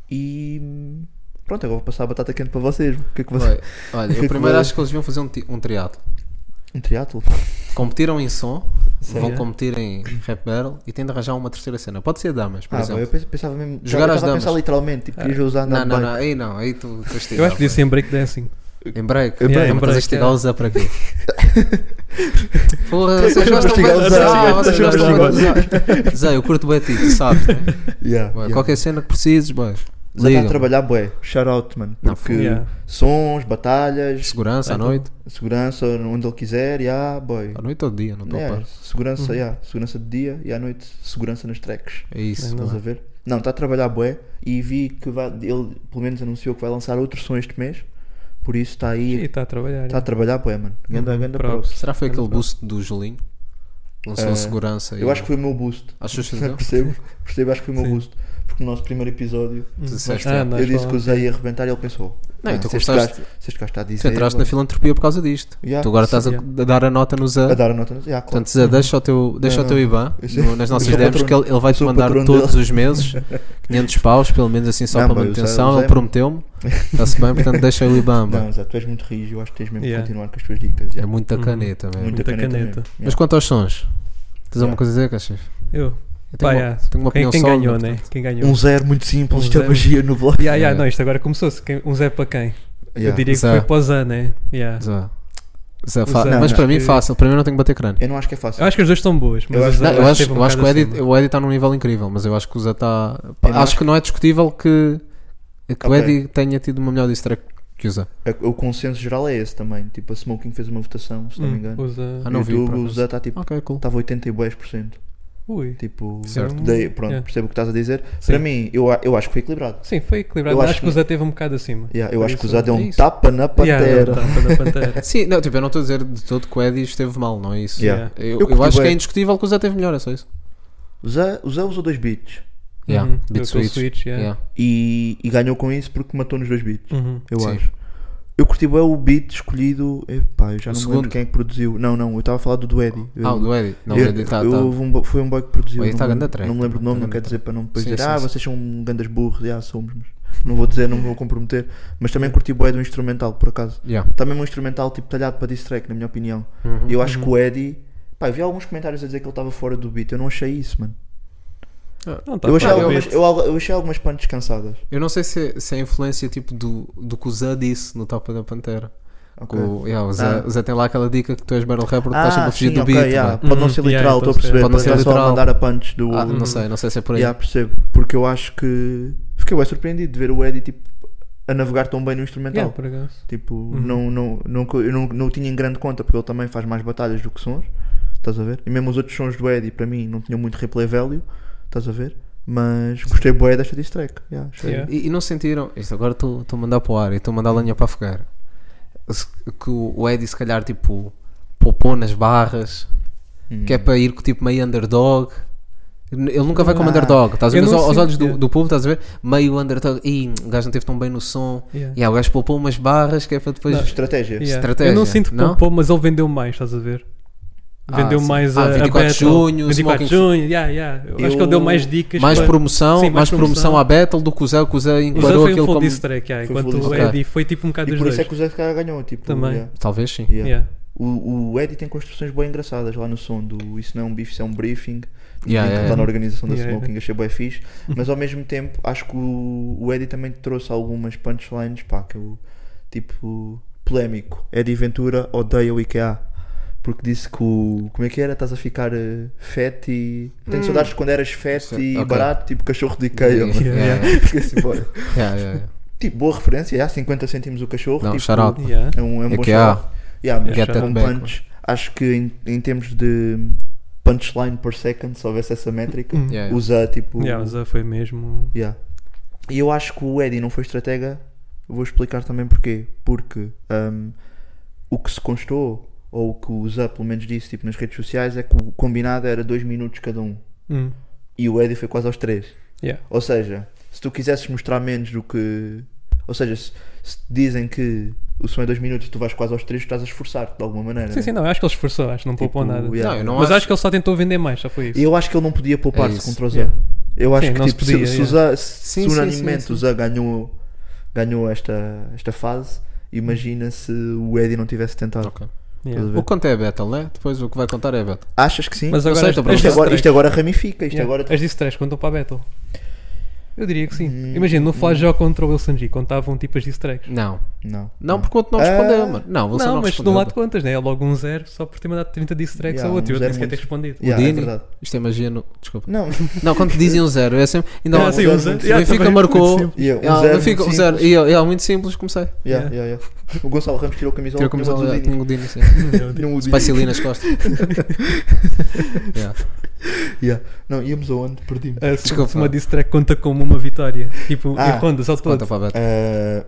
Speaker 6: E hum, pronto, agora vou passar a batata quente para vocês. O que é que vocês.
Speaker 8: Olha, olha,
Speaker 6: Que
Speaker 8: eu primeiro
Speaker 6: que-
Speaker 8: acho que eles iam fazer um, ti- um triatlo.
Speaker 6: Um triatlo?
Speaker 8: Competiram em som,
Speaker 6: Sério?
Speaker 8: vão competir em rap battle e têm de arranjar uma terceira cena. Pode ser damas, por
Speaker 6: Ah, bem, eu
Speaker 8: exemplo.
Speaker 6: pens- pensava mesmo.
Speaker 8: Jogar
Speaker 6: eu
Speaker 8: às
Speaker 6: estava a pensar
Speaker 8: damas. É.
Speaker 6: literalmente, tipo, querias usar
Speaker 8: Não,
Speaker 6: andar
Speaker 8: não,
Speaker 6: bem.
Speaker 8: não, aí não, aí tu, tu estás
Speaker 7: é. Eu acho que podia ser em breakdancing.
Speaker 8: Em break.
Speaker 6: Em break.
Speaker 8: Yeah,
Speaker 7: Em
Speaker 8: mas
Speaker 7: break,
Speaker 8: estigar
Speaker 7: é.
Speaker 8: usar para quê? Porra, vocês
Speaker 6: Deixa-me
Speaker 8: gostam
Speaker 6: estigar
Speaker 8: bué
Speaker 6: o
Speaker 8: de
Speaker 6: Zé.
Speaker 8: usar, vocês
Speaker 6: Deixa-me
Speaker 8: gostam bué de usar. Zé, eu curto bem a ti, tu sabes, né?
Speaker 6: Yeah,
Speaker 8: Bué,
Speaker 6: yeah.
Speaker 8: Qualquer cena que precises,
Speaker 6: Já
Speaker 8: boy.
Speaker 6: está a
Speaker 8: Liga.
Speaker 6: trabalhar, bué. Shout out, mano.
Speaker 8: Não,
Speaker 6: Porque
Speaker 7: yeah.
Speaker 6: sons, batalhas,
Speaker 8: Segurança à noite.
Speaker 6: segurança onde ele quiser, yeah, boy.
Speaker 8: À noite ou de dia, não estou a
Speaker 6: Yeah,
Speaker 8: par. Uhum.
Speaker 6: segurança, yeah, segurança de dia e à noite segurança nos tracks.
Speaker 8: É isso.
Speaker 7: Não,
Speaker 6: Estás a ver? Não, está a trabalhar bué e vi que vai, ele pelo menos anunciou que vai lançar outro som este mês. Por isso está
Speaker 7: E
Speaker 6: aí,
Speaker 7: está a trabalhar.
Speaker 6: está a trabalhar bué, mano.
Speaker 8: Uhum.
Speaker 6: Ganda, ganda
Speaker 7: Props.
Speaker 6: props.
Speaker 8: Será que foi aquele boost do Julinho? Lançou
Speaker 6: Eh,
Speaker 8: segurança. e-
Speaker 6: Eu acho que foi o meu boost.
Speaker 8: Achas que não?
Speaker 6: percebo, percebo, acho que foi o meu
Speaker 7: Sim.
Speaker 6: boost. Porque no nosso primeiro episódio
Speaker 8: Tu disseste.
Speaker 7: Ah,
Speaker 8: é.
Speaker 7: não.
Speaker 6: eu disse
Speaker 7: falar.
Speaker 6: que usei a arrebentar e ele pensou.
Speaker 8: Não, e tu
Speaker 6: se este
Speaker 8: começaste-
Speaker 6: gajo- se este gajo está a dizer.
Speaker 8: Tu entraste na
Speaker 6: vou-
Speaker 8: filantropia por causa disto.
Speaker 6: é Yeah.
Speaker 8: Tu agora estás a,
Speaker 7: Yeah.
Speaker 8: a dar a nota no Zé.
Speaker 6: A dar a nota. Yeah, claro.
Speaker 8: Portanto, Zé, deixa o teu, deixa
Speaker 6: Não,
Speaker 8: o teu
Speaker 6: não.
Speaker 8: IBAN
Speaker 6: Eu sei.
Speaker 8: no- nas nossas
Speaker 6: sou
Speaker 8: DMs
Speaker 6: patrono.
Speaker 8: que ele, ele vai-te
Speaker 6: Sou o
Speaker 8: mandar
Speaker 6: patrono
Speaker 8: todos os meses 500 paus, pelo menos assim só
Speaker 6: Não,
Speaker 8: para
Speaker 6: mas eu sei,
Speaker 8: manutenção.
Speaker 6: eu
Speaker 8: Ele
Speaker 6: sei.
Speaker 8: prometeu-me. Está-se bem, portanto deixa o IBAN. mano.
Speaker 6: Não, Zé, tu és muito rígido. Eu acho que tens mesmo que
Speaker 7: Yeah.
Speaker 6: continuar com as tuas dicas.
Speaker 8: É
Speaker 6: yeah.
Speaker 8: muita
Speaker 7: Uhum.
Speaker 8: caneta, mesmo.
Speaker 6: Muita
Speaker 7: muita
Speaker 6: caneta.
Speaker 7: caneta.
Speaker 6: mesmo,
Speaker 8: Mas
Speaker 6: yeah.
Speaker 8: quanto aos sons? Tens alguma
Speaker 6: Yeah.
Speaker 8: coisa a dizer, Cachif?
Speaker 7: Eu.
Speaker 8: Eu
Speaker 7: Pá,
Speaker 8: tenho uma,
Speaker 7: yeah.
Speaker 8: tenho uma
Speaker 7: Quem,
Speaker 8: opinião é
Speaker 7: quem
Speaker 8: sólida,
Speaker 7: ganhou, né?
Speaker 8: portanto.
Speaker 7: Quem ganhou?
Speaker 6: Um zero muito
Speaker 7: Um
Speaker 6: simples, isto é
Speaker 7: zero.
Speaker 6: magia no vlog.
Speaker 7: Yeah, yeah,
Speaker 8: Yeah.
Speaker 7: não, isto agora começou-se. Quem- Um Zé para quem? Eu
Speaker 6: Yeah.
Speaker 7: diria que
Speaker 8: Zé.
Speaker 7: foi para o Zé, né? Yeah.
Speaker 8: Zé. Zé, fa-
Speaker 7: Zé,
Speaker 8: mas
Speaker 6: não,
Speaker 8: para
Speaker 7: acho
Speaker 8: mim
Speaker 7: que-
Speaker 8: fácil, para mim não tenho que bater crânio.
Speaker 6: Eu não acho que é fácil.
Speaker 7: Eu acho que as duas são boas, mas
Speaker 6: Eu
Speaker 7: o
Speaker 6: acho-
Speaker 7: Zé
Speaker 8: Não, eu acho,
Speaker 7: teve um
Speaker 8: eu acho que o
Speaker 7: bocado
Speaker 8: Eddie
Speaker 7: acima.
Speaker 8: está num nível incrível, mas eu acho que o Zé está.
Speaker 6: Eu
Speaker 8: Acho
Speaker 6: acho-
Speaker 8: que não é discutível que, que o
Speaker 6: Ok.
Speaker 8: Eddie tenha tido uma melhor diss track que o Zé.
Speaker 6: É- O consenso geral é esse também. Tipo, a Smoking fez uma votação, se não me engano.
Speaker 7: Hum, o Zé-
Speaker 8: Ah,
Speaker 6: No
Speaker 8: não vi.
Speaker 6: YouTube,
Speaker 8: por
Speaker 6: o
Speaker 8: acaso.
Speaker 6: Zé está tipo.
Speaker 8: Ok, cool.
Speaker 6: Estava 80 e bués por cento.
Speaker 7: Ui.
Speaker 6: Tipo,
Speaker 8: Certo.
Speaker 6: daí- pronto,
Speaker 7: Yeah.
Speaker 6: percebo o que estás a dizer.
Speaker 7: Sim.
Speaker 6: Para mim, eu, a- eu acho que foi equilibrado.
Speaker 7: Sim, foi equilibrado.
Speaker 6: Eu
Speaker 7: mas
Speaker 6: acho
Speaker 7: acho que o
Speaker 6: que-
Speaker 7: Zé teve um bocado acima.
Speaker 6: Yeah, eu
Speaker 7: Por
Speaker 6: acho que o
Speaker 7: isso-
Speaker 6: Zé deu
Speaker 8: é
Speaker 6: um
Speaker 8: isso.
Speaker 6: tapa na
Speaker 7: Yeah,
Speaker 6: patera.
Speaker 7: deu um tapa na pantera.
Speaker 8: Sim, não, tipo, eu não estou a dizer de todo que o Eddie esteve mal, não é isso?
Speaker 6: Yeah.
Speaker 8: Eu,
Speaker 6: Eu
Speaker 8: eu
Speaker 6: curti
Speaker 8: acho que é
Speaker 6: bué.
Speaker 8: indiscutível que o Zé teve melhor, é só isso.
Speaker 6: O Zé, o Zé usou dois beats
Speaker 8: Yeah.
Speaker 7: Uhum,
Speaker 8: Beat
Speaker 7: do- do
Speaker 8: switch.
Speaker 7: switch, yeah.
Speaker 6: e, e ganhou com isso porque matou nos dois beats.
Speaker 7: Uhum.
Speaker 6: Eu
Speaker 8: Sim.
Speaker 6: acho. Eu curti bem o beat escolhido. Epá, eu já
Speaker 8: O
Speaker 6: não me
Speaker 8: segundo.
Speaker 6: lembro quem é que produziu. Não, não, eu estava a falar do do Eddie. Eu-
Speaker 8: Ah, o do Eddie. Não,
Speaker 6: eu-
Speaker 8: o Eddie está.
Speaker 6: eu
Speaker 8: Tá.
Speaker 6: houve um bo- foi um boy que produziu.
Speaker 8: O Eddie
Speaker 6: não
Speaker 8: tá
Speaker 6: me
Speaker 8: ganda
Speaker 6: lembro-
Speaker 8: track,
Speaker 6: não me lembro o nome,
Speaker 8: tá
Speaker 6: não
Speaker 8: ganda
Speaker 6: quero dizer para não depois
Speaker 8: Sim,
Speaker 6: dizer,
Speaker 8: sim,
Speaker 6: ah,
Speaker 8: sim.
Speaker 6: vocês são gandas burros, ah, somos, mas não vou dizer, não me vou comprometer. Mas também curti o do instrumental, por acaso.
Speaker 8: Yeah.
Speaker 6: Está mesmo um instrumental tipo talhado para diss track, na minha opinião.
Speaker 8: Uhum,
Speaker 6: E eu acho que o Eddie. Pá, eu vi alguns comentários a dizer que ele estava fora do beat. Eu não achei isso, mano.
Speaker 7: Não, tá
Speaker 6: Eu achei,
Speaker 7: bem.
Speaker 6: algumas, eu, eu achei algumas punches cansadas.
Speaker 8: Eu não sei se, é- se é a influência tipo do, do que o Zé disse no Tapa da Pantera. Que
Speaker 6: Ok.
Speaker 8: O, yeah, o, Zé,
Speaker 6: Ah.
Speaker 8: o Zé tem lá aquela dica que tu és battle rapper, tu estás sempre a fugir
Speaker 6: sim,
Speaker 8: do
Speaker 6: ok,
Speaker 8: beat. é?
Speaker 6: yeah,
Speaker 8: mano.
Speaker 6: Pode não ser
Speaker 7: Uhum, yeah,
Speaker 6: literal,
Speaker 7: estou a
Speaker 6: estou a perceber.
Speaker 8: perceber.
Speaker 6: Pode não ser literal. só a mandar a punch do.
Speaker 8: Ah, não sei, não sei se é por aí.
Speaker 6: Yeah, percebo. Porque eu acho que. Fiquei bem surpreendido de ver o Eddie tipo, a navegar tão bem no instrumental.
Speaker 7: Yeah, Uhum. por acaso.
Speaker 6: Tipo, não, não, não, eu não, não o tinha em grande conta porque ele também faz mais batalhas do que sons. Estás a ver? E mesmo os outros sons do Eddie para mim não tinham muito replay value. Estás a ver? Mas gostei bué desta diss track. Yeah, achei-
Speaker 7: Yeah.
Speaker 8: E, e não sentiram, isto agora estou estou a mandar para o ar e estou a mandar lenha para a fogueira. Se- Que o o Eddie, se calhar, tipo, poupou nas barras,
Speaker 6: hum,
Speaker 8: que é para ir com tipo meio underdog. Ele nunca vai como
Speaker 6: Ah.
Speaker 8: underdog, estás a
Speaker 7: Eu
Speaker 8: ver? Mas
Speaker 7: não
Speaker 8: ao- aos
Speaker 7: sinto-
Speaker 8: olhos do,
Speaker 7: yeah.
Speaker 8: do público, estás a ver? Meio underdog, e o gajo não teve tão bem no som.
Speaker 7: Yeah.
Speaker 8: Yeah, o gajo poupou umas barras que é para depois.
Speaker 7: Não,
Speaker 6: Estratégia.
Speaker 7: Yeah.
Speaker 8: Estratégia,
Speaker 7: Eu não sinto que
Speaker 8: não?
Speaker 7: poupou, mas ele vendeu mais, estás a ver?
Speaker 8: Ah,
Speaker 7: Vendeu
Speaker 8: sim.
Speaker 7: mais
Speaker 8: Ah,
Speaker 7: a,
Speaker 8: 24
Speaker 7: a
Speaker 8: de
Speaker 7: Battle.
Speaker 8: junho,
Speaker 7: 24 de
Speaker 8: Smoking-
Speaker 7: junho, yeah, yeah. Eu acho que
Speaker 6: Eu-
Speaker 7: ele deu mais dicas.
Speaker 8: mais um-
Speaker 7: para-
Speaker 8: promoção,
Speaker 7: Sim,
Speaker 8: mais, promoção à Battle do que o Zé, que o
Speaker 7: O
Speaker 8: Zé
Speaker 7: Zé
Speaker 8: enquadrou
Speaker 7: foi um
Speaker 8: aquilo
Speaker 7: full
Speaker 8: como.
Speaker 7: diss track, yeah,
Speaker 6: Foi
Speaker 7: enquanto
Speaker 6: full
Speaker 7: o
Speaker 8: diss track.
Speaker 7: Eddie foi tipo um bocado
Speaker 6: E
Speaker 7: dos
Speaker 6: por
Speaker 7: dois.
Speaker 6: isso é que o Zé se calhar ganhou. Tipo,
Speaker 7: Também.
Speaker 6: yeah.
Speaker 8: Talvez sim.
Speaker 6: Yeah.
Speaker 7: Yeah.
Speaker 6: O, o Eddie tem construções bem engraçadas lá no som do Isso não é um bife, isso é um briefing.
Speaker 8: Yeah,
Speaker 6: Então
Speaker 8: yeah,
Speaker 6: tá
Speaker 8: yeah.
Speaker 6: na organização da
Speaker 7: Yeah,
Speaker 6: Smoking, achei bem fixe. Mas ao mesmo tempo, acho que o, o Eddie também trouxe algumas punchlines, pá, que eu, tipo, polémico. Eddie Ventura odeia o IKEA. Porque disse que o. Como é que era? Estás a ficar eh, fat e.
Speaker 7: Hum.
Speaker 6: Tenho saudades de quando eras fat
Speaker 8: Certo,
Speaker 6: e
Speaker 8: ok.
Speaker 6: barato, tipo cachorro de IKEA.
Speaker 8: Yeah, yeah, yeah.
Speaker 6: Fiquei assim, bora.
Speaker 8: Yeah, yeah, yeah.
Speaker 6: Tipo, boa referência, há 50 cêntimos o cachorro.
Speaker 8: Não,
Speaker 6: tipo,
Speaker 8: shout out.
Speaker 7: Yeah.
Speaker 6: é um, é um bom
Speaker 8: IKEA.
Speaker 6: shout-out. Yeah, mas
Speaker 8: Get
Speaker 6: com
Speaker 8: that
Speaker 6: um
Speaker 8: back,
Speaker 6: punch, acho que em, em termos de punchline per second, se houvesse essa métrica,
Speaker 8: Yeah, yeah.
Speaker 6: usa tipo.
Speaker 7: Yeah, o Zé foi mesmo.
Speaker 6: yeah. E eu acho que o Eddie não foi estratega, vou explicar também porquê. Porque ahm, o um, que se constou ou o que o Zé pelo menos disse tipo, nas redes sociais, é que o combinado era 2 minutos cada um.
Speaker 7: Hum.
Speaker 6: E o Eddie foi quase aos 3.
Speaker 7: Yeah.
Speaker 6: Ou seja, se tu quisesses mostrar menos do que. Ou seja, se, se te dizem que o som é 2 minutos e tu vais quase aos 3, estás a esforçar-te de alguma maneira. é?
Speaker 7: Sim, sim, não, eu acho que ele esforçou, acho que não poupou nada.
Speaker 6: yeah.
Speaker 8: Não, eu não
Speaker 7: Mas
Speaker 8: acho-
Speaker 7: acho que ele só tentou vender mais, só foi isso.
Speaker 6: Eu acho que ele não podia poupar-se
Speaker 8: É isso,
Speaker 6: contra o Zé.
Speaker 7: yeah.
Speaker 6: Eu acho
Speaker 7: Sim,
Speaker 6: que
Speaker 7: não se
Speaker 6: tipo,
Speaker 7: podia,
Speaker 6: se, se,
Speaker 7: yeah.
Speaker 6: o Zé- se- se
Speaker 8: Sim, sim,
Speaker 6: unanimemente
Speaker 8: sim, sim.
Speaker 6: o Zé ganhou, ganhou esta, esta fase, imagina se o Eddie não tivesse tentado.
Speaker 8: Ok.
Speaker 7: Yeah.
Speaker 6: Estás a ver?
Speaker 8: O que conta é a Battle, né? Depois o que vai contar é a Battle.
Speaker 6: Achas que sim?
Speaker 7: Mas
Speaker 8: Não
Speaker 7: agora
Speaker 8: sei, estou pronto.
Speaker 7: as
Speaker 6: isto,
Speaker 7: diss
Speaker 6: agora,
Speaker 7: tracks-
Speaker 6: isto agora ramifica, isto
Speaker 7: yeah,
Speaker 6: agora é
Speaker 7: as diss tracks contam para a Battle. Eu diria que sim. Imagina, no Flash Jogo contra o Wilson G contavam tipo as diss tracks.
Speaker 8: Não.
Speaker 6: tipo, não.
Speaker 8: Não, porque o outro não
Speaker 6: Ah.
Speaker 8: respondeu, mano. Não, o Wilson
Speaker 7: não,
Speaker 8: não,
Speaker 7: mas de
Speaker 8: respondeu.
Speaker 7: um lado contas, né? É logo um zero só por ter mandado 30 diss tracks
Speaker 6: Yeah,
Speaker 7: ao outro e
Speaker 6: um
Speaker 7: o outro nem
Speaker 6: zero
Speaker 7: sequer ter
Speaker 6: muito.
Speaker 7: respondido.
Speaker 6: Yeah, é
Speaker 8: Dini.
Speaker 6: verdade.
Speaker 8: Isto é magia no. Desculpa.
Speaker 6: Não,
Speaker 8: Não, quando te diziam zero, é sempre. Ainda
Speaker 7: Ah,
Speaker 8: lá-
Speaker 7: sim,
Speaker 8: o
Speaker 7: um
Speaker 6: zero,
Speaker 7: zero. Yeah,
Speaker 8: Benfica
Speaker 7: também, muito
Speaker 8: marcou.
Speaker 7: simples.
Speaker 6: Yeah, um
Speaker 8: Ah,
Speaker 6: zero,
Speaker 8: Benfica,
Speaker 6: muito
Speaker 8: um zero.
Speaker 6: simples.
Speaker 8: E eu, eu, muito simples, comecei.
Speaker 6: Yeah, yeah, yeah. O Gonçalo Ramos tirou a camisola
Speaker 8: Tirou a
Speaker 6: tinha
Speaker 8: camisola,
Speaker 6: um
Speaker 8: já
Speaker 6: Dini.
Speaker 8: tinha o Dini, sim.
Speaker 6: Tinha um Dini.
Speaker 8: Spicy Lee nas costas. Yeah.
Speaker 6: Yeah. Não, íamos aonde? Perdimos.
Speaker 7: Ah, se-
Speaker 8: Desculpa.
Speaker 7: Se uma diss track conta como uma vitória, tipo
Speaker 6: Ah,
Speaker 7: em rondas ao
Speaker 8: Conta
Speaker 7: todo.
Speaker 8: para a Battle.
Speaker 6: Ah,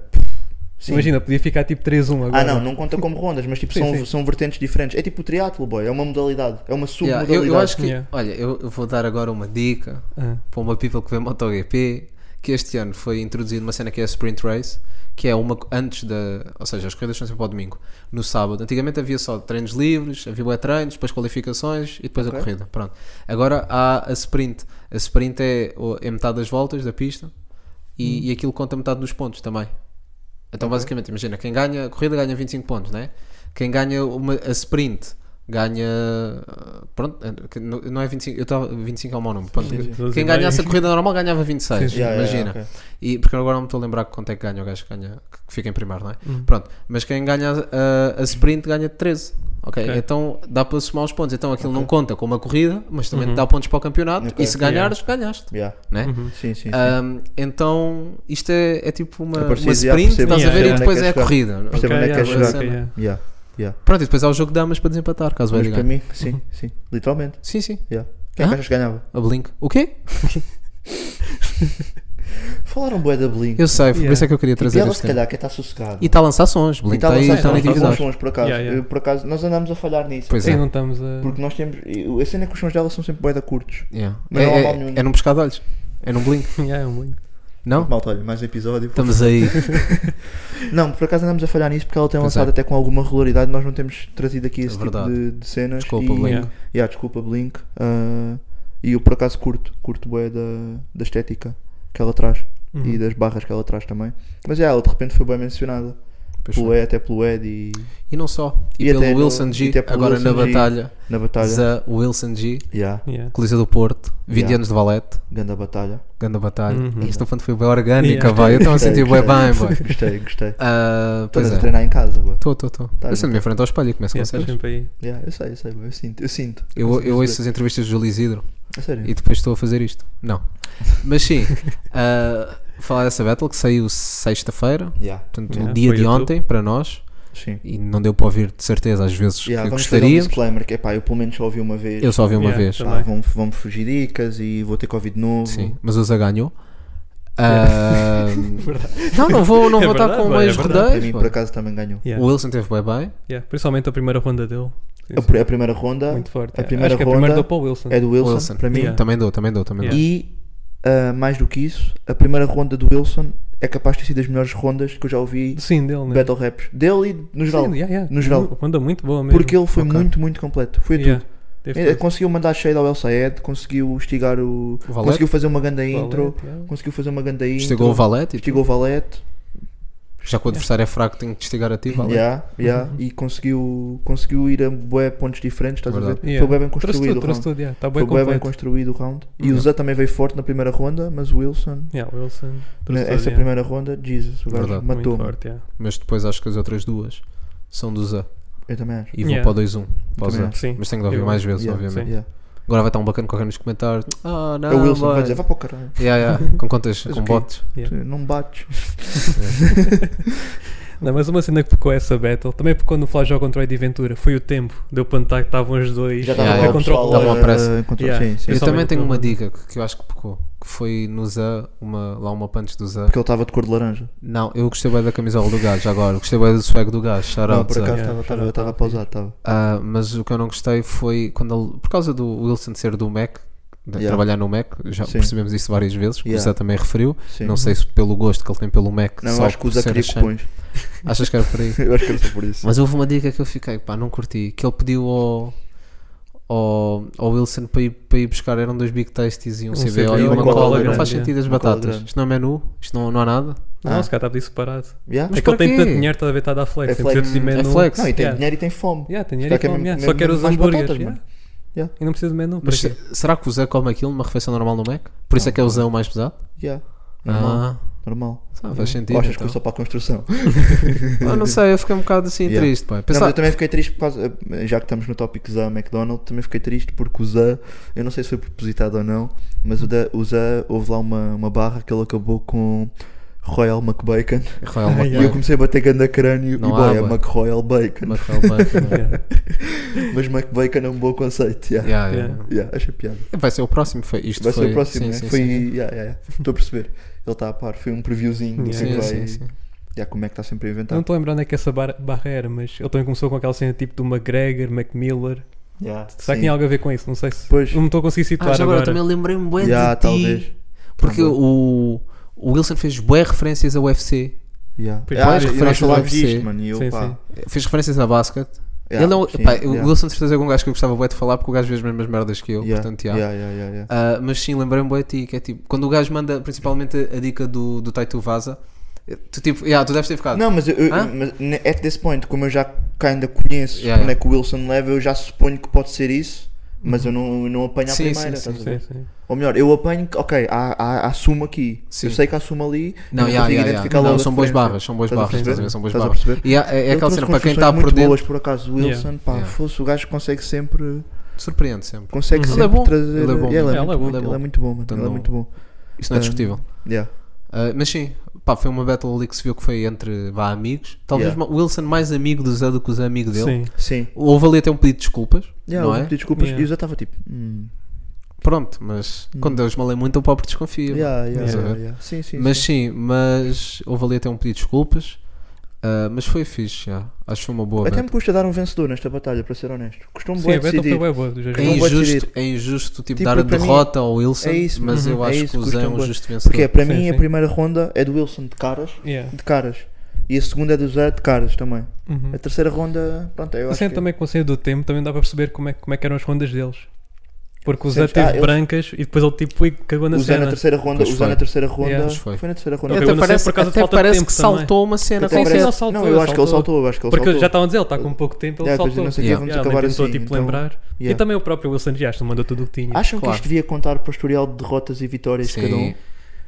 Speaker 6: sim.
Speaker 7: Imagina, podia ficar tipo 3-1 agora.
Speaker 6: Ah, não, não conta como rondas, mas tipo,
Speaker 7: Sim,
Speaker 6: são,
Speaker 7: sim.
Speaker 6: são vertentes diferentes. É tipo o triatlo, boy, é uma modalidade, é uma
Speaker 8: Yeah,
Speaker 6: submodalidade.
Speaker 8: eu, eu acho que.
Speaker 7: Yeah.
Speaker 8: Olha, eu, eu vou dar agora uma dica
Speaker 7: Ah.
Speaker 8: para uma people que vê MotoGP que este ano foi introduzido uma cena que é a Sprint Race que é uma co- antes da ou seja as corridas são sempre ao domingo no sábado antigamente havia só treinos livres havia bué treinos depois qualificações e depois a corrida pronto agora há a Sprint a Sprint é, o- é metade das voltas da pista e, e aquilo conta metade dos pontos também então basicamente imagina quem ganha a corrida ganha 25 pontos né quem ganha uma, a Sprint ganha ah, pronto eh, não não é 25 eu estava 25 é o mau número pronto,
Speaker 7: sim.
Speaker 8: quem ganhasse a corrida normal ganhava 26
Speaker 7: Sim,
Speaker 6: Yeah, yeah,
Speaker 8: imagina
Speaker 6: yeah, ok.
Speaker 8: e, porque agora não me estou a lembrar quanto é que ganha o gajo que, ganha, que fica em primeiro, não é? Pronto, mas quem ganha a, a sprint ganha 13. Ok,
Speaker 7: Ok.
Speaker 8: então dá para somar os pontos. Então aquilo não conta como a corrida, mas também te dá pontos para o campeonato.
Speaker 6: Ok.
Speaker 8: E se ganhares, ganhaste.
Speaker 6: Yeah.
Speaker 8: Né?
Speaker 6: Sim, sim, sim.
Speaker 8: Ahm, então isto é, é tipo uma,
Speaker 6: É
Speaker 8: uma
Speaker 6: parecido, já
Speaker 8: sprint,
Speaker 6: percebo,
Speaker 8: estás a
Speaker 7: percebo
Speaker 8: ver,
Speaker 7: onde
Speaker 8: e
Speaker 7: é
Speaker 8: depois
Speaker 6: que
Speaker 8: é a
Speaker 6: queres chegar.
Speaker 8: corrida.
Speaker 6: Percebo onde é que
Speaker 7: Ok,
Speaker 6: queres
Speaker 7: yeah,
Speaker 6: chegar.
Speaker 7: ok, yeah.
Speaker 6: Yeah, yeah.
Speaker 8: Pronto, e depois há o jogo de damas para desempatar, caso o
Speaker 6: Mas
Speaker 8: Eddie
Speaker 6: para
Speaker 8: ganhe.
Speaker 6: mim, sim,
Speaker 8: Uhum.
Speaker 6: sim, literalmente.
Speaker 8: Sim, sim,
Speaker 6: Yeah. Quem é que
Speaker 8: Hã?
Speaker 6: achas que ganhava?
Speaker 8: a Blink. O quê?
Speaker 6: Falaram bué da Blink.
Speaker 8: Eu sei, por
Speaker 7: Yeah.
Speaker 8: isso é que eu queria
Speaker 6: E
Speaker 8: trazer
Speaker 6: ela
Speaker 8: este
Speaker 6: se
Speaker 8: tema.
Speaker 6: calhar que está sossegada. tá
Speaker 8: E está a lançar sons, Blink está aí, tá
Speaker 6: lançando-
Speaker 8: está na
Speaker 6: lançando
Speaker 8: atividade.
Speaker 6: sons, por acaso.
Speaker 7: Yeah, yeah.
Speaker 6: Por acaso, nós andamos a falhar nisso.
Speaker 8: Pois
Speaker 7: Sim,
Speaker 8: é.
Speaker 7: não estamos a.
Speaker 6: Porque nós temos. A cena é que os sons dela são sempre bué da curtos.
Speaker 8: Yeah.
Speaker 6: Mas
Speaker 8: É-
Speaker 6: não há
Speaker 8: é-
Speaker 6: mal nenhum.
Speaker 8: é num pescado de olhos, é num Blink.
Speaker 7: Yeah, é um link.
Speaker 8: Não?
Speaker 6: Malta, olha, mais um episódio.
Speaker 8: Estamos aí.
Speaker 6: Não, por acaso andamos a falhar nisso porque ela tem
Speaker 8: Pois
Speaker 6: lançado
Speaker 8: é.
Speaker 6: até com alguma regularidade. Nós não temos trazido aqui esse tipo
Speaker 8: verdade.
Speaker 6: de, de cenas.
Speaker 8: Desculpa,
Speaker 6: e...
Speaker 8: Blink.
Speaker 7: Yeah.
Speaker 6: Yeah, desculpa, Blink. ah, e eu por acaso curto, curto bué da, da estética que ela traz e das barras que ela traz também. Mas é, ela de repente foi bem mencionada.
Speaker 8: Pois
Speaker 6: Pelo
Speaker 8: foi.
Speaker 6: Ed, até pelo Ed e
Speaker 8: E não só. E,
Speaker 6: E
Speaker 8: pelo
Speaker 6: até no-
Speaker 8: Wilson
Speaker 6: e
Speaker 8: G,
Speaker 6: até pelo
Speaker 8: agora na
Speaker 6: Wilson G.
Speaker 8: batalha.
Speaker 6: na batalha.
Speaker 8: Zé Wilson G,
Speaker 6: Yeah,
Speaker 7: Yeah.
Speaker 8: Coliseu do Porto, 20
Speaker 6: Yeah.
Speaker 8: anos de valete,
Speaker 6: grande batalha.
Speaker 8: grande batalha.
Speaker 7: Uhum.
Speaker 8: Esta fonte foi bem orgânica,
Speaker 7: Yeah.
Speaker 8: vai. Eu estava a
Speaker 6: Gostei,
Speaker 8: sentir bem bem,
Speaker 6: gostei.
Speaker 8: vai.
Speaker 6: Gostei, gostei.
Speaker 8: Ah, pois
Speaker 6: Estás É a
Speaker 8: é.
Speaker 6: treinar em casa, boa.
Speaker 8: Estou, estou, estou.
Speaker 6: Tá,
Speaker 8: Eu
Speaker 6: gente.
Speaker 8: sento-me em frente ao espelho e começo
Speaker 7: Yeah, tá
Speaker 8: com
Speaker 7: estás
Speaker 8: vocês.
Speaker 7: sempre aí.
Speaker 6: Yeah, eu sei, eu sei, bué, eu sinto, eu sinto.
Speaker 8: Eu, eu
Speaker 6: Consigo
Speaker 8: ouço
Speaker 6: perceber.
Speaker 8: as entrevistas do Júlio Isidro
Speaker 6: A sério?
Speaker 8: e depois estou a fazer isto. Não. Mas sim, ah, falar dessa battle que saiu sexta-feira,
Speaker 6: Yeah,
Speaker 8: portanto,
Speaker 7: Yeah,
Speaker 8: o dia
Speaker 7: foi
Speaker 8: de
Speaker 7: YouTube.
Speaker 8: ontem para nós,
Speaker 6: sim.
Speaker 8: e não deu para ouvir de certeza às vezes
Speaker 6: Yeah,
Speaker 8: que
Speaker 6: vamos fazer um
Speaker 8: gostaríamos.
Speaker 6: disclaimer que é pá, eu pelo menos só ouvi uma vez.
Speaker 8: Eu só ouvi uma
Speaker 7: Yeah, Então,
Speaker 8: vez.
Speaker 6: Pá,
Speaker 7: também.
Speaker 6: vão, vão me fugir dicas e vou ter Covid de novo.
Speaker 8: Sim, mas o Zé ganhou. Ah, não, não vou, não
Speaker 7: É
Speaker 8: vou estar
Speaker 7: verdade,
Speaker 8: com
Speaker 7: mano, é
Speaker 8: meios
Speaker 7: verdade.
Speaker 6: Para
Speaker 8: rodeios.
Speaker 6: mim,
Speaker 8: pá.
Speaker 6: por acaso, também ganhou.
Speaker 7: Yeah.
Speaker 8: O Wilson teve bem bem.
Speaker 7: Yeah. Principalmente a primeira ronda dele. Sim,
Speaker 6: A,
Speaker 7: sim.
Speaker 6: pr- a primeira ronda,
Speaker 7: Muito forte.
Speaker 6: Ah, a
Speaker 7: yeah.
Speaker 6: primeira
Speaker 7: Acho que a
Speaker 6: ronda
Speaker 7: primeira deu para o Wilson.
Speaker 6: é do Wilson,
Speaker 8: Wilson.
Speaker 6: para mim.
Speaker 7: Yeah.
Speaker 8: Também dou, também dou, também dou.
Speaker 6: E ah, mais do que isso, a primeira ronda do Wilson é capaz de ter sido das melhores rondas que eu já ouvi
Speaker 7: Sim, dele, né?
Speaker 6: battle raps. Dele e no geral.
Speaker 7: Sim, yeah, yeah.
Speaker 6: No geral.
Speaker 7: Uma Ronda muito boa mesmo.
Speaker 6: Porque ele foi
Speaker 8: Ok.
Speaker 6: muito, muito completo. Foi
Speaker 7: Yeah.
Speaker 6: tudo.
Speaker 7: Teve
Speaker 6: Ele
Speaker 7: tudo.
Speaker 6: Conseguiu mandar shade ao El Saed, conseguiu estigar o.
Speaker 8: O Valete.
Speaker 6: Conseguiu fazer uma ganda intro.
Speaker 7: Valente, yeah.
Speaker 6: Conseguiu fazer uma ganda intro.
Speaker 8: Estigou o Valete. e
Speaker 6: Estigou o Valete.
Speaker 8: tudo. Já que o adversário é fraco, tenho que estigar a ti,
Speaker 7: Tipo,
Speaker 8: Valete.
Speaker 6: Yeah, yeah,
Speaker 7: Uhum.
Speaker 6: E conseguiu, conseguiu ir a bué pontos diferentes, estás a
Speaker 8: Verdade.
Speaker 6: ver?
Speaker 7: Yeah.
Speaker 6: Foi bem, bem
Speaker 7: Trouxe
Speaker 6: construído.
Speaker 7: tudo,
Speaker 6: o
Speaker 7: trouxe
Speaker 6: round.
Speaker 7: tudo, yeah. Está
Speaker 6: Foi
Speaker 7: bem
Speaker 6: bué bem
Speaker 7: completo.
Speaker 6: construído o round. E o Zé também veio forte na primeira ronda, mas o Wilson,
Speaker 7: Yeah, o Wilson.
Speaker 6: na-
Speaker 7: trouxe tudo,
Speaker 6: essa
Speaker 7: yeah.
Speaker 6: primeira ronda, Jesus, o gajo
Speaker 8: Verdade.
Speaker 7: Muito
Speaker 6: matou.
Speaker 7: forte, yeah.
Speaker 8: Mas depois acho que as outras duas são do Zé.
Speaker 6: Eu também acho.
Speaker 8: E vou
Speaker 7: Yeah.
Speaker 8: para o 2-1. Para o
Speaker 6: Também
Speaker 8: Zé.
Speaker 6: acho.
Speaker 7: Sim.
Speaker 8: Mas tenho de ouvir
Speaker 7: Eu-
Speaker 8: mais vezes,
Speaker 6: Yeah,
Speaker 8: obviamente.
Speaker 7: sim.
Speaker 6: Yeah.
Speaker 8: Agora vai estar um bacana qualquer nos comentários. Ah, não.
Speaker 6: É o Wilson, vai
Speaker 8: mano.
Speaker 6: dizer, vá para o caralho.
Speaker 8: Yeah, yeah, Com contas,
Speaker 6: Mas
Speaker 8: com
Speaker 6: o quê?
Speaker 8: bots.
Speaker 6: Tu Não bates.
Speaker 7: Não, mas uma cena que pecou essa battle, também pecou no Flash contra o Eddie Ventura, foi o tempo. Deu para notar que estavam os dois
Speaker 6: Já
Speaker 8: tava
Speaker 6: estava
Speaker 7: a
Speaker 8: Yeah, lá
Speaker 6: yeah,
Speaker 7: contra o
Speaker 8: o
Speaker 6: eh, né?
Speaker 8: pessoal a-
Speaker 7: relógio.
Speaker 8: pressa.
Speaker 7: Yeah.
Speaker 6: Sim, sim.
Speaker 8: Eu
Speaker 7: Principalmente
Speaker 8: também tenho
Speaker 7: no-
Speaker 8: uma dica que que eu acho que pecou. que foi no Zé, uma, lá uma punch do Zé.
Speaker 6: Porque ele estava de cor de laranja.
Speaker 8: Não, eu gostei bem da camisola do gajo agora, gostei bem do swag do gajo, shout
Speaker 6: Não,
Speaker 8: out,
Speaker 6: por
Speaker 8: Zé.
Speaker 6: acaso
Speaker 7: Yeah,
Speaker 6: estava- estava- eu estava pausado, estava.
Speaker 8: Ah, mas o que eu não gostei foi quando ele, por causa do Wilson ser do Mac, de
Speaker 6: Yeah.
Speaker 8: trabalhar no Mac, já
Speaker 6: Sim.
Speaker 8: percebemos isso várias vezes, que o
Speaker 6: Yeah.
Speaker 8: Zé também referiu.
Speaker 6: Sim.
Speaker 8: Não sei se pelo gosto que ele tem pelo Mac,
Speaker 6: Não, eu
Speaker 8: só
Speaker 6: acho que o
Speaker 8: por
Speaker 6: Zé
Speaker 8: ser
Speaker 6: queria
Speaker 8: achante.
Speaker 6: cupons.
Speaker 8: Achas que era por aí?
Speaker 6: Eu acho que era só por isso.
Speaker 8: Mas houve uma dica que eu fiquei, pá, não curti. Que ele pediu ao, ao, ao Wilson para ir, para ir buscar, eram dois Big Tasties e um,
Speaker 7: Um
Speaker 8: CBO, e
Speaker 7: CBO,
Speaker 8: uma
Speaker 6: uma
Speaker 8: cola.
Speaker 6: cola
Speaker 8: não
Speaker 6: grande,
Speaker 8: faz
Speaker 7: é.
Speaker 8: sentido as
Speaker 6: Uma cola
Speaker 8: batatas.
Speaker 6: grande.
Speaker 8: Isto não é menu, isto não, não há nada.
Speaker 7: Não,
Speaker 6: Ah.
Speaker 7: se calhar está disso separado.
Speaker 6: Yeah?
Speaker 8: Mas
Speaker 7: é que ele tem
Speaker 8: porquê?
Speaker 7: tanto dinheiro, está a ver, está a dar flex.
Speaker 6: É
Speaker 7: tem de ser
Speaker 6: flex.
Speaker 7: de
Speaker 6: É
Speaker 7: menu.
Speaker 8: flex.
Speaker 6: Não, e tem
Speaker 7: Yeah.
Speaker 6: dinheiro e tem fome.
Speaker 7: Yeah, tem dinheiro e
Speaker 6: Está
Speaker 7: fome,
Speaker 6: aqui
Speaker 7: yeah.
Speaker 6: mesmo-
Speaker 7: Só quero
Speaker 6: mesmo
Speaker 7: os
Speaker 6: mais
Speaker 7: hambúrgueres.
Speaker 6: batatas,
Speaker 7: yeah.
Speaker 6: Yeah.
Speaker 7: E não preciso de menu. para
Speaker 8: Mas
Speaker 7: quê?
Speaker 8: se- será que o Zé come aquilo numa refeição normal no Mac? Por isso é que é o Zé o mais pesado?
Speaker 6: Yeah. Normal.
Speaker 8: Ah,
Speaker 6: normal.
Speaker 8: sabe, faz
Speaker 6: Ou
Speaker 8: sentido.
Speaker 6: Uhum. Hum. achas que
Speaker 8: então.
Speaker 6: eu sou para a construção?
Speaker 8: Ah, não sei, eu fiquei um bocado assim
Speaker 6: Yeah.
Speaker 8: triste, pá.
Speaker 6: Não,
Speaker 8: Pensava-
Speaker 6: mas eu também fiquei triste por causa, já que estamos no tópico Zé McDonald, também fiquei triste porque o Zé, eu não sei se foi propositado ou não, mas o, da, o Zé, houve lá uma, uma barra que ele acabou com Royal McBacon
Speaker 8: Rafael
Speaker 6: e
Speaker 8: McLaren.
Speaker 6: eu comecei a bater ganda crânio
Speaker 8: Não
Speaker 6: e
Speaker 8: há
Speaker 6: boy, é
Speaker 8: água.
Speaker 6: McRoyal Bacon,
Speaker 8: Rafael McLaren.
Speaker 7: Yeah.
Speaker 6: mas McBacon é um bom conceito, yeah.
Speaker 8: Yeah, yeah.
Speaker 7: Yeah.
Speaker 6: Yeah, achei piada.
Speaker 8: Vai ser o próximo, foi isto.
Speaker 6: Vai
Speaker 8: foi,
Speaker 6: ser o próximo,
Speaker 8: sim,
Speaker 6: né?
Speaker 8: sim,
Speaker 6: foi,
Speaker 8: sim.
Speaker 6: yeah, yeah, yeah. Estou a perceber. Ele está a par, foi um previewzinho do
Speaker 7: Yeah.
Speaker 6: que
Speaker 8: Sim,
Speaker 6: vai.
Speaker 8: sim, sim.
Speaker 6: Yeah, como é que está sempre a inventar?
Speaker 7: Não estou a lembrar onde é que essa bar barreira, mas ele também começou com aquela cena tipo do McGregor, McMiller. Será
Speaker 6: Yeah,
Speaker 7: que
Speaker 6: sim.
Speaker 7: tem algo a ver com isso? Não sei se.
Speaker 6: Pois.
Speaker 7: Não me estou a conseguir situar
Speaker 8: Ah, já agora
Speaker 7: agora.
Speaker 8: também lembrei-me bem
Speaker 6: Yeah,
Speaker 8: de ti.
Speaker 6: talvez.
Speaker 8: Porque o, o Wilson fez bué referências ao UFC.
Speaker 6: Yeah.
Speaker 7: Pois,
Speaker 6: Ah,
Speaker 7: mais
Speaker 6: e nós
Speaker 8: referências ao
Speaker 6: falámos
Speaker 8: UFC.
Speaker 6: disto, mano, e eu
Speaker 7: Sim,
Speaker 6: pá.
Speaker 7: sim.
Speaker 8: Fez referências a basket.
Speaker 6: Yeah,
Speaker 8: ele é um,
Speaker 6: sim,
Speaker 8: pá,
Speaker 6: yeah.
Speaker 8: O Wilson de certeza é um gajo que eu gostava bué de falar porque o gajo vê as mesmas merdas que eu.
Speaker 6: Yeah,
Speaker 8: Portanto, yeah.
Speaker 6: yeah, yeah, yeah, yeah.
Speaker 8: Ah, mas sim, lembrei-me bué de ti, que é tipo, quando o gajo manda principalmente a, a dica do, do Taito Vaza, tu tipo, yeah, tu deves ter ficado.
Speaker 6: Não, mas, eu, eu-
Speaker 8: Hã?
Speaker 6: mas ne- at this point, como eu já ainda conheço
Speaker 8: Yeah,
Speaker 6: onde
Speaker 8: yeah.
Speaker 6: é que o Wilson leva, eu já suponho que pode ser isso, mas eu não, eu não apanho a
Speaker 8: Sim, sim,
Speaker 6: primeira,
Speaker 8: sim,
Speaker 6: estás a
Speaker 7: Sim,
Speaker 6: ver?
Speaker 7: sim.
Speaker 6: Ou melhor, eu apanho, que, ok, há, há, há suma aqui.
Speaker 8: Sim.
Speaker 6: Eu sei que há suma ali,
Speaker 8: Não,
Speaker 6: eu
Speaker 8: yeah,
Speaker 6: consigo
Speaker 8: yeah,
Speaker 6: identificar
Speaker 8: yeah.
Speaker 6: logo
Speaker 8: Não,
Speaker 6: a
Speaker 8: são boas
Speaker 6: referência.
Speaker 8: barras, são boas
Speaker 6: Estás a
Speaker 8: barras, estás a
Speaker 6: perceber?
Speaker 8: ver, são boas
Speaker 6: Estás a
Speaker 8: barras.
Speaker 6: perceber?
Speaker 8: E há- é, é
Speaker 6: Ele
Speaker 8: aquela
Speaker 6: trouxe
Speaker 8: cena, para quem
Speaker 6: construções
Speaker 8: está por
Speaker 6: muito
Speaker 8: dentro,
Speaker 6: boas, por acaso, o
Speaker 7: Yeah.
Speaker 6: Wilson, pá,
Speaker 8: Yeah.
Speaker 6: fosse, o gajo consegue sempre,
Speaker 8: surpreende sempre.
Speaker 6: consegue
Speaker 8: Ele é
Speaker 6: sempre
Speaker 8: bom.
Speaker 6: trazer...
Speaker 8: Ele é bom.
Speaker 6: Yeah,
Speaker 7: É, ele é bom.
Speaker 6: muito bom, Ele é muito bom, mano.
Speaker 8: Então
Speaker 6: Ele é
Speaker 8: não-
Speaker 6: muito bom.
Speaker 8: Isso não é
Speaker 6: Ah.
Speaker 8: discutível.
Speaker 6: Yeah.
Speaker 8: Uh, mas sim, pá, foi uma battle ali que se viu que foi entre vá, amigos. Talvez
Speaker 6: Yeah.
Speaker 8: o Wilson mais amigo do Zé do que o Zé amigo dele.
Speaker 7: Sim.
Speaker 6: Sim.
Speaker 8: Houve ali até um pedido de desculpas,
Speaker 6: Yeah, um
Speaker 8: não
Speaker 6: eu
Speaker 8: é?
Speaker 6: pedi desculpas
Speaker 7: Yeah.
Speaker 6: e o Zé estava tipo... hum,
Speaker 8: Pronto, mas quando Deus malei muito, o pobre desconfia.
Speaker 6: yeah, yeah,
Speaker 8: Estás a
Speaker 6: yeah,
Speaker 8: ver?
Speaker 6: yeah. Sim, sim,
Speaker 8: Mas
Speaker 6: sim.
Speaker 8: sim, mas houve ali até um pedido de desculpas. Uh, mas foi fixe, já. acho que foi uma boa
Speaker 6: Até
Speaker 8: battle.
Speaker 6: me custa dar um vencedor nesta batalha, para ser honesto. Costumo
Speaker 7: Sim,
Speaker 6: bem
Speaker 7: a Battle foi
Speaker 6: decidir.
Speaker 7: web boa dos dois
Speaker 8: É
Speaker 6: Não
Speaker 7: jogos.
Speaker 6: vou
Speaker 8: injusto,
Speaker 6: decidir.
Speaker 8: é injusto tipo,
Speaker 6: um Tipo,
Speaker 8: dar a
Speaker 6: para mim,
Speaker 8: derrota ao Wilson,
Speaker 6: é isso,
Speaker 8: mas
Speaker 6: uhum,
Speaker 8: eu
Speaker 6: é
Speaker 8: acho
Speaker 6: isso
Speaker 8: que o
Speaker 6: que
Speaker 8: Zé é
Speaker 6: custam
Speaker 8: um
Speaker 6: bué.
Speaker 8: justo vencedor.
Speaker 6: Porque é, para
Speaker 7: Sim,
Speaker 6: mim a
Speaker 7: sim.
Speaker 6: primeira ronda é do Wilson de caras,
Speaker 7: Yeah.
Speaker 6: de caras. E a segunda é do Zé de caras também.
Speaker 7: Uhum.
Speaker 6: A terceira ronda, pronto, eu
Speaker 7: A
Speaker 6: acho
Speaker 7: cena
Speaker 6: que...
Speaker 7: também com a cena do tempo também dá para perceber como é, como é que eram as rondas deles. Porque o Zé
Speaker 6: Sempre-
Speaker 7: teve
Speaker 6: Ah, eles-
Speaker 7: brancas e depois ele tipo ui, cagou na
Speaker 6: o Zé na
Speaker 7: cena.
Speaker 6: terceira ronda,
Speaker 8: Pois
Speaker 6: o Zé
Speaker 8: foi.
Speaker 6: na terceira ronda,
Speaker 7: Yeah.
Speaker 8: Pois foi.
Speaker 6: foi na terceira
Speaker 7: Eu
Speaker 6: ronda.
Speaker 7: não
Speaker 8: Até
Speaker 7: sei é
Speaker 8: parece,
Speaker 7: por causa de
Speaker 8: até
Speaker 7: falta de
Speaker 8: parece
Speaker 7: tempo
Speaker 8: que
Speaker 7: também.
Speaker 8: saltou uma cena
Speaker 7: Sim,
Speaker 6: Até
Speaker 7: sim,
Speaker 8: qualquer.
Speaker 6: parece-
Speaker 7: ele saltou,
Speaker 6: não, eu
Speaker 7: ele
Speaker 6: acho que ele
Speaker 7: saltou.
Speaker 6: saltou, eu acho que ele
Speaker 7: Porque já tá-
Speaker 6: saltou.
Speaker 7: estava a dizer, ele está com pouco tempo, ele
Speaker 6: Yeah, depois
Speaker 7: saltou.
Speaker 6: não sei o
Speaker 8: Yeah.
Speaker 6: que, vamos
Speaker 7: Yeah, nem
Speaker 6: acabar
Speaker 7: tentou
Speaker 6: assim.
Speaker 7: tipo
Speaker 6: então-
Speaker 7: lembrar. E
Speaker 6: Yeah.
Speaker 7: também o próprio Wilson Dias não mandou tudo o que tinha.
Speaker 6: Acham que
Speaker 8: Claro.
Speaker 6: isto devia contar para o historial de derrotas e vitórias de cada um?
Speaker 8: Sim,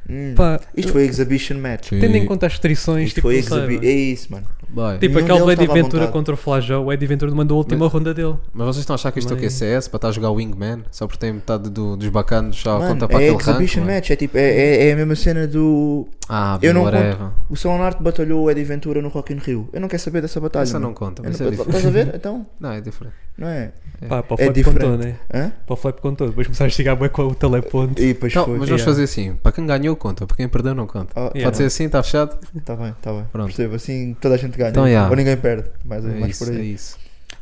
Speaker 6: Hum.
Speaker 7: Pá,
Speaker 6: Isto foi exhibition match.
Speaker 8: sim.
Speaker 7: tendo em conta as restrições,
Speaker 6: Isto
Speaker 7: tipo,
Speaker 6: foi
Speaker 7: não sei,
Speaker 6: exhibi...
Speaker 7: mano.
Speaker 6: É isso, mano.
Speaker 8: Bem.
Speaker 7: tipo
Speaker 6: Nenhum
Speaker 7: aquele
Speaker 6: deles
Speaker 7: Ed
Speaker 6: estava à
Speaker 7: Ventura
Speaker 6: vontade. É.
Speaker 7: contra o Flajão, o Ed Ventura mandou a última
Speaker 8: Mas-
Speaker 7: ronda dele.
Speaker 8: Mas vocês estão a achar que isto é o que é
Speaker 7: Também-
Speaker 8: CS para estar a jogar Wingman? Só porque tem metade do- dos bacanos já
Speaker 6: Mano,
Speaker 8: conta para
Speaker 6: é
Speaker 8: aquele ranking.
Speaker 6: exhibition match, é tipo, é, é, é a mesma cena do.
Speaker 8: Ah,
Speaker 6: Eu
Speaker 8: eu
Speaker 6: não
Speaker 8: não
Speaker 6: conto. O São Leonardo batalhou o Eddie Ventura no Rock in Rio. Eu não quero saber dessa batalha.
Speaker 8: Essa
Speaker 6: mano.
Speaker 8: não conta,
Speaker 6: Eu
Speaker 8: mas
Speaker 6: não-
Speaker 8: é diferente.
Speaker 6: Estás a ver? Então,
Speaker 8: Não, é diferente.
Speaker 6: não é?
Speaker 7: Pá, para o
Speaker 6: É
Speaker 7: Flap contou,
Speaker 6: diferente.
Speaker 7: né?
Speaker 6: Hã?
Speaker 7: Para o Flap contou. Depois começaram a chegar bem com o teleponto.
Speaker 6: E depois
Speaker 8: Não,
Speaker 6: foi.
Speaker 8: mas vamos
Speaker 7: yeah.
Speaker 8: fazer assim: para quem ganhou, conta, para quem perdeu, não conta.
Speaker 6: Ah,
Speaker 7: Yeah.
Speaker 8: Pode ser assim, está fechado?
Speaker 6: Tá bem, tá bem.
Speaker 8: Pronto.
Speaker 6: Percebo, assim toda a gente ganha.
Speaker 8: Então, yeah.
Speaker 6: Ou ninguém perde. Mais,
Speaker 8: É
Speaker 6: mais
Speaker 8: isso,
Speaker 6: por
Speaker 8: é
Speaker 6: aí.
Speaker 8: isso.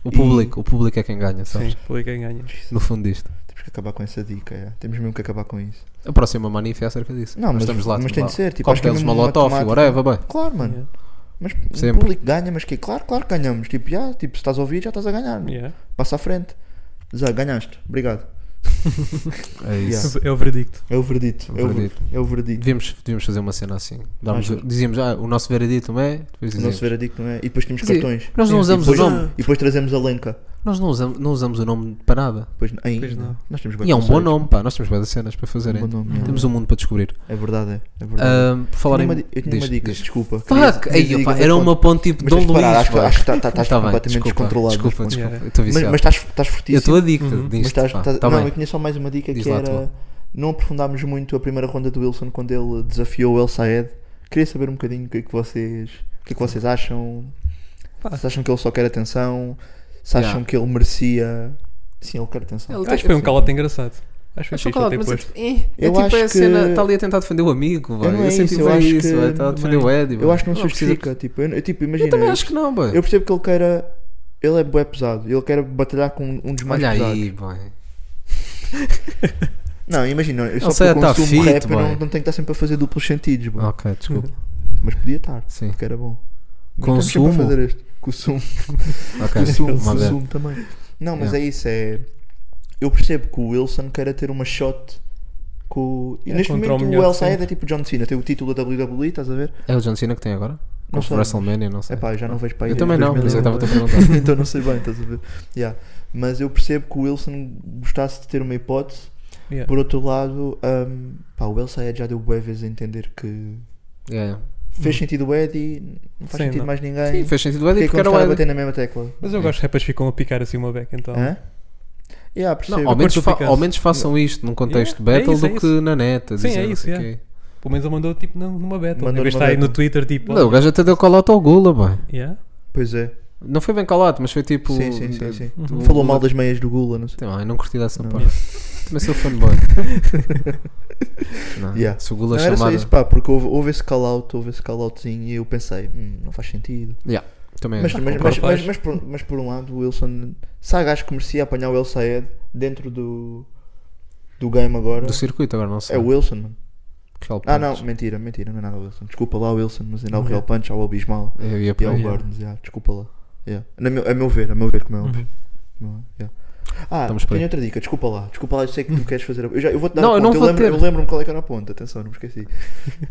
Speaker 8: O
Speaker 6: E-
Speaker 8: público, o público é quem ganha, sabes?
Speaker 7: Sim, foi quem ganha.
Speaker 8: No fundo disto.
Speaker 6: Temos que acabar com essa dica. yeah. Temos mesmo que acabar com isso.
Speaker 8: A próxima manifa é acerca disso.
Speaker 6: Não,
Speaker 8: Nós
Speaker 6: mas-
Speaker 8: estamos lá,
Speaker 6: mas
Speaker 8: estamos
Speaker 6: tem
Speaker 8: lá.
Speaker 6: de ser, tipo, acho que é
Speaker 8: Cocktails
Speaker 6: mesmo
Speaker 8: molotov,
Speaker 6: matemática.
Speaker 8: whatever, bem.
Speaker 6: Claro, mano.
Speaker 7: Yeah.
Speaker 6: Mas
Speaker 8: Sempre.
Speaker 6: o público ganha, mas que Claro, claro que ganhamos. Tipo, já, tipo, se estás a ouvir, já estás a ganhar. mano.
Speaker 7: Yeah.
Speaker 6: Passa à frente. Zé, ganhaste. Obrigado.
Speaker 8: É isso.
Speaker 6: Yeah.
Speaker 7: É o verdicto.
Speaker 6: É o verdito. É o verdito. É o verdito.
Speaker 8: Devíamos, devíamos fazer uma cena assim. Dávamos-
Speaker 6: Acho-
Speaker 8: dizíamos, ah, o nosso veredito é. Depois
Speaker 6: O nosso
Speaker 8: dizíamos.
Speaker 6: veredicto, não é? E depois temos
Speaker 8: Quer dizer,
Speaker 6: cartões.
Speaker 8: Nós não
Speaker 7: Sim,
Speaker 8: usamos
Speaker 6: Depois-
Speaker 8: o nome.
Speaker 6: E depois trazemos a Lenca.
Speaker 8: Nós não usamos, não usamos o nome para nada.
Speaker 6: Pois, ainda.
Speaker 7: Pois não.
Speaker 6: Nós temos
Speaker 8: E é um bom
Speaker 6: conceitos.
Speaker 8: nome, pá. Nós temos várias cenas para fazer
Speaker 6: Um bom
Speaker 8: ainda.
Speaker 6: nome, yeah.
Speaker 8: Temos um mundo para descobrir.
Speaker 6: É verdade, é. é verdade.
Speaker 8: Ahm, por falar
Speaker 6: Tinha
Speaker 8: em-
Speaker 6: uma di- eu tinha
Speaker 8: diz,
Speaker 6: uma dica,
Speaker 8: diz.
Speaker 6: desculpa. queria-
Speaker 8: Fuck!
Speaker 6: queria
Speaker 8: Ei,
Speaker 6: dizer
Speaker 8: pá,
Speaker 6: outra
Speaker 8: era
Speaker 6: ponta.
Speaker 8: uma ponte tipo
Speaker 6: Mas
Speaker 8: Dom
Speaker 6: tens de
Speaker 8: Luís.
Speaker 6: parar, acho que-
Speaker 8: pá.
Speaker 6: acho que tá- tá- estás
Speaker 8: Tá bem,
Speaker 6: completamente
Speaker 8: desculpa,
Speaker 6: descontrolado neste
Speaker 8: Desculpa,
Speaker 6: ponto.
Speaker 8: desculpa.
Speaker 7: Yeah.
Speaker 8: Eu estou
Speaker 6: Mas,
Speaker 8: viciado.
Speaker 6: mas estás, estás fortíssimo.
Speaker 8: eu estou adicto
Speaker 7: Uhum.
Speaker 6: mas
Speaker 8: disto.
Speaker 6: estás,
Speaker 8: pá.
Speaker 6: estás-
Speaker 8: Tá
Speaker 6: não,
Speaker 8: bem.
Speaker 6: eu tinha só mais uma dica
Speaker 8: Diz
Speaker 6: que
Speaker 8: lá
Speaker 6: era.
Speaker 8: tu.
Speaker 6: Não aprofundámos muito a primeira ronda do Wilson quando ele desafiou o El Saed. Queria saber um bocadinho o que é que vocês, o que é que vocês acham.
Speaker 7: Pá.
Speaker 6: Se acham que ele só quer atenção, se acham
Speaker 8: Yeah.
Speaker 6: que ele merecia. Sim, ele quer atenção.
Speaker 8: Ele-
Speaker 6: assim.
Speaker 7: Acho que foi um calote engraçado. Acho que
Speaker 8: Mas
Speaker 7: fixe ele
Speaker 8: chocolate,
Speaker 7: ter
Speaker 8: mas é,
Speaker 7: posto.
Speaker 8: tipo- é, é
Speaker 6: Eu
Speaker 8: tipo
Speaker 6: acho
Speaker 8: é a cena,
Speaker 6: que-
Speaker 8: está ali a tentar defender o amigo, vai.
Speaker 6: não é
Speaker 8: Eu, senti
Speaker 6: isso, eu
Speaker 8: bem
Speaker 6: acho
Speaker 8: isso,
Speaker 6: que-
Speaker 8: vai. Está a defender o Eddie,
Speaker 6: Eu acho que não
Speaker 8: se
Speaker 6: se justifica. Tipo, eu, eu, tipo, imagina.
Speaker 8: Eu também acho que não, boy.
Speaker 6: eu percebo que ele queira. Ele é bué pesado. Ele quer batalhar com um dos mais
Speaker 8: Olha
Speaker 6: pesados.
Speaker 8: aí, boy.
Speaker 6: Não, imagina, eu só
Speaker 8: sei,
Speaker 6: porque
Speaker 8: tá
Speaker 6: consumo
Speaker 8: fit,
Speaker 6: rap, eu não,
Speaker 8: boy.
Speaker 6: não tenho que estar sempre a fazer duplos sentidos, boy.
Speaker 8: Ok, desculpa.
Speaker 6: mas podia estar,
Speaker 8: Sim.
Speaker 6: porque era bom. Mas estamos sempre
Speaker 8: Consumo.
Speaker 6: a fazer este. Consumo.
Speaker 8: Ok,
Speaker 6: Consumo,
Speaker 8: uma vez.
Speaker 6: consumo também. Não, mas é isso, é. Eu percebo que o Wilson queira ter uma shot com. E
Speaker 7: É,
Speaker 6: neste
Speaker 7: contra o
Speaker 6: momento o
Speaker 7: melhor
Speaker 6: El
Speaker 7: de
Speaker 6: Sayed
Speaker 7: sempre.
Speaker 6: é tipo John Cena, tem o título da WWE, estás a ver?
Speaker 8: É o John Cena que tem agora?
Speaker 6: Não
Speaker 8: Ou
Speaker 6: sei.
Speaker 8: WrestleMania, não sei.
Speaker 6: É pá, já não vejo para aí.
Speaker 8: Eu
Speaker 6: desde
Speaker 8: também não, mas eu
Speaker 6: 2000.
Speaker 8: estava a perguntar.
Speaker 6: então não sei bem, estás a ver? Yeah. Mas eu percebo que o Wilson gostasse de ter uma hipótese.
Speaker 7: Yeah.
Speaker 6: Por outro lado, um, pá, o El Sayed já deu boa vezes a entender que
Speaker 8: Yeah.
Speaker 6: fez sentido o Eddie, não faz
Speaker 7: Sim,
Speaker 6: sentido
Speaker 7: não.
Speaker 6: mais ninguém.
Speaker 8: Hum. Sim, fez sentido o
Speaker 6: Porquê
Speaker 8: Eddie
Speaker 6: que
Speaker 8: é porque era
Speaker 6: vamos estar
Speaker 8: um o
Speaker 6: a
Speaker 8: Eddie.
Speaker 6: bater na mesma tecla?
Speaker 7: Mas eu gosto que rappers ficam a picar assim uma beca, então.
Speaker 6: Hã? Yeah, percebo.
Speaker 8: Não, ao, menos
Speaker 7: curto o
Speaker 8: fa-
Speaker 7: Picasso.
Speaker 8: ao menos façam isto num contexto de
Speaker 7: Yeah, é
Speaker 8: battle
Speaker 7: isso, é
Speaker 8: do
Speaker 7: isso.
Speaker 8: que na neta.
Speaker 7: Sim, é
Speaker 8: dizer não
Speaker 7: isso,
Speaker 8: sei o
Speaker 7: yeah.
Speaker 8: quê.
Speaker 7: Pelo menos ele mandou tipo num- numa beta.
Speaker 6: Mandou
Speaker 7: Em vez de
Speaker 6: numa
Speaker 7: estar aí no
Speaker 6: battle.
Speaker 7: Twitter, tipo.
Speaker 8: Não, o gajo até deu calote ao Gula, boy.
Speaker 7: Yeah.
Speaker 6: Pois é.
Speaker 8: Não foi bem calote, mas foi tipo.
Speaker 6: sim, sim, sim. sim.
Speaker 8: do-
Speaker 6: Falou mal das meias do Gula, não sei.
Speaker 8: Tem lá, eu não curti dessa
Speaker 6: Não.
Speaker 8: parte. Também sou fanboy. não,
Speaker 6: Yeah.
Speaker 8: Se o Gula
Speaker 6: Não, era só
Speaker 8: chamada.
Speaker 6: isso, pá, porque houve, houve esse call-out, houve esse call-outzinho e eu pensei, "Hum, não faz sentido.
Speaker 8: Também é
Speaker 6: Mas, mas,
Speaker 8: concordo.
Speaker 6: mas,
Speaker 7: faz.
Speaker 6: mas- mas por, mas por um lado, o Wilson, se há gajo que merecia apanhar o El Sayed dentro do, do game agora,
Speaker 8: Do circuito agora, não sei.
Speaker 6: é o Wilson. mano.
Speaker 8: Real
Speaker 6: Ah, não,
Speaker 8: Pontes.
Speaker 6: mentira, mentira, não é nada o Wilson. Desculpa lá, o Wilson, mas ainda há o
Speaker 7: Uhum.
Speaker 6: Real Punch, há o Abismal
Speaker 8: Eu ia
Speaker 6: e
Speaker 8: por
Speaker 6: há o
Speaker 8: aí.
Speaker 6: Burns, yeah, desculpa lá. Yeah. Na meu- a meu ver, a meu ver, como é óbvio. Não é? Yeah. Ah,
Speaker 8: Uhum. Estamos por
Speaker 6: tenho
Speaker 8: aí. Uhum.
Speaker 6: outra dica, desculpa lá, desculpa lá, eu sei que tu queres fazer a... eu, já, eu vou-te dar
Speaker 8: Não,
Speaker 6: a
Speaker 8: eu
Speaker 6: ponta,
Speaker 8: não vou
Speaker 6: lembro-
Speaker 8: ter.
Speaker 6: eu lembro-me qual é que era a ponta, atenção, não me esqueci.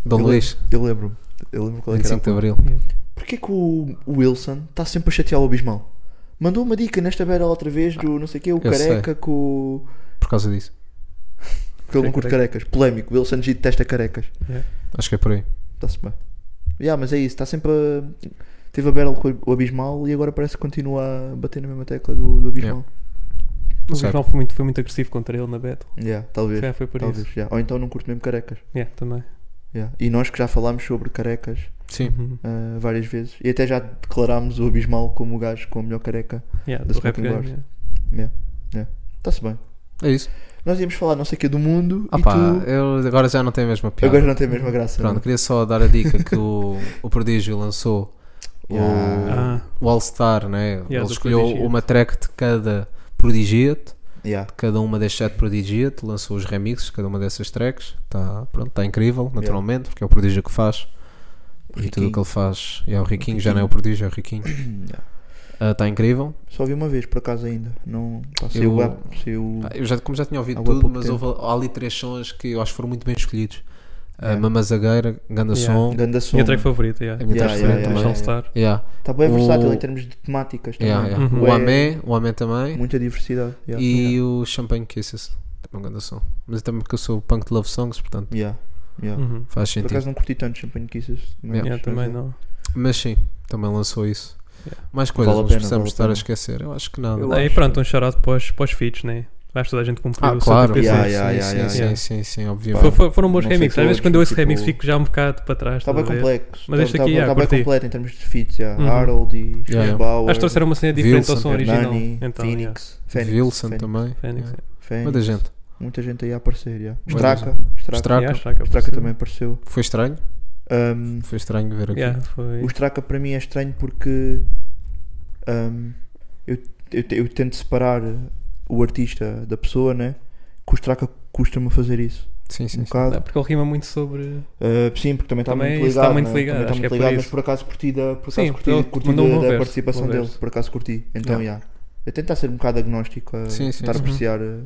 Speaker 8: Dom
Speaker 6: Eu-
Speaker 8: Luís,
Speaker 6: Eu lembro-me. Eu lembro qual é que era.
Speaker 8: 25 de Abril.
Speaker 6: Porquê que o o Wilson está sempre a chatear o Abismal? Mandou uma dica nesta beira outra vez
Speaker 8: Ah,
Speaker 6: do não sei o quê, o careca com.
Speaker 8: Por causa disso.
Speaker 6: Porque ele não curte carecas. Polémico. Wilson G detesta carecas.
Speaker 8: Acho que é por aí.
Speaker 6: Está-se bem. Yeah, mas é isso. Está sempre a. Teve a battle com o Abismal e agora parece que continua a bater na mesma tecla do, do Abismal.
Speaker 7: O
Speaker 8: Certo.
Speaker 7: Bisbal foi muito, foi muito agressivo contra ele na battle.
Speaker 6: Yeah. talvez.
Speaker 7: Se calhar foi por
Speaker 6: talvez,
Speaker 7: isso.
Speaker 6: yeah. Ou então não curte mesmo carecas.
Speaker 7: Yeah, também.
Speaker 6: Yeah. E nós que já falámos sobre carecas
Speaker 8: Sim.
Speaker 7: Uhum.
Speaker 6: ah, várias vezes e até já declarámos o Abismal como o gajo com a melhor careca.
Speaker 7: Yeah,
Speaker 6: Desse
Speaker 7: do rap
Speaker 6: muito
Speaker 7: game.
Speaker 6: gosto.
Speaker 7: yeah.
Speaker 6: Está-se bem.
Speaker 8: É isso.
Speaker 6: Nós íamos falar não sei o que do mundo
Speaker 8: Ah
Speaker 6: e
Speaker 8: pá,
Speaker 6: tu.
Speaker 8: eu agora já não tenho a mesma piada.
Speaker 6: Agora não tem a mesma graça.
Speaker 8: Pronto,
Speaker 6: não. é?
Speaker 8: queria só dar a dica que o, o Prodígio lançou o,
Speaker 6: Yeah.
Speaker 7: Ah,
Speaker 8: o All Star, né? Ele
Speaker 7: do
Speaker 8: escolheu
Speaker 7: Prodigiate.
Speaker 8: uma track de cada Prodigiate,
Speaker 6: Yeah.
Speaker 8: de cada uma das sete Prodigiate, lançou os remixes, de cada uma dessas tracks. Está tá incrível, naturalmente, porque é o Prodígio que faz. E tudo o que ele faz é o Riquinho, já não é o Prodígio, é o Riquinho. Está incrível.
Speaker 6: Só vi uma vez, por acaso ainda. Não. Pá,
Speaker 8: Eu-
Speaker 6: saiu o- saiu
Speaker 8: Ah, Eu já, como já tinha ouvido
Speaker 6: Hum. Há bué
Speaker 8: tudo,
Speaker 6: pouco
Speaker 8: mas
Speaker 6: tempo.
Speaker 8: houve, há ali três sons que eu acho que foram muito bem escolhidos. A
Speaker 6: Yeah.
Speaker 8: Mamazagueira, Ganda
Speaker 7: Yeah.
Speaker 8: Som.
Speaker 6: Ganda som.
Speaker 7: minha track favorita, yeah.
Speaker 8: A minha
Speaker 6: um Yeah,
Speaker 8: track
Speaker 6: yeah, yeah,
Speaker 8: favorita também.
Speaker 6: yeah.
Speaker 7: All-Star.
Speaker 8: Yeah.
Speaker 6: Está bem
Speaker 8: O-
Speaker 6: versátil em termos de temáticas também.
Speaker 8: Yeah, yeah.
Speaker 7: Uhum.
Speaker 8: O
Speaker 6: Ué,
Speaker 8: Amé, o Amé também.
Speaker 6: Muita diversidade. Yeah.
Speaker 8: e
Speaker 6: Yeah.
Speaker 8: o Champagne Kisses. Também um grande som. Mas eu também porque eu sou punk de love songs, portanto
Speaker 6: Yeah. Yeah.
Speaker 7: Uhum.
Speaker 8: faz
Speaker 6: Por
Speaker 8: sentido.
Speaker 6: acaso não curti tanto Champagne Kisses. mas-
Speaker 8: Hum, Yeah.
Speaker 7: Yeah, também não.
Speaker 8: Mas sim, também lançou isso.
Speaker 7: Yeah.
Speaker 8: Mais coisas
Speaker 6: Vale a
Speaker 8: nos
Speaker 6: pena,
Speaker 8: precisamos
Speaker 6: vale a
Speaker 8: estar a
Speaker 6: pena.
Speaker 8: esquecer. Eu acho que nada.
Speaker 6: Eu
Speaker 7: Ah, e
Speaker 6: acho.
Speaker 7: pronto, um shout-out para os, para os feats, né? Acho que toda a gente cumpriu
Speaker 8: Ah,
Speaker 7: o seu
Speaker 8: claro.
Speaker 7: TPC.
Speaker 6: Yeah,
Speaker 8: sim,
Speaker 6: yeah,
Speaker 8: sim,
Speaker 6: yeah,
Speaker 8: sim,
Speaker 6: yeah,
Speaker 8: sim,
Speaker 7: yeah.
Speaker 8: sim, sim,
Speaker 7: Fo-
Speaker 8: obviamente.
Speaker 7: fo- Foram bons
Speaker 6: Não sei
Speaker 7: remixes. Às
Speaker 6: todos,
Speaker 7: vezes quando eu ouço
Speaker 6: tipo-
Speaker 7: remix fico já um bocado para trás.
Speaker 6: Estava
Speaker 7: estás a ver?
Speaker 6: complexo.
Speaker 7: Mas este
Speaker 6: Estava-
Speaker 7: aqui, yeah,
Speaker 6: estava
Speaker 7: curti.
Speaker 6: bem completo em termos de feats. Yeah.
Speaker 7: Uhum.
Speaker 6: Harold e
Speaker 8: Yeah, yeah.
Speaker 6: Bauer,
Speaker 7: Acho que trouxeram uma cena diferente ao som
Speaker 8: Wilson,
Speaker 7: original.
Speaker 6: Hernani,
Speaker 7: Então, yeah.
Speaker 6: Phoenix. Phoenix.
Speaker 8: Wilson
Speaker 6: Phoenix,
Speaker 8: também.
Speaker 7: Phoenix,
Speaker 8: Yeah.
Speaker 7: yeah.
Speaker 6: Phoenix.
Speaker 8: Muita gente.
Speaker 6: Muita gente aí a aparecer. Yeah.
Speaker 8: Muita
Speaker 6: Straca. Straca.
Speaker 8: Straca.
Speaker 7: Yeah, Straka
Speaker 6: Straca
Speaker 7: apareceu.
Speaker 6: também apareceu.
Speaker 8: Foi estranho.
Speaker 6: Um,
Speaker 8: Foi estranho ver aqui.
Speaker 7: Yeah, foi-
Speaker 6: O Straka para mim é estranho porque hum, eu, eu, te- eu tento separar o artista da pessoa, né? Que o Straka custa-me fazer isso.
Speaker 8: Sim,
Speaker 6: um
Speaker 8: sim. sim.
Speaker 7: Ah,
Speaker 6: bocado.
Speaker 7: porque ele rima muito sobre.
Speaker 6: Ah, sim, porque também está
Speaker 7: Também
Speaker 6: muito
Speaker 7: isso
Speaker 6: ligado.
Speaker 7: está muito
Speaker 6: né?
Speaker 7: ligado,
Speaker 6: Também está
Speaker 7: acho que
Speaker 6: muito
Speaker 7: é por
Speaker 6: ligado, mas
Speaker 7: isso.
Speaker 6: por acaso curti da, por acaso
Speaker 7: Sim,
Speaker 6: curti,
Speaker 7: ele
Speaker 6: curti
Speaker 7: mandou
Speaker 6: da,
Speaker 7: um bom
Speaker 6: da
Speaker 7: verso,
Speaker 6: participação
Speaker 7: bom
Speaker 6: dele,
Speaker 7: verso.
Speaker 6: por acaso curti. Então,
Speaker 8: Yeah.
Speaker 6: yeah. eu tento ser um bocado agnóstico a
Speaker 8: Sim, sim,
Speaker 6: tentar
Speaker 8: sim.
Speaker 7: Uhum.
Speaker 6: apreciar uh,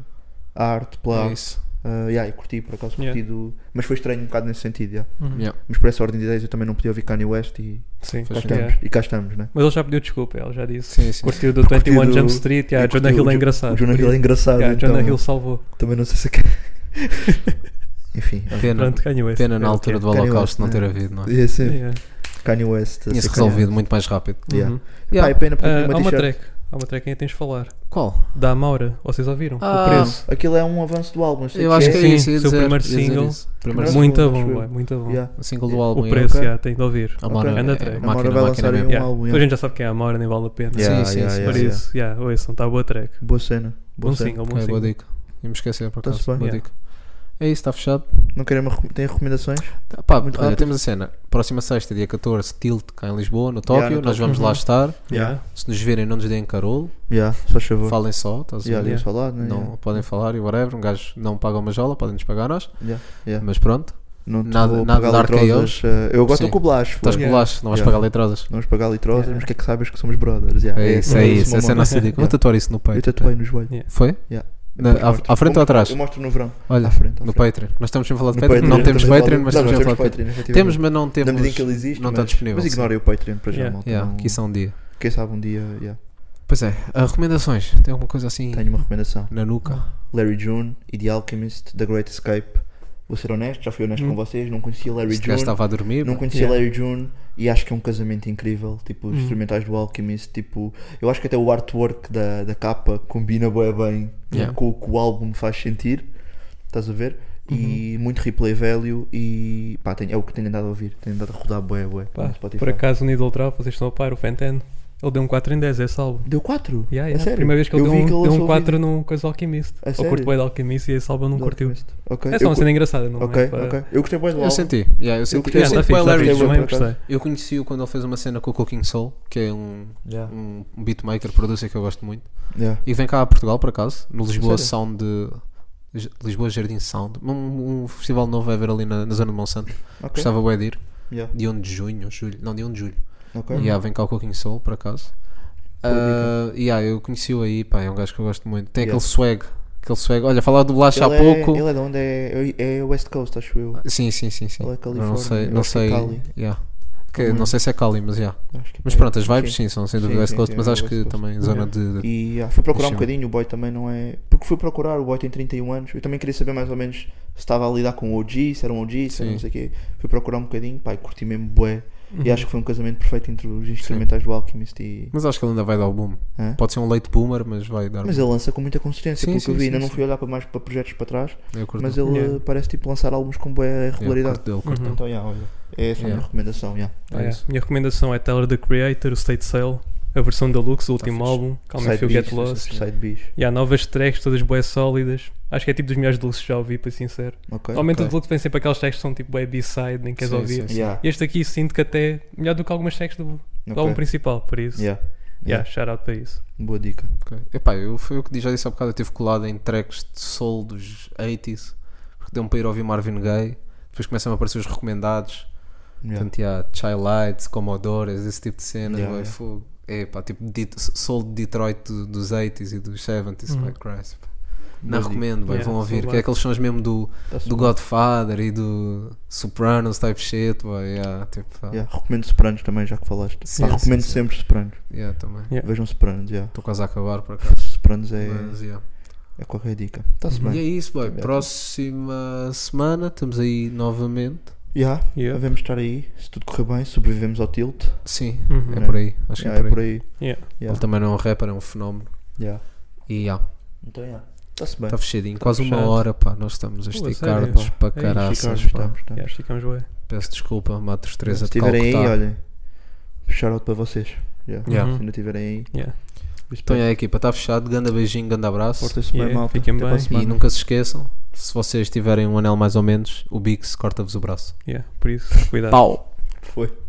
Speaker 6: a arte pela
Speaker 8: É
Speaker 6: arte.
Speaker 8: isso.
Speaker 6: Ah, yeah, eu curti, por acaso curti
Speaker 7: Yeah.
Speaker 6: do. Mas foi estranho um bocado nesse sentido. yeah.
Speaker 7: Uhum.
Speaker 8: Yeah.
Speaker 6: Mas por essa ordem de ideias eu também não podia ouvir Kanye West e
Speaker 7: Sim,
Speaker 8: Faz
Speaker 6: cá
Speaker 8: sentido.
Speaker 6: estamos,
Speaker 7: yeah.
Speaker 6: e cá estamos, né?
Speaker 7: Mas ele já pediu desculpa, ele já disse.
Speaker 8: Sim, sim.
Speaker 7: Curtiu do
Speaker 6: Curtiu
Speaker 7: 21
Speaker 6: do-
Speaker 7: Jump Street, yeah,
Speaker 6: Eu curti
Speaker 7: Jonah Hill
Speaker 6: o
Speaker 7: é
Speaker 6: Jo-
Speaker 7: engraçado.
Speaker 6: O Jonah Hill é engraçado.
Speaker 7: Yeah,
Speaker 6: então,
Speaker 7: Jonah Hill salvou.
Speaker 6: Também não sei se é que. Enfim. olha.
Speaker 8: Pena,
Speaker 7: Pronto, ganhou esse.
Speaker 8: pena na
Speaker 7: É o
Speaker 8: altura
Speaker 7: quê?
Speaker 8: do
Speaker 6: Kanye West,
Speaker 8: Holocausto não
Speaker 6: né?
Speaker 8: ter havido, não é?
Speaker 6: É sempre
Speaker 7: Yeah.
Speaker 6: Kanye West. a
Speaker 8: Tinha-se
Speaker 6: ser Kanye
Speaker 8: resolvido
Speaker 6: West.
Speaker 8: muito mais rápido.
Speaker 6: Yeah.
Speaker 7: Uhum.
Speaker 8: Yeah.
Speaker 6: Pá, é pena porque
Speaker 7: Ah,
Speaker 6: tem
Speaker 7: há
Speaker 6: uma
Speaker 7: uma
Speaker 6: t-shirt.
Speaker 7: track, há uma track em que tens de falar.
Speaker 8: Qual?
Speaker 7: Da Amaura, vocês ouviram?
Speaker 8: Ah,
Speaker 7: o preço.
Speaker 6: Aquilo é um avanço do álbum. sei
Speaker 8: Eu acho que é
Speaker 7: Sim,
Speaker 8: isso. ia
Speaker 7: seu
Speaker 8: dizer-
Speaker 7: primeiro
Speaker 8: ia dizer
Speaker 7: single.
Speaker 8: isso.
Speaker 6: Primeiro-
Speaker 8: Primeiro single.
Speaker 7: Muito
Speaker 6: acho
Speaker 7: bom,
Speaker 6: eu.
Speaker 7: ué, muito bom.
Speaker 6: Yeah.
Speaker 8: O single do
Speaker 6: Yeah.
Speaker 8: álbum.
Speaker 7: O preço,
Speaker 6: ok.
Speaker 7: yeah, tem de ouvir.
Speaker 8: A Mora
Speaker 6: Ok.
Speaker 7: Anda
Speaker 8: é,
Speaker 7: track.
Speaker 8: é
Speaker 7: A
Speaker 6: Mora
Speaker 8: máquina,
Speaker 6: vai lançar
Speaker 8: máquina
Speaker 6: aí
Speaker 8: mesmo.
Speaker 6: um
Speaker 7: Yeah.
Speaker 6: álbum.
Speaker 7: Toda a
Speaker 6: yeah.
Speaker 7: gente já sabe quem é a Amora, nem vale a pena.
Speaker 8: Yeah.
Speaker 7: Sim,
Speaker 8: sim, sim,
Speaker 7: Por
Speaker 8: yeah.
Speaker 7: isso, yeah, ouçam, está boa track.
Speaker 6: Boa cena. Boa
Speaker 7: Bom
Speaker 6: cena.
Speaker 7: single, bom
Speaker 8: É, boa
Speaker 7: single.
Speaker 8: dica. Ia-me esquecer, por
Speaker 6: Tá-se
Speaker 8: acaso.
Speaker 6: bem.
Speaker 8: Boa
Speaker 7: Yeah.
Speaker 8: dica. É isso, está fechado.
Speaker 6: Não querem uma recom- têm recomendações?
Speaker 8: Tá, pá,
Speaker 6: Muito
Speaker 8: olha,
Speaker 6: rápido.
Speaker 8: temos a cena. Próxima sexta, dia 14, Tilt, cá em Lisboa, no
Speaker 6: no
Speaker 8: Tóquio. Nós
Speaker 6: Tóquio. Uhum.
Speaker 8: vamos lá estar.
Speaker 6: Yeah.
Speaker 8: Se nos verem, não nos deem carolo.
Speaker 6: Já, se faz favor.
Speaker 8: Falem só, estás a
Speaker 6: Já,
Speaker 8: ver?
Speaker 6: deu-se ao lado, né?
Speaker 8: Não
Speaker 6: Yeah.
Speaker 8: podem falar e whatever. Um gajo não paga uma jola, podem nos pagar a nós.
Speaker 6: Yeah, yeah.
Speaker 8: Mas pronto,
Speaker 6: Não te
Speaker 8: nada-
Speaker 6: vou
Speaker 8: nada
Speaker 6: pagar
Speaker 8: de dar que a
Speaker 6: litrosas. eh, Eu agora estou
Speaker 8: Sim.
Speaker 6: com o Blas.
Speaker 8: estás
Speaker 6: foda-se.
Speaker 8: com laço, tá não vais
Speaker 6: Yeah.
Speaker 8: pagar letrosas.
Speaker 6: Não vamos pagar litrosas,
Speaker 7: Yeah.
Speaker 6: mas que é que sabes que somos brothers. yeah.
Speaker 8: É isso, é
Speaker 6: esse
Speaker 8: isso.
Speaker 6: o
Speaker 8: Essa é a
Speaker 6: meu
Speaker 8: nossa
Speaker 6: mantra.
Speaker 8: dica. Vou tatuar isso no
Speaker 6: Eu
Speaker 8: peito.
Speaker 6: tatuei no joelho.
Speaker 8: Foi?
Speaker 6: Yeah.
Speaker 8: Na- à,
Speaker 6: Depois mostro.
Speaker 8: à frente ou
Speaker 6: Eu-
Speaker 8: atrás?
Speaker 6: Eu mostro no verão.
Speaker 8: Olha,
Speaker 6: à frente, à
Speaker 8: no
Speaker 6: frente.
Speaker 8: Patreon. Nós estamos sempre a falar de
Speaker 6: No
Speaker 8: Patreon. Não
Speaker 6: Patreon, estamos
Speaker 8: temos
Speaker 6: a falar
Speaker 8: Patreon,
Speaker 6: do-
Speaker 8: mas
Speaker 6: não,
Speaker 8: estamos
Speaker 6: não
Speaker 8: a falar de
Speaker 6: temos
Speaker 8: Patreon.
Speaker 6: Patreon,
Speaker 8: Temos, mas não
Speaker 6: Na
Speaker 8: temos.
Speaker 6: medida em que ele existe,
Speaker 8: não está
Speaker 6: mas-
Speaker 8: disponível,
Speaker 6: Mas
Speaker 8: sim.
Speaker 6: ignorem o Patreon para já,
Speaker 7: Yeah.
Speaker 6: malta.
Speaker 8: Yeah,
Speaker 6: não-
Speaker 8: que isso é um dia.
Speaker 6: Quem sabe um dia. yeah.
Speaker 8: Pois é, ah, recomendações. Tem alguma coisa assim
Speaker 6: Tenho uma recomendação.
Speaker 8: na nuca?
Speaker 6: Larry June e The Alchemist, The Great Escape. Vou ser honesto, já fui honesto com vocês, não conhecia Larry
Speaker 8: Este gajo
Speaker 6: June.
Speaker 8: estava a dormir.
Speaker 6: Não
Speaker 8: pá.
Speaker 6: conhecia
Speaker 7: Hum. Yeah. Hum.
Speaker 6: Larry June e acho que é um casamento incrível. Tipo, os instrumentais do Alchemist, tipo, eu acho que até o artwork da, da capa combina bué bem
Speaker 8: Yeah.
Speaker 6: com o que o álbum faz sentir. Estás a ver?
Speaker 7: Uhum.
Speaker 6: E muito replay velho e pá, tenho- é o que tenho andado a ouvir, tenho andado a rodar bué, bué.
Speaker 7: Pá,
Speaker 6: no Spotify.
Speaker 7: por acaso, no Idol Trap, vocês estão a par, o Fenten, ele deu um 4 em 10 a esse álbum.
Speaker 6: Deu 4?
Speaker 7: Yeah,
Speaker 6: É
Speaker 7: yeah.
Speaker 6: sério?
Speaker 7: Primeira vez que ele
Speaker 6: Eu
Speaker 7: deu
Speaker 6: vi
Speaker 7: um,
Speaker 6: que ele
Speaker 7: deu um
Speaker 6: lançou o
Speaker 7: 4 num coisa alquimista.
Speaker 6: A
Speaker 7: eu
Speaker 6: sério?
Speaker 7: curto bem de alquimista e esse álbum não
Speaker 6: Do
Speaker 7: curtiu.
Speaker 6: Alchemist. Ok.
Speaker 7: É só
Speaker 6: eu,
Speaker 7: uma
Speaker 6: cu-
Speaker 7: cena engraçada, não
Speaker 6: ok,
Speaker 7: é? Pá-
Speaker 6: ok. Eu gostei bué do
Speaker 8: Eu
Speaker 6: álbum.
Speaker 8: senti. Yeah, eu senti.
Speaker 6: curti-
Speaker 8: Eu
Speaker 7: Yeah,
Speaker 6: Sim,
Speaker 7: tá
Speaker 8: senti
Speaker 7: fixe,
Speaker 8: que o
Speaker 7: tá
Speaker 8: Larry
Speaker 7: fixe,
Speaker 6: June,
Speaker 7: também
Speaker 6: por acaso.
Speaker 7: gostei.
Speaker 8: Eu conheci-o quando ele fez uma cena com o Cooking Soul, que é um,
Speaker 6: Yeah.
Speaker 8: um beatmaker, producer que eu gosto muito.
Speaker 6: Yeah.
Speaker 8: E vem cá a Portugal, por acaso, no Lisboa
Speaker 6: Sério?
Speaker 8: Sound. de- Lisboa Jardim Sound. Um, um festival novo vai haver ali na, na zona de Monsanto.
Speaker 6: Ok.
Speaker 8: Gostava bué de ir.
Speaker 6: Yeah.
Speaker 8: Dia 1 de junho, julho. Não, dia 1 de julho.
Speaker 6: Ok.
Speaker 7: Uhum.
Speaker 8: Yeah, vem cá o Cooking Soul, por acaso.
Speaker 6: Boa
Speaker 8: Ah, yeah, eu conheci-o aí, pá, é um gajo que eu gosto muito. Tem
Speaker 6: Yeah.
Speaker 8: aquele swag. Aquele swag. Olha, falar do Blash há
Speaker 6: Ele é-
Speaker 8: pouco. Ah,
Speaker 6: Ele é de onde? É, é West Coast, acho eu.
Speaker 8: Sim, sim, sim, sim.
Speaker 6: Ele é
Speaker 8: Eu não
Speaker 6: Califórnia,
Speaker 8: sei,
Speaker 6: eu
Speaker 8: não
Speaker 6: acho que é
Speaker 8: sei.
Speaker 6: Cali.
Speaker 8: yeah. Que-
Speaker 6: Hum.
Speaker 8: não sei se é Cali, mas yeah.
Speaker 6: Acho que é
Speaker 8: Mas
Speaker 6: para-
Speaker 8: pronto, as vibes
Speaker 6: sim.
Speaker 8: sim, são sem dúvida
Speaker 6: Sim,
Speaker 8: West
Speaker 6: sim,
Speaker 8: Coast,
Speaker 6: sim,
Speaker 8: mas
Speaker 6: é
Speaker 8: acho
Speaker 6: West
Speaker 8: que
Speaker 6: Coast.
Speaker 8: também zona
Speaker 7: Yeah.
Speaker 8: de. de-
Speaker 6: E ah, fui procurar um
Speaker 8: Deixa-me.
Speaker 6: bocadinho, o boy também não é. Porque fui procurar, o boy tem 31 anos. Eu também queria saber mais ou menos se estava a lidar com OG, se era um OG, se era
Speaker 8: Sim.
Speaker 6: não sei o quê. Fui procurar um bocadinho, pá, e curti mesmo bué.
Speaker 8: Uhum.
Speaker 6: E acho que foi um casamento perfeito entre os instrumentais do Alchemist e.
Speaker 8: Mas acho que ele ainda vai dar o boom.
Speaker 6: Hã?
Speaker 8: Pode ser um late boomer, mas vai dar. um
Speaker 6: Mas ele lança com muita consistência,
Speaker 8: Sim,
Speaker 6: porque
Speaker 8: sim,
Speaker 6: eu vi,
Speaker 8: sim,
Speaker 6: ainda não
Speaker 8: sim.
Speaker 6: fui olhar para mais para projetos para trás,
Speaker 8: eu curto
Speaker 6: mas
Speaker 8: dele.
Speaker 6: ele
Speaker 7: Yeah.
Speaker 6: eh, parece tipo lançar álbuns com boa
Speaker 8: Yeah,
Speaker 6: regularidade.
Speaker 8: curto dele, curto
Speaker 7: Uhum.
Speaker 8: dele.
Speaker 6: Então, yeah, olha, é essa a minha
Speaker 8: Yeah.
Speaker 6: recomendação, yeah.
Speaker 7: Ah,
Speaker 8: É
Speaker 7: é.
Speaker 8: isso.
Speaker 7: Minha recomendação é Tyler the Creator, o State Sale, a versão deluxe, o último
Speaker 8: fixe.
Speaker 7: álbum, Calm and
Speaker 6: Tá Side
Speaker 7: Feel Get
Speaker 6: Beast,
Speaker 7: Lost.
Speaker 6: Side Beast,
Speaker 7: E há novas tracks, todas boas sólidas. Acho que é tipo dos melhores deluxes que já ouvi, para ser sincero.
Speaker 6: ok?
Speaker 7: Normalmente
Speaker 8: ok.
Speaker 7: o deluxe vem sempre aquelas tracks que são tipo bem B-side, nem queres
Speaker 8: Sim,
Speaker 7: ouvir.
Speaker 8: sim, sim.
Speaker 6: Yeah,
Speaker 7: Este aqui sinto que até melhor do que algumas tracks do, do
Speaker 6: ok.
Speaker 7: álbum principal, por isso. Yeah,
Speaker 6: Yeah, yeah.
Speaker 7: shout out para isso.
Speaker 6: boa dica.
Speaker 8: Ok. Epá, eu foi o que já disse há bocado, eu estive colado em tracks de soul dos 80s, porque deu-me para ir ouvir Marvin Gaye, depois começam a aparecer os recomendados,
Speaker 6: Yeah.
Speaker 8: portanto, yeah, Child Lights, Commodores, esse tipo de cenas,
Speaker 6: Yeah,
Speaker 8: vai
Speaker 6: yeah.
Speaker 8: fogo. É pá, tipo de, soul de Detroit do- dos 80s e dos 70s, vai Christ. pá. Não
Speaker 6: Boa dica. Tá
Speaker 8: recomendo, vai,
Speaker 7: Uhum. Yeah,
Speaker 8: vão ouvir,
Speaker 7: soul
Speaker 8: que é aqueles sons mesmo do,
Speaker 6: Tá-se
Speaker 8: do
Speaker 6: bem.
Speaker 8: Godfather e do Sopranos type shit, vai, yeah, tipo, pá,
Speaker 6: Yeah, recomendo Sopranos também, já que falaste. Pá,
Speaker 8: Sim, sim,
Speaker 6: recomendo
Speaker 8: sim.
Speaker 6: sempre Sopranos.
Speaker 8: yeah, também. Estou
Speaker 7: Yeah.
Speaker 6: Vejam Sopranos, yeah.
Speaker 8: quase a acabar por acaso.
Speaker 6: Sopranos é,
Speaker 8: Mas, yeah.
Speaker 6: é qualquer dica. Está-se
Speaker 8: E é
Speaker 6: bem.
Speaker 8: isso, boy.
Speaker 6: Também é
Speaker 8: Próxima semana estamos aí novamente.
Speaker 6: Yeah.
Speaker 7: Yeah.
Speaker 6: Devemos estar aí, se tudo correr bem, sobrevivemos ao tilt.
Speaker 8: Sim,
Speaker 7: Uhum.
Speaker 8: é por aí. Acho
Speaker 6: Yeah,
Speaker 8: que
Speaker 6: é por aí.
Speaker 7: Yeah.
Speaker 8: Ele
Speaker 6: Yeah.
Speaker 8: também não é um rapper, é um fenómeno.
Speaker 6: Yeah.
Speaker 8: E já,
Speaker 6: Então, yeah. Está-se bem.
Speaker 8: está fechadinho. Quase uma
Speaker 7: fechado.
Speaker 8: hora, pá. Nós estamos a
Speaker 7: Pô, a
Speaker 8: esticar-nos
Speaker 7: sério?
Speaker 8: para
Speaker 7: É,
Speaker 8: caraças,
Speaker 6: Ficamos,
Speaker 8: pá.
Speaker 6: estamos, estamos.
Speaker 7: Yeah, esticamos bué.
Speaker 8: Peço desculpa, mato os três
Speaker 6: Se
Speaker 8: a de
Speaker 6: estiverem aí,
Speaker 8: Calcutá.
Speaker 6: olhem. Shout out para vocês. Yeah.
Speaker 8: Yeah.
Speaker 6: Se não estiverem aí,
Speaker 7: Uhum. Yeah.
Speaker 8: Então é, equipa, está fechado. Ganda beijinho, ganda abraço.
Speaker 6: portem-se bem,
Speaker 7: Yeah,
Speaker 6: malta.
Speaker 7: fiquem
Speaker 6: Até para a
Speaker 7: bem.
Speaker 6: semana.
Speaker 8: E nunca se esqueçam, se vocês tiverem um anel mais ou menos, o Bix corta-vos o braço.
Speaker 7: Yeah, por isso, cuidado.
Speaker 8: Pau!
Speaker 6: Foi.